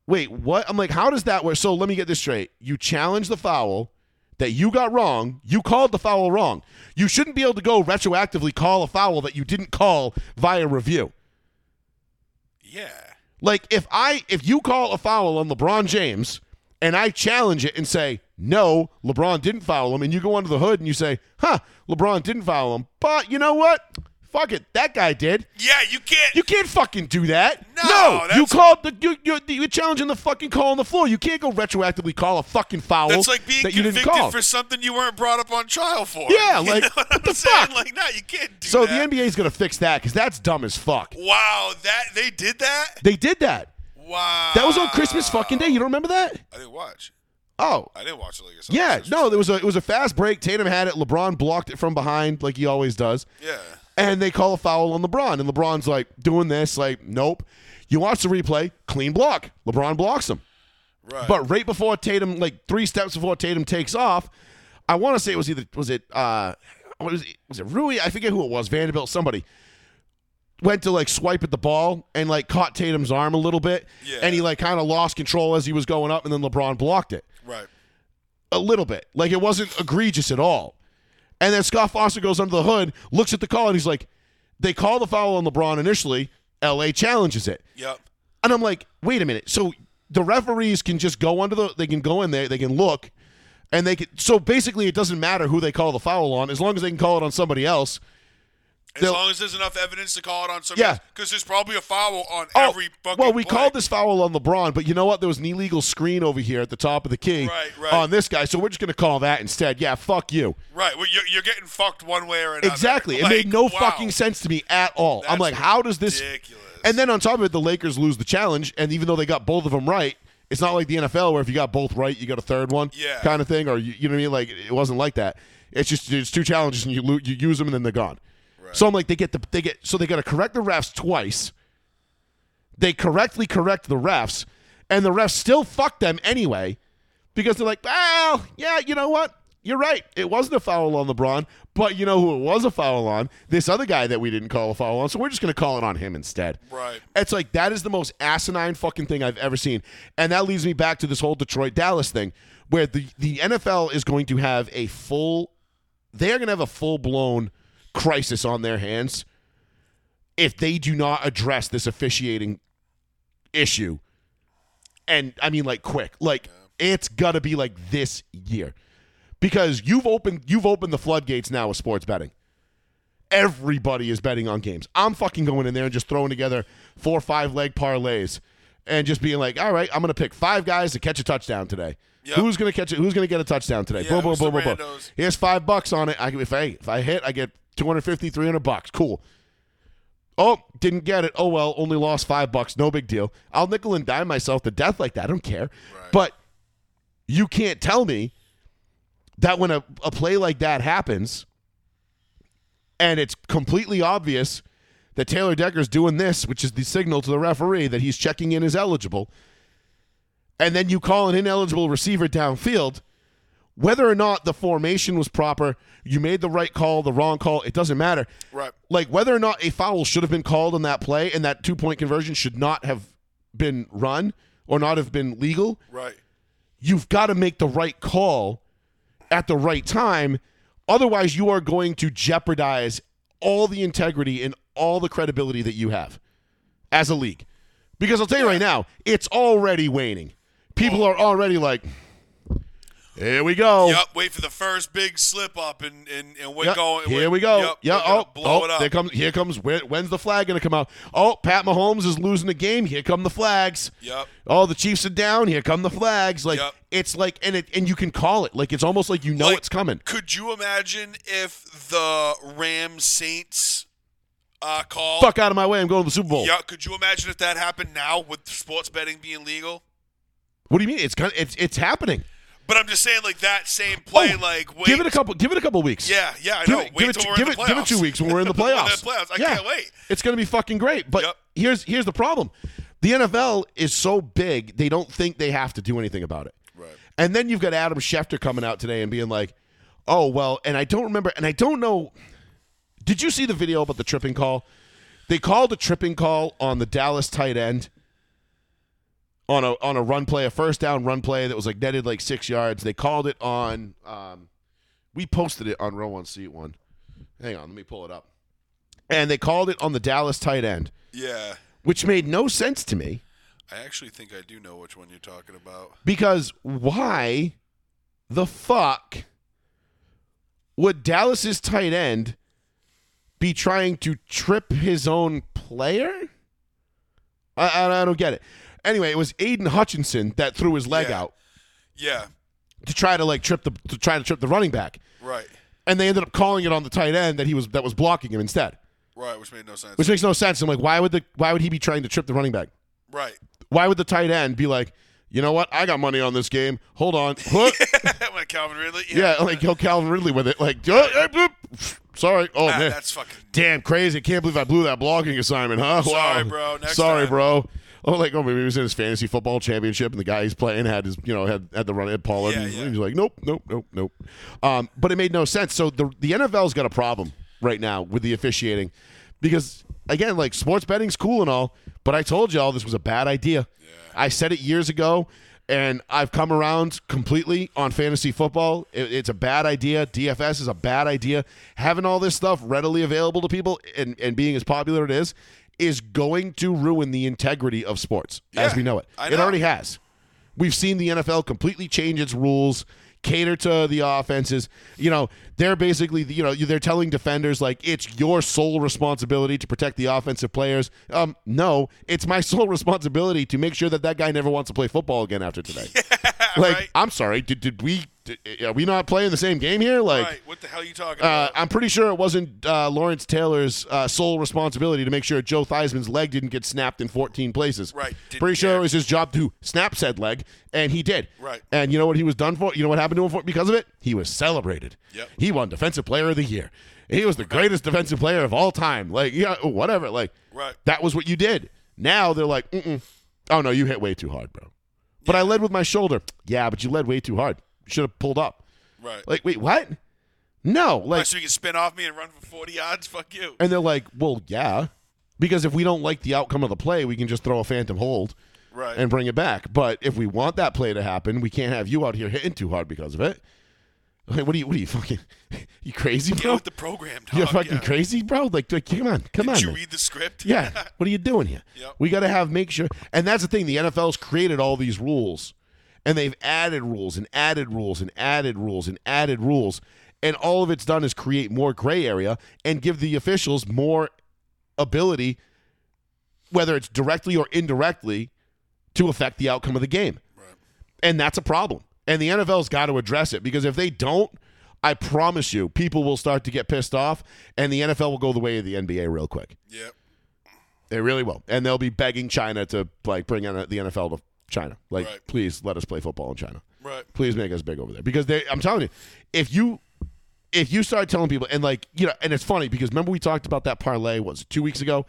Speaker 5: Wait, what? I'm like, how does that work? So let me get this straight. You challenge the foul that you got wrong. You called the foul wrong. You shouldn't be able to go retroactively call a foul that you didn't call via review.
Speaker 4: Yeah.
Speaker 5: Like if I if you call a foul on LeBron James and I challenge it and say, "No, LeBron didn't foul him." And you go under the hood and you say, "Huh, LeBron didn't foul him." But you know what? Fuck it. That guy did.
Speaker 4: Yeah, you can't.
Speaker 5: You can't fucking do that.
Speaker 4: No,
Speaker 5: you
Speaker 4: that's-
Speaker 5: called the you, you're, you're challenging the fucking call on the floor. You can't go retroactively call a fucking foul.
Speaker 4: that's like being
Speaker 5: that you didn't
Speaker 4: convicted
Speaker 5: call.
Speaker 4: for something you weren't brought up on trial for.
Speaker 5: Yeah,
Speaker 4: You
Speaker 5: like,
Speaker 4: know what
Speaker 5: what
Speaker 4: I'm
Speaker 5: the
Speaker 4: saying?
Speaker 5: fuck?
Speaker 4: Like, no, you can't do
Speaker 5: so
Speaker 4: that.
Speaker 5: the NBA is gonna fix that because that's dumb as fuck.
Speaker 4: Wow, that they did that.
Speaker 5: They did that.
Speaker 4: Wow.
Speaker 5: That was on Christmas
Speaker 4: Uh,
Speaker 5: fucking day. You don't remember that?
Speaker 4: I didn't watch.
Speaker 5: Oh,
Speaker 4: I didn't watch it like it's on
Speaker 5: yeah.
Speaker 4: Christmas.
Speaker 5: No, there was a it was a fast break. Tatum had it. LeBron blocked it from behind like he always does.
Speaker 4: Yeah.
Speaker 5: and they call a foul on LeBron, and LeBron's like doing this, like nope. You watch the replay, clean block. LeBron blocks him,
Speaker 4: Right.
Speaker 5: but right before Tatum, like three steps before Tatum takes off, I want to say it was either was it uh was it, was it Rui? I forget who it was. Vanderbilt, somebody went to like swipe at the ball and like caught Tatum's arm a little bit,
Speaker 4: Yeah.
Speaker 5: and he like kind of lost control as he was going up, and then LeBron blocked it
Speaker 4: Right.
Speaker 5: a little bit. Like it wasn't egregious at all. And then Scott Foster goes under the hood, looks at the call, and he's like, they call the foul on LeBron initially. LA challenges it.
Speaker 4: Yep.
Speaker 5: And I'm like, wait a minute. So the referees can just go under the they can go in there, they can look, and they can so basically it doesn't matter who they call the foul on, as long as they can call it on somebody else.
Speaker 4: As
Speaker 5: They'll-
Speaker 4: long as there's enough evidence to call it on somebody.
Speaker 5: Yeah.
Speaker 4: Because there's probably a foul on
Speaker 5: Oh,
Speaker 4: every fucking.
Speaker 5: well, we
Speaker 4: play.
Speaker 5: called this foul on LeBron, but you know what? There was an illegal screen over here at the top of the key
Speaker 4: Right, right.
Speaker 5: on this guy, so we're just gonna call that instead. Yeah, fuck you.
Speaker 4: Right. Well, you're, you're getting fucked one way or another.
Speaker 5: Exactly.
Speaker 4: Like,
Speaker 5: it made no
Speaker 4: wow.
Speaker 5: fucking sense to me at all. I'm
Speaker 4: That's
Speaker 5: like, how does this?
Speaker 4: ridiculous.
Speaker 5: And then on top of it, the Lakers lose the challenge, and even though they got both of them right, it's not like the NFL where if you got both right, you got a third one,
Speaker 4: Yeah.
Speaker 5: kind of thing, or you, you know what I mean. Like it wasn't like that. It's just it's two challenges, and you lo- you use them, and then they're gone. So I'm like, they get the they get so they got to correct the refs twice. They correctly correct the refs, and the refs still fuck them anyway because they're like, well, yeah, you know what? You're right. It wasn't a foul on LeBron, but you know who it was a foul on? This other guy that we didn't call a foul on, so we're just going to call it on him instead.
Speaker 4: Right.
Speaker 5: It's like that is the most asinine fucking thing I've ever seen. And that leads me back to this whole Detroit Dallas thing where the, the NFL is going to have a full, they're going to have a full blown crisis on their hands if they do not address this officiating issue and I mean like quick. Like it's gotta be like this year. Because you've opened you've opened the floodgates now with sports betting. Everybody is betting on games. I'm fucking going in there and just throwing together four or five leg parlays and just being like, all right, I'm gonna pick five guys to catch a touchdown today.
Speaker 4: Yep.
Speaker 5: Who's gonna catch it? Who's gonna get a touchdown today?
Speaker 4: Yeah,
Speaker 5: boom, boom,
Speaker 4: who's
Speaker 5: boom,
Speaker 4: the
Speaker 5: boom, boom.
Speaker 4: randos?
Speaker 5: Here's five bucks on it. I, can- if I if I hit, I get 250, 300 bucks. Cool. Oh, didn't get it. Oh well, only lost five bucks. No big deal. I'll nickel and dime myself to death like that. I don't care. But you can't tell me that when a, a play like that happens and it's completely obvious that Taylor Decker's doing this, which is the signal to the referee that he's checking in as eligible, and then you call an ineligible receiver downfield Whether or not the formation was proper, you made the right call, the wrong call, it doesn't matter.
Speaker 4: Right.
Speaker 5: Like whether or not a foul should have been called on that play and that two point conversion should not have been run or not have been legal,
Speaker 4: Right.
Speaker 5: you've got to make the right call at the right time. Otherwise, you are going to jeopardize all the integrity and all the credibility that you have as a league. Because I'll tell you right now, it's already waning. People are already like, here we go.
Speaker 4: Yep. Wait for the first big slip up, and and and we're
Speaker 5: Yep,
Speaker 4: going.
Speaker 5: Here
Speaker 4: we're-
Speaker 5: we go.
Speaker 4: Yep.
Speaker 5: yeah.
Speaker 4: we're gonna
Speaker 5: Oh,
Speaker 4: blow
Speaker 5: oh,
Speaker 4: it up.
Speaker 5: There comes. Here comes. Where, when's the flag going to come out? Oh, Pat Mahomes is losing the game. Here come the flags.
Speaker 4: Yep.
Speaker 5: Oh, the Chiefs are down. Here come the flags. Like
Speaker 4: Yep.
Speaker 5: it's like, and it and you can call it. Like it's almost like you know
Speaker 4: Like,
Speaker 5: it's coming.
Speaker 4: Could you imagine if the Rams Saints uh, call?
Speaker 5: Fuck out of my way. I'm going to the Super Bowl.
Speaker 4: Yeah. Could you imagine if that happened now with sports betting being legal?
Speaker 5: What do you mean? It's kind. It's it's happening.
Speaker 4: But I'm just saying, like that same play,
Speaker 5: Oh,
Speaker 4: like wait,
Speaker 5: give it a couple. Give it a couple weeks.
Speaker 4: Yeah, yeah, I
Speaker 5: give
Speaker 4: know.
Speaker 5: It,
Speaker 4: Wait
Speaker 5: give, it,
Speaker 4: till
Speaker 5: two-
Speaker 4: we're in
Speaker 5: give,
Speaker 4: the
Speaker 5: it, give it two
Speaker 4: playoffs.
Speaker 5: weeks when we're in the
Speaker 4: We're in the
Speaker 5: playoffs.
Speaker 4: playoffs. I
Speaker 5: Yeah.
Speaker 4: can't wait.
Speaker 5: It's going to be fucking great. But
Speaker 4: Yep.
Speaker 5: here's here's the problem: the NFL is so big they don't think they have to do anything about it. Right. And then you've got Adam Schefter coming out today and being like, "Oh well," and I don't remember, and I don't know. Did you see the video about the tripping call? They called a tripping call on the Dallas tight end on a on a run play, a first down run play that was like netted like six yards. They called it on. Um, we posted it on row one seat one. Hang on, let me pull it up. And they called it on the Dallas tight end,
Speaker 4: Yeah.
Speaker 5: which made no sense to me
Speaker 4: I actually think I do know which one you're talking about.
Speaker 5: because why the fuck would Dallas's tight end be trying to trip his own player? I, I, I don't get it. Anyway, it was Aiden Hutchinson that threw his leg
Speaker 4: Yeah.
Speaker 5: out
Speaker 4: Yeah.
Speaker 5: to try to like trip the to try to trip the running back,
Speaker 4: Right.
Speaker 5: and they ended up calling it on the tight end that he was that was blocking him instead,
Speaker 4: Right. Which made no sense.
Speaker 5: which makes no sense. I'm like, why would the why would he be trying to trip the running back?
Speaker 4: right.
Speaker 5: Why would the tight end be like, you know what? I got money on this game. Hold on. Huh?
Speaker 4: My Calvin Ridley.
Speaker 5: yeah, like go Calvin Ridley with it. Like, "Oh, eh, boop. sorry. Oh
Speaker 4: Ah,
Speaker 5: man,
Speaker 4: that's fucking.
Speaker 5: damn crazy. Can't believe I blew that blogging assignment, huh?
Speaker 4: Sorry,
Speaker 5: Wow.
Speaker 4: bro. Next
Speaker 5: sorry,
Speaker 4: time.
Speaker 5: bro. Oh, like oh, maybe he was in his fantasy football championship, and the guy he's playing had his, you know, had had the run at Pollard.
Speaker 4: Yeah,
Speaker 5: and
Speaker 4: yeah.
Speaker 5: He's like, nope, nope, nope, nope. Um, but it made no sense. So the the NFL's got a problem right now with the officiating, because again, like sports betting's cool and all, but I told y'all this was a bad idea. I said it years ago, and I've come around completely on fantasy football. It, it's a bad idea. DFS is a bad idea. Having all this stuff readily available to people and, and being as popular it is is going to ruin the integrity of sports as
Speaker 4: Yeah,
Speaker 5: we know it.
Speaker 4: I
Speaker 5: It
Speaker 4: know.
Speaker 5: already has. We've seen the NFL completely change its rules, cater to the offenses. You know, they're basically, you know, they're telling defenders like it's your sole responsibility to protect the offensive players. Um, no, it's my sole responsibility to make sure that that guy never wants to play football again after today. like,
Speaker 4: right.
Speaker 5: I'm sorry, did, did we? Did, are we not playing the same game here? Like,
Speaker 4: right. What the hell are you talking
Speaker 5: uh,
Speaker 4: about?
Speaker 5: I'm pretty sure it wasn't uh, Lawrence Taylor's uh, sole responsibility to make sure Joe Theismann's leg didn't get snapped in 14 places.
Speaker 4: Right, didn't
Speaker 5: Pretty sure
Speaker 4: care.
Speaker 5: it was his job to snap said leg, and he did.
Speaker 4: Right.
Speaker 5: And you know what he was done for? You know what happened to him for because of it? He was celebrated.
Speaker 4: Yep.
Speaker 5: He won Defensive Player of the Year. He was the greatest defensive player of all time. Like, yeah, whatever. Like,
Speaker 4: Right.
Speaker 5: that was what you did. Now they're like, Mm-mm. oh no, you hit way too hard, bro. But I led with my shoulder. Yeah, but you led way too hard. You should have pulled up.
Speaker 4: Right.
Speaker 5: Like, wait, what? No,
Speaker 4: Why,
Speaker 5: like
Speaker 4: so you can spin off me and run for 40 yards? Fuck you.
Speaker 5: and they're like, well, yeah, because if we don't like the outcome of the play, we can just throw a phantom hold
Speaker 4: Right.
Speaker 5: and bring it back. But if we want that play to happen, we can't have you out here hitting too hard because of it. Like, what are you? What are you fucking? You crazy,
Speaker 4: Get
Speaker 5: bro?
Speaker 4: with the program, dog.
Speaker 5: You're fucking
Speaker 4: yeah.
Speaker 5: crazy, bro. Like, like, come on, come on.
Speaker 4: Did you
Speaker 5: man.
Speaker 4: read the script?
Speaker 5: Yeah. What are you doing here?
Speaker 4: Yep.
Speaker 5: We got to have make sure. And that's the thing. The NFL's created all these rules, and they've added rules and added rules and added rules and added rules, and all of it's done is create more gray area and give the officials more ability, whether it's directly or indirectly, to affect the outcome of the game. And that's a problem. And the NFL's got to address it because if they don't, I promise you, people will start to get pissed off, and the NFL will go the way of the NBA real quick.
Speaker 4: Yep.
Speaker 5: They really will, and they'll be begging China to like bring in the NFL to China. Like,
Speaker 4: Right.
Speaker 5: please let us play football in China.
Speaker 4: Right.
Speaker 5: Please make us big over there because they. I'm telling you, if you if you start telling people and like you know, and it's funny because remember we talked about that parlay was it two weeks ago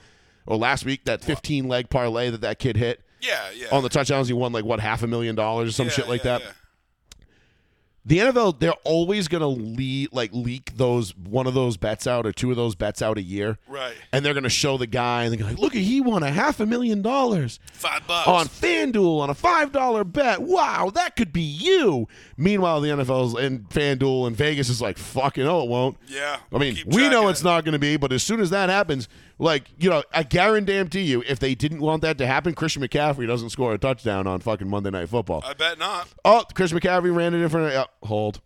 Speaker 5: or last week that 15 leg parlay that that kid hit
Speaker 4: Yeah. Yeah.
Speaker 5: on the touchdowns. He won like what half a million dollars or some
Speaker 4: Yeah,
Speaker 5: shit like
Speaker 4: yeah,
Speaker 5: that.
Speaker 4: yeah.
Speaker 5: the NFL they're always gonna leak like leak those one of those bets out or two of those bets out a year,
Speaker 4: Right.
Speaker 5: And they're gonna show the guy and they're gonna like, look, he won a half a million dollars
Speaker 4: Five bucks.
Speaker 5: on FanDuel on a five dollar bet. Wow, that could be you. Meanwhile, the NFL's and FanDuel and Vegas is like, fucking no, it won't.
Speaker 4: Yeah,
Speaker 5: I mean,
Speaker 4: keep
Speaker 5: we
Speaker 4: track
Speaker 5: know
Speaker 4: of
Speaker 5: it's
Speaker 4: it.
Speaker 5: not going to be, but as soon as that happens, like you know, I guarantee you, if they didn't want that to happen, Christian McCaffrey doesn't score a touchdown on fucking Monday Night Football.
Speaker 4: I bet not.
Speaker 5: Oh, Chris McCaffrey ran it in front of. Uh, hold.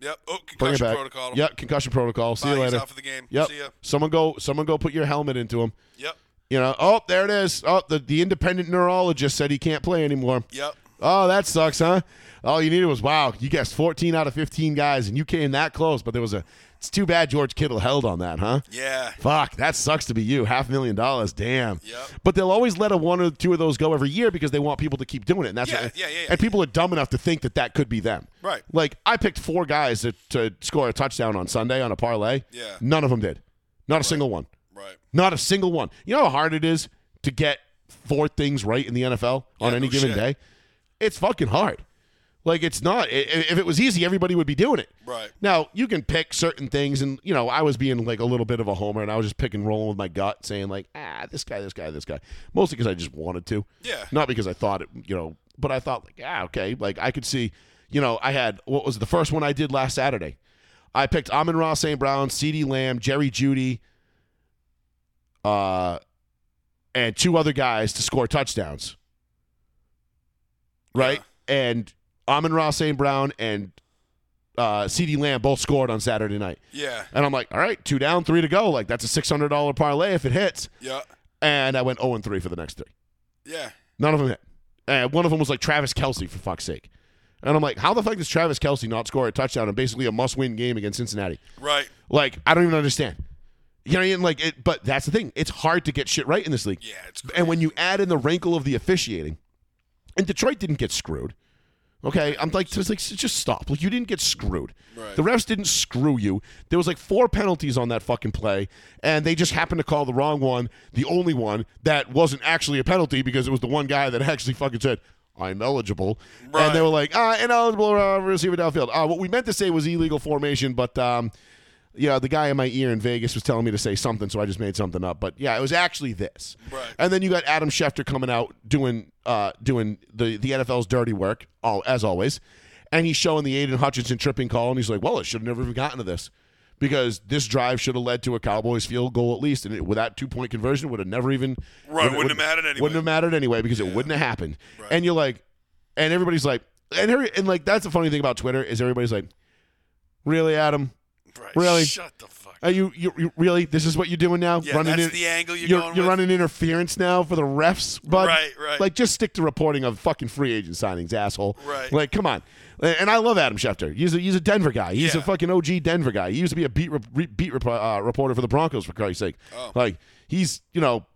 Speaker 4: Yep. Oh,
Speaker 5: Bring
Speaker 4: concussion
Speaker 5: it back.
Speaker 4: protocol.
Speaker 5: Yep, concussion protocol. See
Speaker 4: Bye,
Speaker 5: you
Speaker 4: he's
Speaker 5: later.
Speaker 4: out for the game.
Speaker 5: Yep.
Speaker 4: See ya.
Speaker 5: Someone go. Someone go. Put your helmet into him.
Speaker 4: Yep.
Speaker 5: You know. Oh, there it is. Oh, the, the independent neurologist said he can't play anymore.
Speaker 4: Yep.
Speaker 5: Oh, that sucks, huh? All you needed was wow. You guessed 14 out of 15 guys, and you came that close. But there was a. It's too bad George Kittle held on that, huh?
Speaker 4: Yeah.
Speaker 5: Fuck, that sucks to be you. Half a million dollars, damn.
Speaker 4: Yep.
Speaker 5: But they'll always let a one or two of those go every year because they want people to keep doing it. And that's
Speaker 4: Yeah,
Speaker 5: what-
Speaker 4: yeah, yeah, yeah.
Speaker 5: And people are dumb enough to think that that could be them.
Speaker 4: Right.
Speaker 5: Like I picked four guys to, to score a touchdown on Sunday on a parlay.
Speaker 4: Yeah.
Speaker 5: None of them did. Not a single one.
Speaker 4: Right.
Speaker 5: Not a single one. You know how hard it is to get four things right in the NFL on
Speaker 4: Yeah,
Speaker 5: any
Speaker 4: no
Speaker 5: given
Speaker 4: shit.
Speaker 5: day? It's fucking hard. Like it's not. i- i- If it was easy, everybody would be doing it.
Speaker 4: Right.
Speaker 5: Now you can pick certain things, and you know I was being like a little bit of a homer, and I was just picking, rolling with my gut, saying like, ah, this guy, this guy, this guy, mostly because I just wanted to.
Speaker 4: Yeah.
Speaker 5: Not because I thought it, you know, but I thought like, ah, okay, like I could see, you know, I had what was the first one I did last Saturday. I picked Amon Ross, St. Brown, C.D. Lamb, Jerry Judy, uh, and two other guys to score touchdowns. Right? And Amon Ross St. Brown and uh, CD Lamb both scored on Saturday night.
Speaker 4: Yeah.
Speaker 5: And I'm like, all right, two down, three to go. Like, that's a $600 parlay if it hits.
Speaker 4: Yeah.
Speaker 5: And I went 0 and 3 for the next three.
Speaker 4: Yeah.
Speaker 5: None of them hit. And one of them was like Travis Kelsey, for fuck's sake. And I'm like, how the fuck does Travis Kelsey not score a touchdown in basically a must win game against Cincinnati?
Speaker 4: Right.
Speaker 5: Like, I don't even understand. You know what I mean? Like, it, but that's the thing. It's hard to get shit right in this league.
Speaker 4: Yeah. It's
Speaker 5: And when you add in the wrinkle of the officiating, and Detroit didn't get screwed. Okay, I'm like, just like, just stop. Like, you didn't get screwed.
Speaker 4: Right.
Speaker 5: The refs didn't screw you. There was like four penalties on that fucking play, and they just happened to call the wrong one, the only one that wasn't actually a penalty because it was the one guy that actually fucking said, "I'm eligible,"
Speaker 4: Right.
Speaker 5: and they were like, "Ah, ineligible uh, receiver downfield." Uh, what we meant to say was illegal formation, but um, yeah, the guy in my ear in Vegas was telling me to say something, so I just made something up. But yeah, it was actually this.
Speaker 4: Right.
Speaker 5: And then you got Adam Schefter coming out doing uh, doing the the NFL's dirty work, all as always. And he's showing the Aiden Hutchinson tripping call, and he's like, "Well, it should have never even gotten to this." Because this drive should have led to a Cowboys field goal at least, and it, with that two point conversion would have never even
Speaker 4: Right, wouldn't have mattered anyway.
Speaker 5: Wouldn't have mattered anyway because it wouldn't have happened. And you're like, and everybody's like, and every, and like that's the funny thing about Twitter is everybody's like, really, Adam,
Speaker 4: Right.
Speaker 5: Really?
Speaker 4: Shut the fuck.
Speaker 5: are you, you, you really? This is what you're doing now?
Speaker 4: Yeah, that's the angle you're
Speaker 5: you're,
Speaker 4: going
Speaker 5: you're
Speaker 4: with?
Speaker 5: running interference now for the refs, bud.
Speaker 4: Right, right.
Speaker 5: Like, just stick to reporting of fucking free agent signings, asshole.
Speaker 4: Right.
Speaker 5: Like, come on. And I love Adam Schefter. He's a, he's a Denver guy. He's a
Speaker 4: Yeah.
Speaker 5: fucking OG Denver guy. He used to be a beat re- re- beat rep- uh, reporter for the Broncos, for Christ's sake.
Speaker 4: Oh.
Speaker 5: Like, he's you know,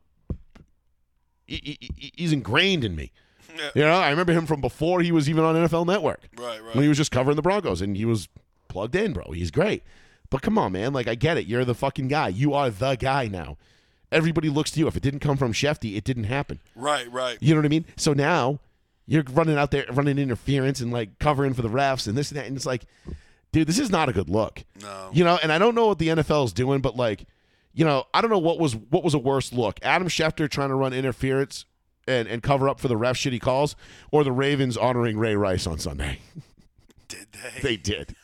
Speaker 5: he- he- he- he's ingrained in me.
Speaker 4: Yeah.
Speaker 5: You know, I remember him from before he was even on NFL Network.
Speaker 4: Right, right.
Speaker 5: When he was just covering the Broncos and he was plugged in, bro. He's great. But come on, man. Like, I get it. You're the fucking guy. You are the guy now. Everybody looks to you. If it didn't come from Shefty, it didn't happen.
Speaker 4: Right. Right.
Speaker 5: You know what I mean? So now you're running out there, running interference and like covering for the refs and this and that. And it's like, dude, this is not a good look.
Speaker 4: No.
Speaker 5: You know, and I don't know what the NFL is doing, but like, you know, I don't know what was what was a worse look. Adam Schefter trying to run interference and, and cover up for the ref shitty calls, or the Ravens honoring Ray Rice on Sunday.
Speaker 4: Did they?
Speaker 5: they did.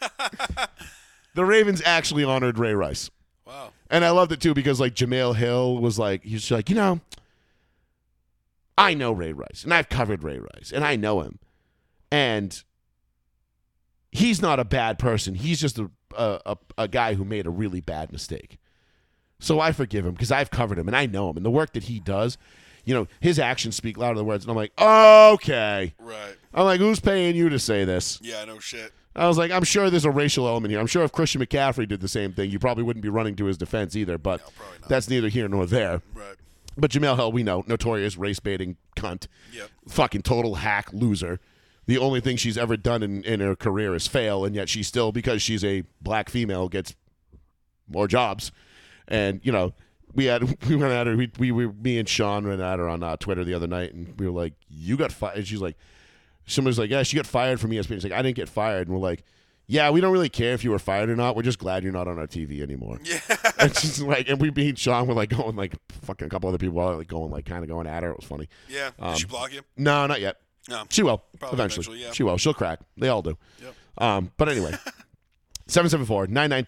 Speaker 5: the Ravens actually honored Ray Rice.
Speaker 4: Wow.
Speaker 5: And I loved it too because like Jamel Hill was like, he's like, you know, I know Ray Rice and I've covered Ray Rice and I know him. And he's not a bad person. He's just a, a, a, a guy who made a really bad mistake. So I forgive him because I've covered him and I know him. And the work that he does, you know, his actions speak louder than words. And I'm like, okay.
Speaker 4: Right.
Speaker 5: I'm like, who's paying you to say this?
Speaker 4: Yeah. No shit.
Speaker 5: I was like, I'm sure there's a racial element here. I'm sure if Christian McCaffrey did the same thing, you probably wouldn't be running to his defense either, but that's neither here nor there.
Speaker 4: Right.
Speaker 5: But Jamel Hill, we know, notorious race baiting cunt,
Speaker 4: Yep.
Speaker 5: fucking total hack loser. The only thing she's ever done in, in her career is fail, and yet she still, because she's a black female, gets more jobs. And you know, we had we went at her. We we, we me and Sean went at her on uh, Twitter the other night, and we were like, "You got fired." And she's like, Somebody's like, yeah, she got fired from E ESPN. He's like, I didn't get fired. And we're like, yeah, we don't really care if you were fired or not. We're just glad you're not on our TV anymore. Yeah. And she's like, and we being Sean, we're like going like fucking a couple other people are like going like kind of going at her. It was funny.
Speaker 4: Yeah.
Speaker 5: Um,
Speaker 4: Did she block you?
Speaker 5: No, not yet.
Speaker 4: No.
Speaker 5: She will.
Speaker 4: Probably
Speaker 5: eventually.
Speaker 4: eventually, yeah.
Speaker 5: She will. She'll crack. They all do. Um, but anyway,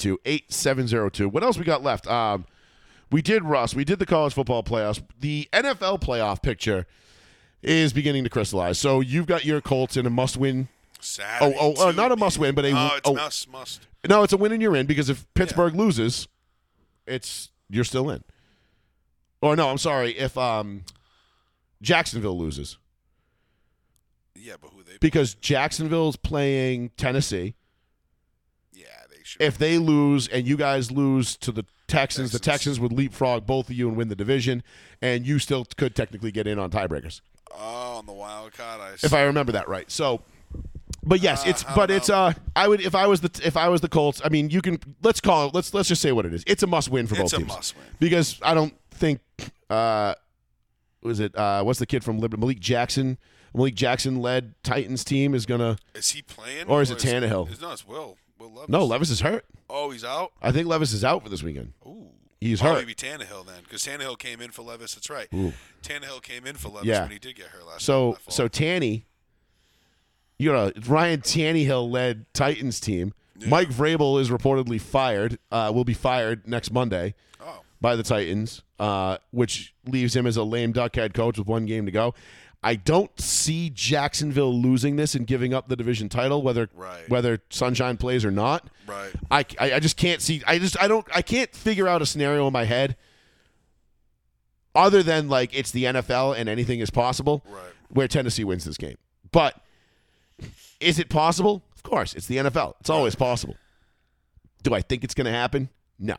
Speaker 5: 774-992-8702. What else we got left? Um, we did Russ. We did the college football playoffs. The NFL playoff picture is beginning to crystallize. So you've got your Colts in a must-win.
Speaker 4: Saturday.
Speaker 5: oh, oh, uh,
Speaker 4: too,
Speaker 5: not a
Speaker 4: dude.
Speaker 5: must-win, but a-
Speaker 4: Oh, it's
Speaker 5: oh.
Speaker 4: must, must.
Speaker 5: No, it's a win and you're in because if Pittsburgh loses, it's you're still in. Or no, I'm sorry. If um, Jacksonville loses,
Speaker 4: Yeah, but who they?
Speaker 5: because Jacksonville's playing Tennessee.
Speaker 4: yeah, they should.
Speaker 5: If they lose and you guys lose to the Texans, the Texans would leapfrog both of you and win the division, and you still could technically get in on tiebreakers,
Speaker 4: oh, on the wild card, I.
Speaker 5: if I remember that right. So, but yes, it's but it's uh, I would if I was the if I was the Colts, I mean, you can let's call it let's let's just say what it is. It's a must win for
Speaker 4: It's
Speaker 5: both
Speaker 4: a
Speaker 5: teams
Speaker 4: must-win.
Speaker 5: because I don't think uh, was it uh, what's the kid from Liberty Malik Jackson. Malik Jackson led Titans team is gonna
Speaker 4: is he playing
Speaker 5: Or is it Tannehill?
Speaker 4: It's, no, it's Will. Will Levis.
Speaker 5: no Levis is hurt.
Speaker 4: Oh, he's out.
Speaker 5: I think Levis is out for this weekend.
Speaker 4: Ooh.
Speaker 5: He's
Speaker 4: oh,
Speaker 5: hurt.
Speaker 4: Maybe Tannehill then, because Tannehill came in for Levis. That's right. Tannehill came in for Levis
Speaker 5: Yeah.
Speaker 4: when he did get hurt last.
Speaker 5: So
Speaker 4: last fall.
Speaker 5: so Tanny, you know Ryan Tannehill led Titans team. Mike Vrabel is reportedly fired. Uh, will be fired next Monday
Speaker 4: Oh.
Speaker 5: by the Titans, uh, which leaves him as a lame duck head coach with one game to go. I don't see Jacksonville losing this and giving up the division title, whether
Speaker 4: Right.
Speaker 5: whether Sunshine plays or not.
Speaker 4: Right.
Speaker 5: I, I, I just can't see. I just I don't I can't figure out a scenario in my head other than like it's the NFL and anything is possible.
Speaker 4: Right.
Speaker 5: Where Tennessee wins this game, but is it possible? Of course, it's the NFL. It's always possible. Do I think it's going to happen? No.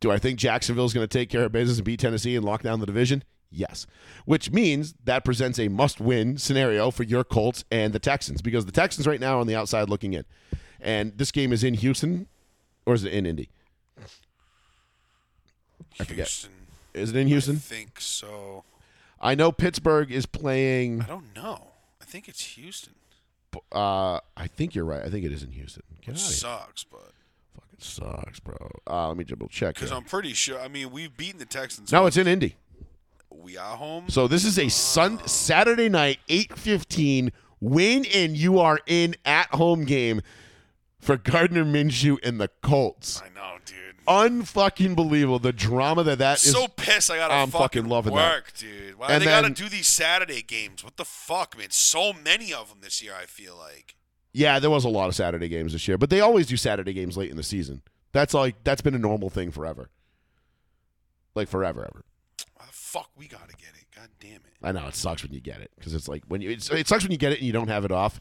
Speaker 5: Do I think Jacksonville's going to take care of business and beat Tennessee and lock down the division? Yes. Which means that presents a must win scenario for your Colts and the Texans because the Texans right now are on the outside looking in. And this game is in Houston or is it in Indy?
Speaker 4: I
Speaker 5: forget.
Speaker 4: Houston,
Speaker 5: Is it in
Speaker 4: I
Speaker 5: Houston?
Speaker 4: think so.
Speaker 5: I know Pittsburgh is playing.
Speaker 4: I don't know. I think it's Houston.
Speaker 5: Uh, I think you're right. I think it is in Houston. Get out of here.
Speaker 4: Sucks, but
Speaker 5: Fucking sucks, bro. Uh, let me double check.
Speaker 4: because
Speaker 5: here.
Speaker 4: I'm pretty sure. I mean, we've beaten the Texans.
Speaker 5: No, it's in Indy.
Speaker 4: we are home.
Speaker 5: So this is a Sun Saturday night, eight fifteen win, and you are in at home game for Gardner Minshew and the Colts.
Speaker 4: I know, dude.
Speaker 5: Unfucking believable the drama that that Oh, is.
Speaker 4: so pissed I gotta
Speaker 5: I'm fucking loving that.
Speaker 4: work, dude. Why
Speaker 5: And
Speaker 4: they
Speaker 5: then-
Speaker 4: gotta do these Saturday games? What the fuck, man? So many of them this year. I feel like
Speaker 5: yeah, there was a lot of Saturday games this year, but they always do Saturday games late in the season. That's like that's been a normal thing forever. Like forever, ever.
Speaker 4: why the fuck we gotta get it? God damn it.
Speaker 5: I know it sucks when you get it because it's like when you it's, it sucks when you get it and you don't have it off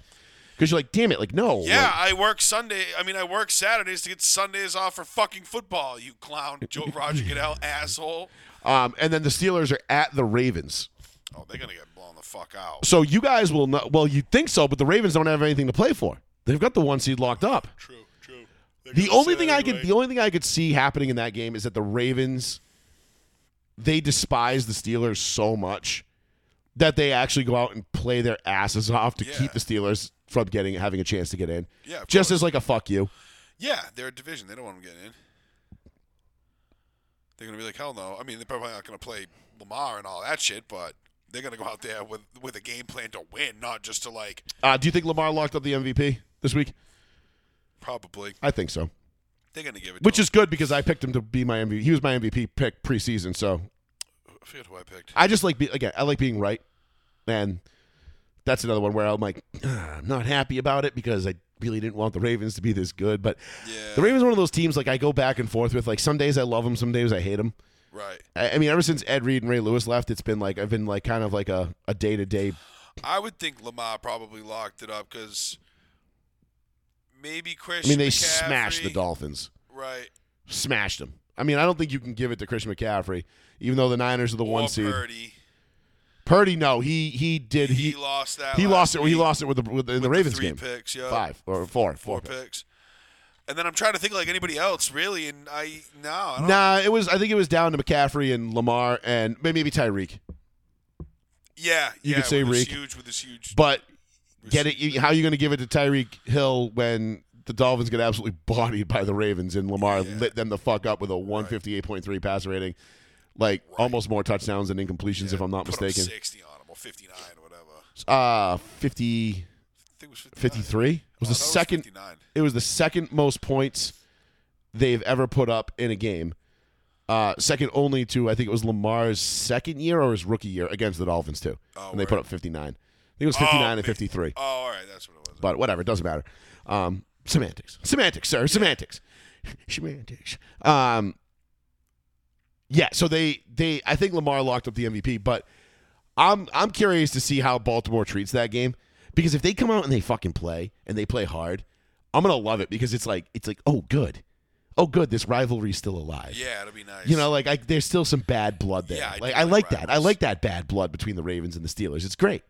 Speaker 5: because you're like, damn it, like no,
Speaker 4: Yeah,
Speaker 5: like-
Speaker 4: I work Sunday. I mean, I work Saturdays to get Sundays off for fucking football. You clown, Joe Roger Goodell, asshole.
Speaker 5: um, and then the Steelers are at the Ravens.
Speaker 4: Oh, they're gonna get blown the fuck out.
Speaker 5: So you guys will know. Well, you think so, but the Ravens don't have anything to play for. They've got the one seed locked up.
Speaker 4: True, true. They're
Speaker 5: The
Speaker 4: gonna
Speaker 5: only
Speaker 4: say
Speaker 5: thing
Speaker 4: that
Speaker 5: I could,
Speaker 4: anyway.
Speaker 5: the only thing I could see happening in that game is that the Ravens, they despise the Steelers so much that they actually go out and play their asses off to
Speaker 4: Yeah.
Speaker 5: keep the Steelers from getting having a chance to get in.
Speaker 4: Yeah, of
Speaker 5: just
Speaker 4: course.
Speaker 5: as like a fuck you.
Speaker 4: Yeah, they're a division. They don't want them getting in. They're gonna be like, hell no. I mean, they're probably not gonna play Lamar and all that shit, but they're gonna go out there with with a game plan to win, not just to like
Speaker 5: Uh, do you think Lamar locked up the MVP this week?
Speaker 4: probably.
Speaker 5: I think so.
Speaker 4: They're gonna give it.
Speaker 5: Which
Speaker 4: to
Speaker 5: is good because I picked him to be my MVP. He was my MVP pick preseason, so
Speaker 4: him. I forget who I picked.
Speaker 5: I just like be, again. I like being right, and that's another one where I'm like, "Ah, I'm not happy about it because I really didn't want the Ravens to be this good. But
Speaker 4: Yeah.
Speaker 5: the Ravens are one of those teams like I go back and forth with. Like some days I love them, some days I hate them.
Speaker 4: Right.
Speaker 5: I, I mean, ever since Ed Reed and Ray Lewis left, it's been like I've been like kind of like a a day to day.
Speaker 4: I would think Lamar probably locked it up because maybe
Speaker 5: I
Speaker 4: Christian.
Speaker 5: mean, they
Speaker 4: McCaffrey-
Speaker 5: smashed the Dolphins,
Speaker 4: Right.
Speaker 5: smashed them. I mean, I don't think you can give it to Christian McCaffrey, even though the Niners are the one
Speaker 4: or
Speaker 5: seed.
Speaker 4: Purdy.
Speaker 5: Purdy, no, he he did
Speaker 4: He,
Speaker 5: he he,
Speaker 4: lost that.
Speaker 5: lost
Speaker 4: last
Speaker 5: it. He
Speaker 4: week
Speaker 5: lost it with the with, the- in the
Speaker 4: with
Speaker 5: Ravens
Speaker 4: three
Speaker 5: game.
Speaker 4: Picks. Yeah.
Speaker 5: Five or four,
Speaker 4: Four
Speaker 5: four picks.
Speaker 4: picks. And then I'm trying to think like anybody else really, and I no. I don't
Speaker 5: Nah, it was. I think it was down to McCaffrey and Lamar and may- maybe Tyreek.
Speaker 4: Yeah,
Speaker 5: You
Speaker 4: yeah,
Speaker 5: could say
Speaker 4: with this
Speaker 5: Reek.
Speaker 4: huge with this huge.
Speaker 5: But get it. you- How are you going to give it to Tyreek Hill when the Dolphins get absolutely bodied by the Ravens and Lamar lit them the fuck up with a 158.3 passer rating? Like almost more touchdowns than incompletions, if I'm not
Speaker 4: Put up
Speaker 5: mistaken.
Speaker 4: 60 on him or 59 or whatever. I
Speaker 5: Uh, 50,
Speaker 4: think it was 59.
Speaker 5: 53 It was the
Speaker 4: Oh, that was
Speaker 5: second.
Speaker 4: 59.
Speaker 5: it was the second most points they've ever put up in a game. Uh, second only to I think it was Lamar's second year or his rookie year against the Dolphins too,
Speaker 4: Oh,
Speaker 5: and they put
Speaker 4: right.
Speaker 5: up 59. I think it was 59 and
Speaker 4: maybe.
Speaker 5: 53
Speaker 4: Oh, all right, that's what it was.
Speaker 5: but whatever, it doesn't matter. Um, semantics, semantics, sir, semantics, semantics. Um, yeah, so they they I think Lamar locked up the MVP, but I'm I'm curious to see how Baltimore treats that game because if they come out and they fucking play and they play hard, I'm gonna love it because it's like it's like oh good, oh good, this rivalry's still alive.
Speaker 4: yeah, it'll be nice.
Speaker 5: You know, like I, there's still some bad blood there.
Speaker 4: Yeah, I do
Speaker 5: like I
Speaker 4: like
Speaker 5: like that. I
Speaker 4: rivals.
Speaker 5: like that bad blood between the Ravens and the Steelers. It's great.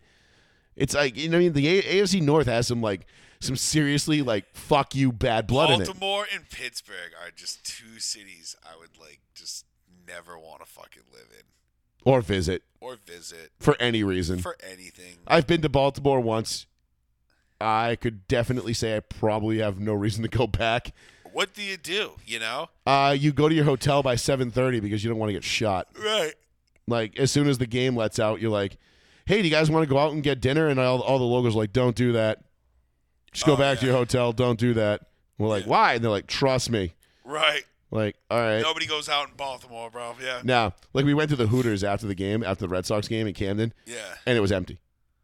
Speaker 5: It's like you know, what I mean, the A- AFC North has some like some seriously like fuck you bad blood in it.
Speaker 4: Baltimore and Pittsburgh are just two cities I would like just never want to fucking live in
Speaker 5: or visit
Speaker 4: or visit
Speaker 5: for any reason.
Speaker 4: for anything.
Speaker 5: I've been to Baltimore once. I could definitely say I probably have no reason to go back.
Speaker 4: What do you do? You know,
Speaker 5: Uh, you go to your hotel by 7:30 because you don't want to get shot.
Speaker 4: right?
Speaker 5: Like as soon as the game lets out, you're like, "Hey, do you guys want to go out and get dinner?" And all, all the logos are like, "Don't do that. Just go
Speaker 4: Oh,
Speaker 5: back to
Speaker 4: yeah.
Speaker 5: your hotel. Don't do that." We're like, "Why?" And they're like, "Trust me."
Speaker 4: Right.
Speaker 5: Like, all right.
Speaker 4: Nobody goes out in Baltimore, bro. Yeah.
Speaker 5: Now, like we went to the Hooters after the game, after the Red Sox game in Camden,
Speaker 4: Yeah.
Speaker 5: and it was empty.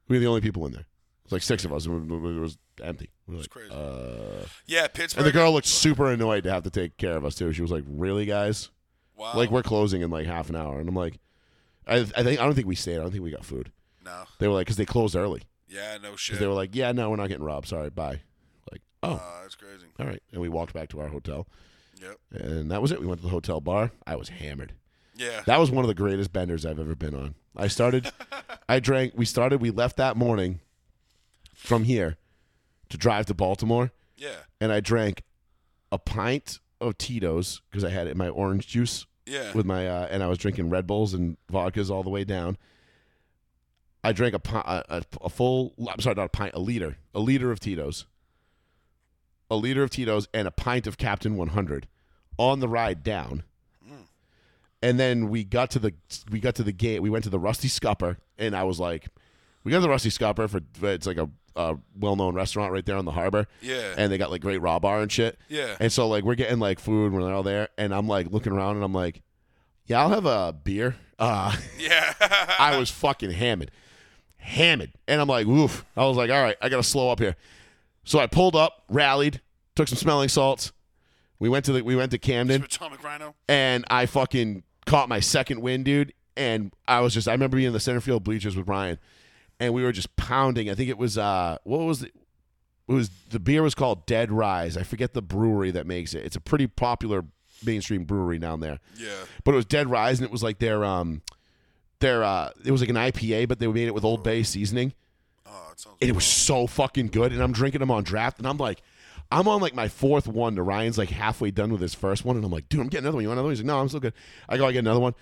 Speaker 5: We were the only people in there. It was like six of us. and we- we- It was empty. We were like,
Speaker 4: crazy.
Speaker 5: uh,
Speaker 4: Yeah. Pittsburgh.
Speaker 5: and the girl looked super annoyed to have to take care of us too. She was like, "Really, guys?
Speaker 4: Wow.
Speaker 5: Like, we're closing in like half an hour." And I'm like, "I, I think I don't think we stayed. I don't think we got food."
Speaker 4: No.
Speaker 5: They were like, "Cause they closed early."
Speaker 4: Yeah. No
Speaker 5: 'Cause
Speaker 4: shit.
Speaker 5: they were like, "Yeah, no, we're not getting robbed. Sorry, bye." Like, oh,
Speaker 4: Uh, that's crazy.
Speaker 5: all right. And we walked back to our hotel,
Speaker 4: Yep.
Speaker 5: and that was it. We went to the hotel bar. I was hammered.
Speaker 4: Yeah.
Speaker 5: That was one of the greatest benders I've ever been on. I started, I drank. We started. We left that morning from here to drive to Baltimore,
Speaker 4: yeah.
Speaker 5: and I drank a pint of Tito's because I had it in my orange juice
Speaker 4: Yeah.
Speaker 5: with my, uh, and I was drinking Red Bulls and vodkas all the way down. I drank a, pi- a a a full. I'm sorry, not a pint. A liter. A liter of Tito's. A liter of Tito's and a pint of Captain 100 on the ride down.
Speaker 4: Mm.
Speaker 5: And then we got to the we got to the gate. We went to the Rusty Scupper, and I was like, we got to the Rusty Scupper for it's like a, a well known restaurant right there on the harbor.
Speaker 4: Yeah.
Speaker 5: And they got like great raw bar and shit.
Speaker 4: Yeah.
Speaker 5: And so like we're getting like food. We're all there, and I'm like looking around, and I'm like, yeah, I'll have a beer. Uh,
Speaker 4: yeah.
Speaker 5: I was fucking hammered. Hammered. And I'm like, woof. I was like, all right, I gotta slow up here. So I pulled up, rallied, took some smelling salts. We went to the we went to Camden
Speaker 4: Atomic Rhino.
Speaker 5: and I fucking caught my second win, dude. And I was just I remember being in the center field bleachers with Ryan and we were just pounding. I think it was uh what was it? It was the beer was called Dead Rise. I forget the brewery that makes it. It's a pretty popular mainstream brewery down there
Speaker 4: Yeah.
Speaker 5: but it was Dead Rise, and it was like their um, their uh, it was like an IPA, but they made it with Old Bay seasoning,
Speaker 4: Oh, it sounds.
Speaker 5: and it was so fucking good. And I'm drinking them on draft, and I'm like, I'm on like my fourth one. To Ryan's like halfway done with his first one, and I'm like, dude, I'm getting another one. You want another one? He's like, no, I'm still good. I go, I get another one,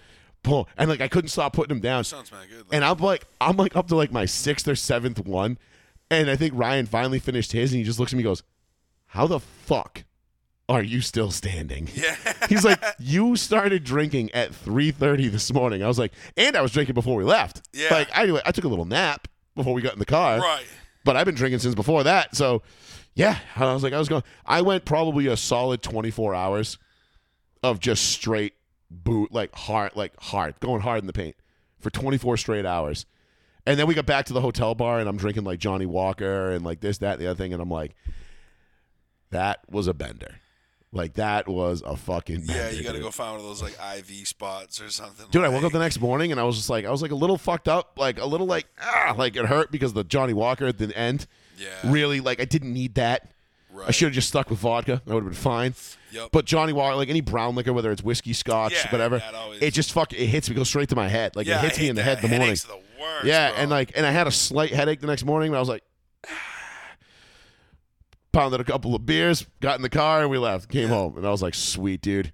Speaker 5: boom, and like I couldn't stop putting them down.
Speaker 4: sounds mad good.
Speaker 5: And I'm like, I'm like up to like my sixth or seventh one, and I think Ryan finally finished his, and he just looks at me, and goes, "How the fuck are you still standing?"
Speaker 4: yeah.
Speaker 5: He's like, you started drinking at 3:30 this morning. I was like, and I was drinking before we left.
Speaker 4: Yeah.
Speaker 5: Like I I took a little nap before we got in the car.
Speaker 4: right.
Speaker 5: But I've been drinking since before that. So, yeah, I was like, I was going. I went probably a solid 24 hours of just straight boot, like hard, like hard, going hard in the paint for 24 straight hours. And then we got back to the hotel bar, and I'm drinking like Johnny Walker and like this, that, and the other thing, and I'm like, that was a bender. Like that was a fucking
Speaker 4: Yeah,
Speaker 5: bender,
Speaker 4: you got to
Speaker 5: dude.
Speaker 4: go find one of those like IV spots or something.
Speaker 5: Dude, I
Speaker 4: like,
Speaker 5: woke up the next morning and I was just like, I was like a little fucked up, like a little like, ah, like it hurt because the Johnny Walker at the end.
Speaker 4: Yeah.
Speaker 5: Really, like I didn't need that. I
Speaker 4: Right.
Speaker 5: should have just stuck with vodka. I would have been fine.
Speaker 4: Yup.
Speaker 5: But Johnny Walker, like any brown liquor, whether it's whiskey, scotch,
Speaker 4: Yeah,
Speaker 5: whatever,
Speaker 4: that always-
Speaker 5: it just fuck, it hits me, goes straight to my head. Like it
Speaker 4: Yeah, I
Speaker 5: hits me
Speaker 4: hate
Speaker 5: in the
Speaker 4: that.
Speaker 5: head in the morning.
Speaker 4: Headaches are the worst,
Speaker 5: yeah,
Speaker 4: bro.
Speaker 5: and like, and I had a slight headache the next morning, and I was like, pounded a couple of beers, got in the car, and we left. Came home, and I was like, sweet dude,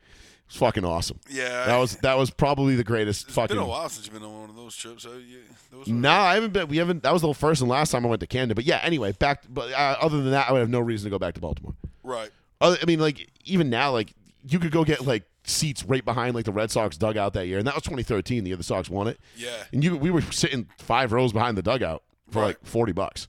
Speaker 5: It's fucking awesome.
Speaker 4: Yeah.
Speaker 5: That was that was probably the greatest
Speaker 4: It's
Speaker 5: fucking.
Speaker 4: been a while since you've been on one of those trips. have you? Those were-
Speaker 5: No, I haven't been. We haven't. That was the first and last time I went to Canada. But yeah, anyway, back. But uh, other than that, I would have no reason to go back to Baltimore.
Speaker 4: Right.
Speaker 5: Other, I mean, like even now, like you could go get like seats right behind like the Red Sox dugout that year, and that was 2013, the year the Sox won it.
Speaker 4: Yeah.
Speaker 5: And you, we were sitting five rows behind the dugout for
Speaker 4: Right.
Speaker 5: like 40 bucks.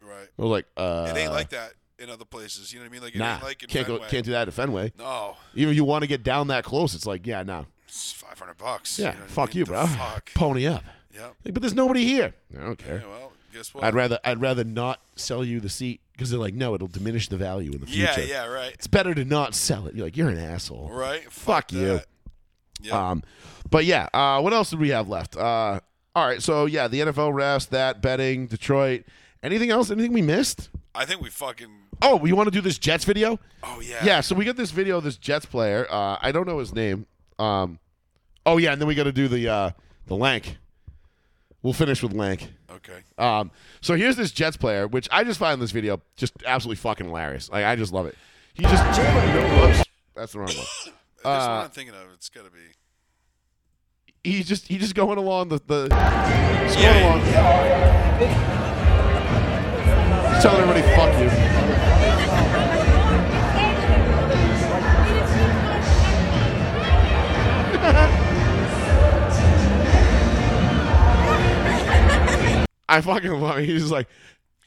Speaker 4: Right.
Speaker 5: I was like, uh,
Speaker 4: It ain't like that in other places. You know what I mean? Like it
Speaker 5: nah,
Speaker 4: ain't like in
Speaker 5: can't go,
Speaker 4: Fenway.
Speaker 5: can't do that at Fenway.
Speaker 4: No,
Speaker 5: Even if you want to get down that close, it's like, yeah, no,
Speaker 4: it's five hundred bucks.
Speaker 5: yeah,
Speaker 4: know what I
Speaker 5: fuck
Speaker 4: mean?
Speaker 5: you,
Speaker 4: The
Speaker 5: bro,
Speaker 4: Fuck.
Speaker 5: pony up.
Speaker 4: Yep.
Speaker 5: Like, but there's nobody here. I don't care.
Speaker 4: Yeah, well, guess what?
Speaker 5: I'd rather I'd rather not sell you the seat because they're like, no, it'll diminish the value in the
Speaker 4: yeah,
Speaker 5: future.
Speaker 4: yeah, right,
Speaker 5: It's better to not sell it. You're like, you're an asshole.
Speaker 4: right.
Speaker 5: Fuck you.
Speaker 4: that. Yeah.
Speaker 5: Um, but yeah, uh, what else do we have left? Uh, all right, so yeah, the NFL refs, that betting, Detroit. Anything else? Anything we missed?
Speaker 4: I think we fucking.
Speaker 5: Oh, we want to do this Jets video?
Speaker 4: Oh yeah.
Speaker 5: Yeah, so we got this video of this Jets player. Uh, I don't know his name. Um, oh yeah, and then we got to do the uh, the Lank. We'll finish with Lank.
Speaker 4: Okay.
Speaker 5: Um, so here's this Jets player, which I just find this video just absolutely fucking hilarious. Like I just love it. He just Oops. that's the wrong one.
Speaker 4: That's what I'm thinking of. It's gotta be.
Speaker 5: He just he just going along the the he's going
Speaker 4: Yeah.
Speaker 5: along. He's telling everybody fuck you. I fucking love it. He's just like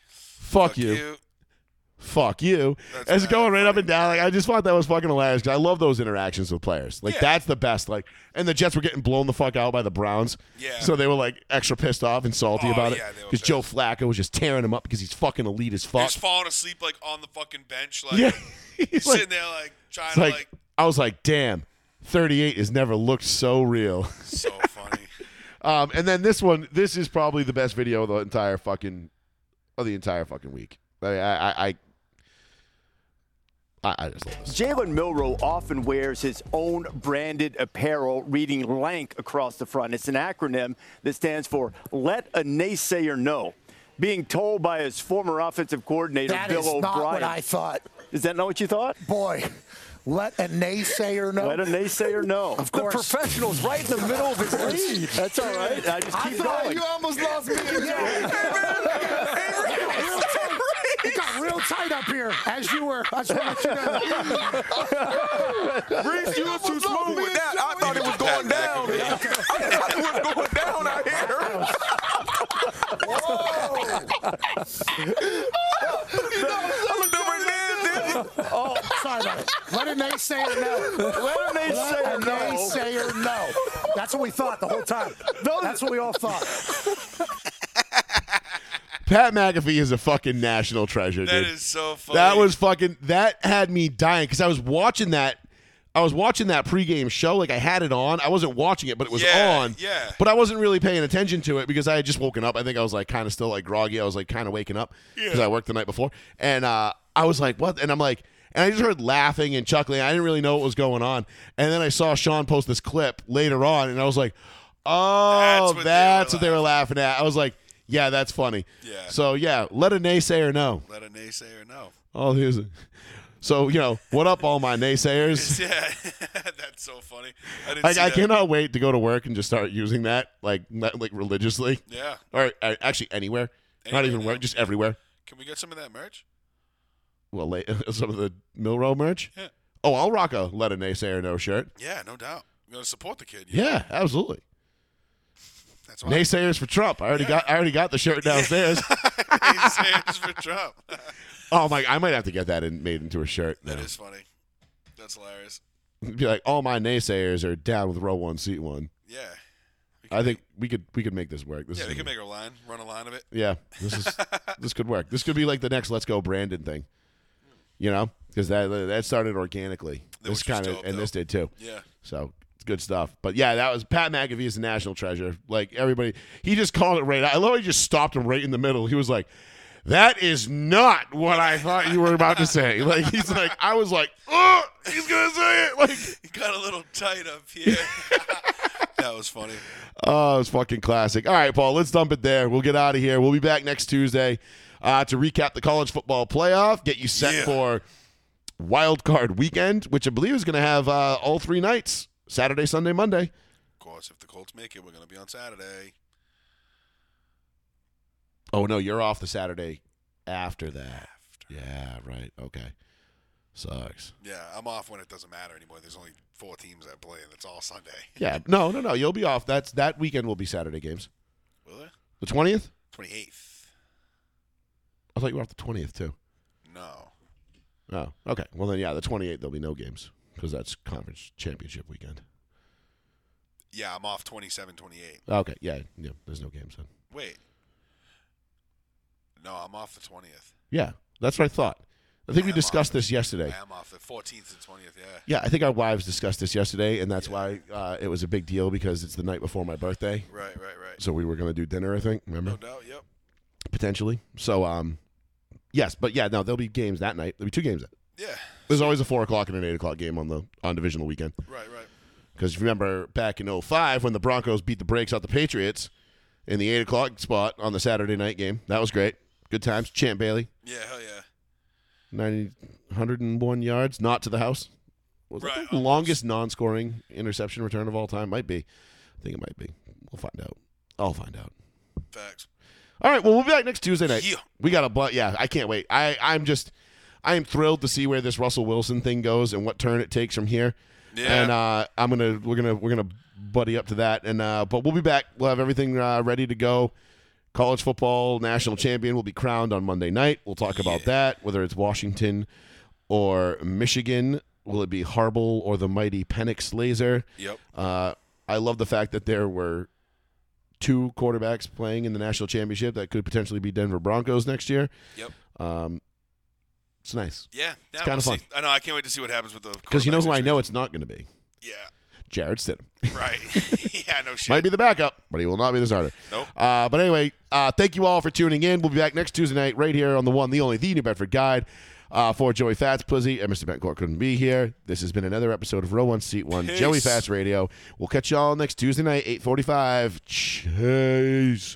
Speaker 5: fuck,
Speaker 4: Fuck
Speaker 5: you. fuck you.
Speaker 4: That's
Speaker 5: It's
Speaker 4: mad
Speaker 5: going right up
Speaker 4: funny.
Speaker 5: and down. Like I just thought that was fucking hilarious. 'cause I love those interactions with players. Like
Speaker 4: Yeah.
Speaker 5: that's the best. Like and the Jets were getting blown the fuck out by the Browns.
Speaker 4: Yeah.
Speaker 5: So they were like extra pissed off and salty
Speaker 4: Oh,
Speaker 5: about it
Speaker 4: yeah, they were
Speaker 5: because Joe Flacco was just tearing him up because he's fucking elite as fuck.
Speaker 4: He's falling asleep like on the fucking bench, like
Speaker 5: yeah. he's
Speaker 4: sitting
Speaker 5: like,
Speaker 4: there, like trying
Speaker 5: it's
Speaker 4: to
Speaker 5: like,
Speaker 4: like.
Speaker 5: I was like, damn. 38 has never looked so real.
Speaker 4: So funny.
Speaker 5: Um, and then this one, this is probably the best video of the entire fucking, of the entire fucking week. I, I, I, I, I just love this.
Speaker 9: Jalen Milrow often wears his own branded apparel, reading LANK across the front. It's an acronym that stands for Let a Naysayer Know. Being told by his former offensive coordinator,
Speaker 10: That
Speaker 9: Bill
Speaker 10: is
Speaker 9: O'Brien.
Speaker 10: not what I thought.
Speaker 9: is that not what you thought?
Speaker 10: Boy, let a naysayer know.
Speaker 9: Let a naysayer know.
Speaker 10: Of course.
Speaker 9: The professional's right in the middle of his lead. That's all right. I just
Speaker 10: I
Speaker 9: keep
Speaker 10: thought
Speaker 9: going.
Speaker 10: you almost lost me. Yeah. It got real tight up here as you were. I just want to let you know.
Speaker 7: Reese, you was too smooth with that. I thought it was going down. I thought it was going down out here. I looked over at Liz, then-
Speaker 9: Oh,
Speaker 10: Sorry about it. Let a naysayer know.
Speaker 9: Let a
Speaker 10: Let a
Speaker 9: naysayer know.
Speaker 10: naysayer know. That's what we thought the whole time. That's what we all thought.
Speaker 5: Pat McAfee is a fucking national treasure,
Speaker 4: That
Speaker 5: dude.
Speaker 4: is so funny.
Speaker 5: That was fucking. That had me dying because I was watching that. I was watching that pregame show. Like I had it on. I wasn't watching it, but it was
Speaker 4: Yeah,
Speaker 5: on.
Speaker 4: yeah.
Speaker 5: But I wasn't really paying attention to it because I had just woken up. I think I was like kind of still like groggy. I was like kind of waking up because I worked the night before, and uh, I was like, "What?" And I'm like, and I just heard laughing and chuckling. I didn't really know what was going on, and then I saw Sean post this clip later on, and I was like, "Oh,
Speaker 4: That's what they were
Speaker 5: that's, what they were laughing at." I was like, "Yeah, that's funny."
Speaker 4: Yeah.
Speaker 5: So yeah, let a naysayer know.
Speaker 4: Let a naysayer know.
Speaker 5: Oh, here's a- So, you know, what up, all my naysayers?
Speaker 4: Yeah, that's so funny. I didn't
Speaker 5: Like,
Speaker 4: see
Speaker 5: I
Speaker 4: that.
Speaker 5: cannot wait to go to work and just start using that, like, not, like religiously.
Speaker 4: Yeah.
Speaker 5: Or uh, actually, anywhere.
Speaker 4: Anywhere
Speaker 5: Not even
Speaker 4: now.
Speaker 5: work, just everywhere.
Speaker 4: Can we get some of that merch?
Speaker 5: Well, late, some of the Milrow merch.
Speaker 4: Yeah.
Speaker 5: Oh, I'll rock a let a naysayer no shirt.
Speaker 4: Yeah, no doubt. You gotta support the kid. you know?
Speaker 5: Yeah, absolutely.
Speaker 4: That's why.
Speaker 5: Naysayers for Trump. I already got. I already got the shirt downstairs.
Speaker 4: Naysayers for Trump.
Speaker 5: oh my! I might have to get that in, made into a shirt.
Speaker 4: that is funny. That's hilarious.
Speaker 5: Be like, all my naysayers are down with row one, seat one.
Speaker 4: Yeah. We can
Speaker 5: I think we could we could make this work. This
Speaker 4: Yeah,
Speaker 5: is
Speaker 4: they
Speaker 5: gonna
Speaker 4: can
Speaker 5: be-
Speaker 4: make a line, run a line of it.
Speaker 5: Yeah, this is this could work. This could be like the next "Let's Go Brandon" thing, you know, because that that started organically.
Speaker 4: That
Speaker 5: this
Speaker 4: was just
Speaker 5: kind of
Speaker 4: dope,
Speaker 5: and this
Speaker 4: though.
Speaker 5: did too.
Speaker 4: Yeah.
Speaker 5: So it's good stuff. But yeah, that was Pat McAfee is a national treasure. Like everybody, he just called it right. out. I love how he just stopped him right in the middle. He was like, "That is not what I thought you were about to say." Like he's like, I was like, "Oh, he's gonna say it." Like,
Speaker 4: He got a little tight up here. that was funny.
Speaker 5: oh, it's fucking classic. All right, Paul, let's dump it there. We'll get out of here. We'll be back next Tuesday uh, to recap the college football playoff. Get you set
Speaker 4: Yeah.
Speaker 5: for Wild Card Weekend, which I believe is going to have uh, all three nights Saturday, Sunday, Monday.
Speaker 4: Of course, if the Colts make it, we're going to be on Saturday.
Speaker 5: Oh, no, you're off the Saturday after that. Yeah, right. Okay. Sucks.
Speaker 4: Yeah, I'm off when it doesn't matter anymore. There's only four teams that play, and it's all Sunday.
Speaker 5: Yeah. No, no, no. You'll be off. That's That weekend will be Saturday games.
Speaker 4: Will it?
Speaker 5: The 20th?
Speaker 4: 28th.
Speaker 5: I thought you were off the 20th, too.
Speaker 4: No.
Speaker 5: Oh, okay. Well, then, yeah, the 28th, there'll be no games because that's conference championship weekend.
Speaker 4: Yeah, I'm off 27, 28.
Speaker 5: Okay. Yeah. Yeah. There's no games then.
Speaker 4: Wait. No, I'm off the 20th.
Speaker 5: Yeah. That's what I thought. I think we
Speaker 4: I'm
Speaker 5: discussed
Speaker 4: off.
Speaker 5: this yesterday.
Speaker 4: I am off the 14th and 20th, yeah.
Speaker 5: Yeah, I think our wives discussed this yesterday, and that's why uh, it was a big deal because it's the night before my birthday.
Speaker 4: Right, right, right.
Speaker 5: So we were going to do dinner, I think, remember?
Speaker 4: No doubt, yep.
Speaker 5: Potentially. So, um, yes, but yeah, no, there'll be games that night. There'll be two games.
Speaker 4: Yeah,
Speaker 5: There's always a 4 o'clock and an 8 o'clock game on the on divisional weekend.
Speaker 4: right, right.
Speaker 5: Because if you remember back in 05 when the Broncos beat the brakes out the Patriots in the 8 o'clock spot on the Saturday night game, that was great. Good times. Champ Bailey,
Speaker 4: Yeah, hell yeah.
Speaker 5: 90, 101 yards, not to the house. Was
Speaker 4: Right,
Speaker 5: that the
Speaker 4: almost.
Speaker 5: longest non-scoring interception return of all time? Might be. I think it might be. We'll find out. I'll find out.
Speaker 4: Facts.
Speaker 5: All right. Well, we'll be back next Tuesday night.
Speaker 4: Yeah.
Speaker 5: We got a blunt. Yeah, I can't wait. I I'm just I am thrilled to see where this Russell Wilson thing goes and what turn it takes from here.
Speaker 4: Yeah.
Speaker 5: And uh, I'm gonna we're gonna we're gonna buddy up to that. And uh, but we'll be back. We'll have everything uh, ready to go. College football national champion will be crowned on Monday night. We'll talk about that. Whether it's Washington or Michigan, will it be Harbaugh or the mighty Penix Laser?
Speaker 4: Yep.
Speaker 5: Uh, I love the fact that there were two quarterbacks playing in the national championship that could potentially be Denver Broncos next year.
Speaker 4: Yep.
Speaker 5: Um, it's nice
Speaker 4: Yeah. It's
Speaker 5: kinda fun.
Speaker 4: I know. I can't wait to see what happens with the.
Speaker 5: because you know who I
Speaker 4: quarterback
Speaker 5: know it's not going to be
Speaker 4: situation.
Speaker 5: Jared Stidham.
Speaker 4: Yeah. Right. yeah. No shit.
Speaker 5: Might be the backup, but he will not be the starter.
Speaker 4: Nope.
Speaker 5: Uh, but anyway, uh, thank you all for tuning in. We'll be back next Tuesday night right here on the one, the only, the New Bedford Guide. Uh, for Joey Fats Plizzy and Mr. Bencourt couldn't be here. This has been another episode of Row One Seat One,
Speaker 4: Peace.
Speaker 5: Joey Fats Radio. We'll catch y'all next Tuesday night, eight forty-five. Chase.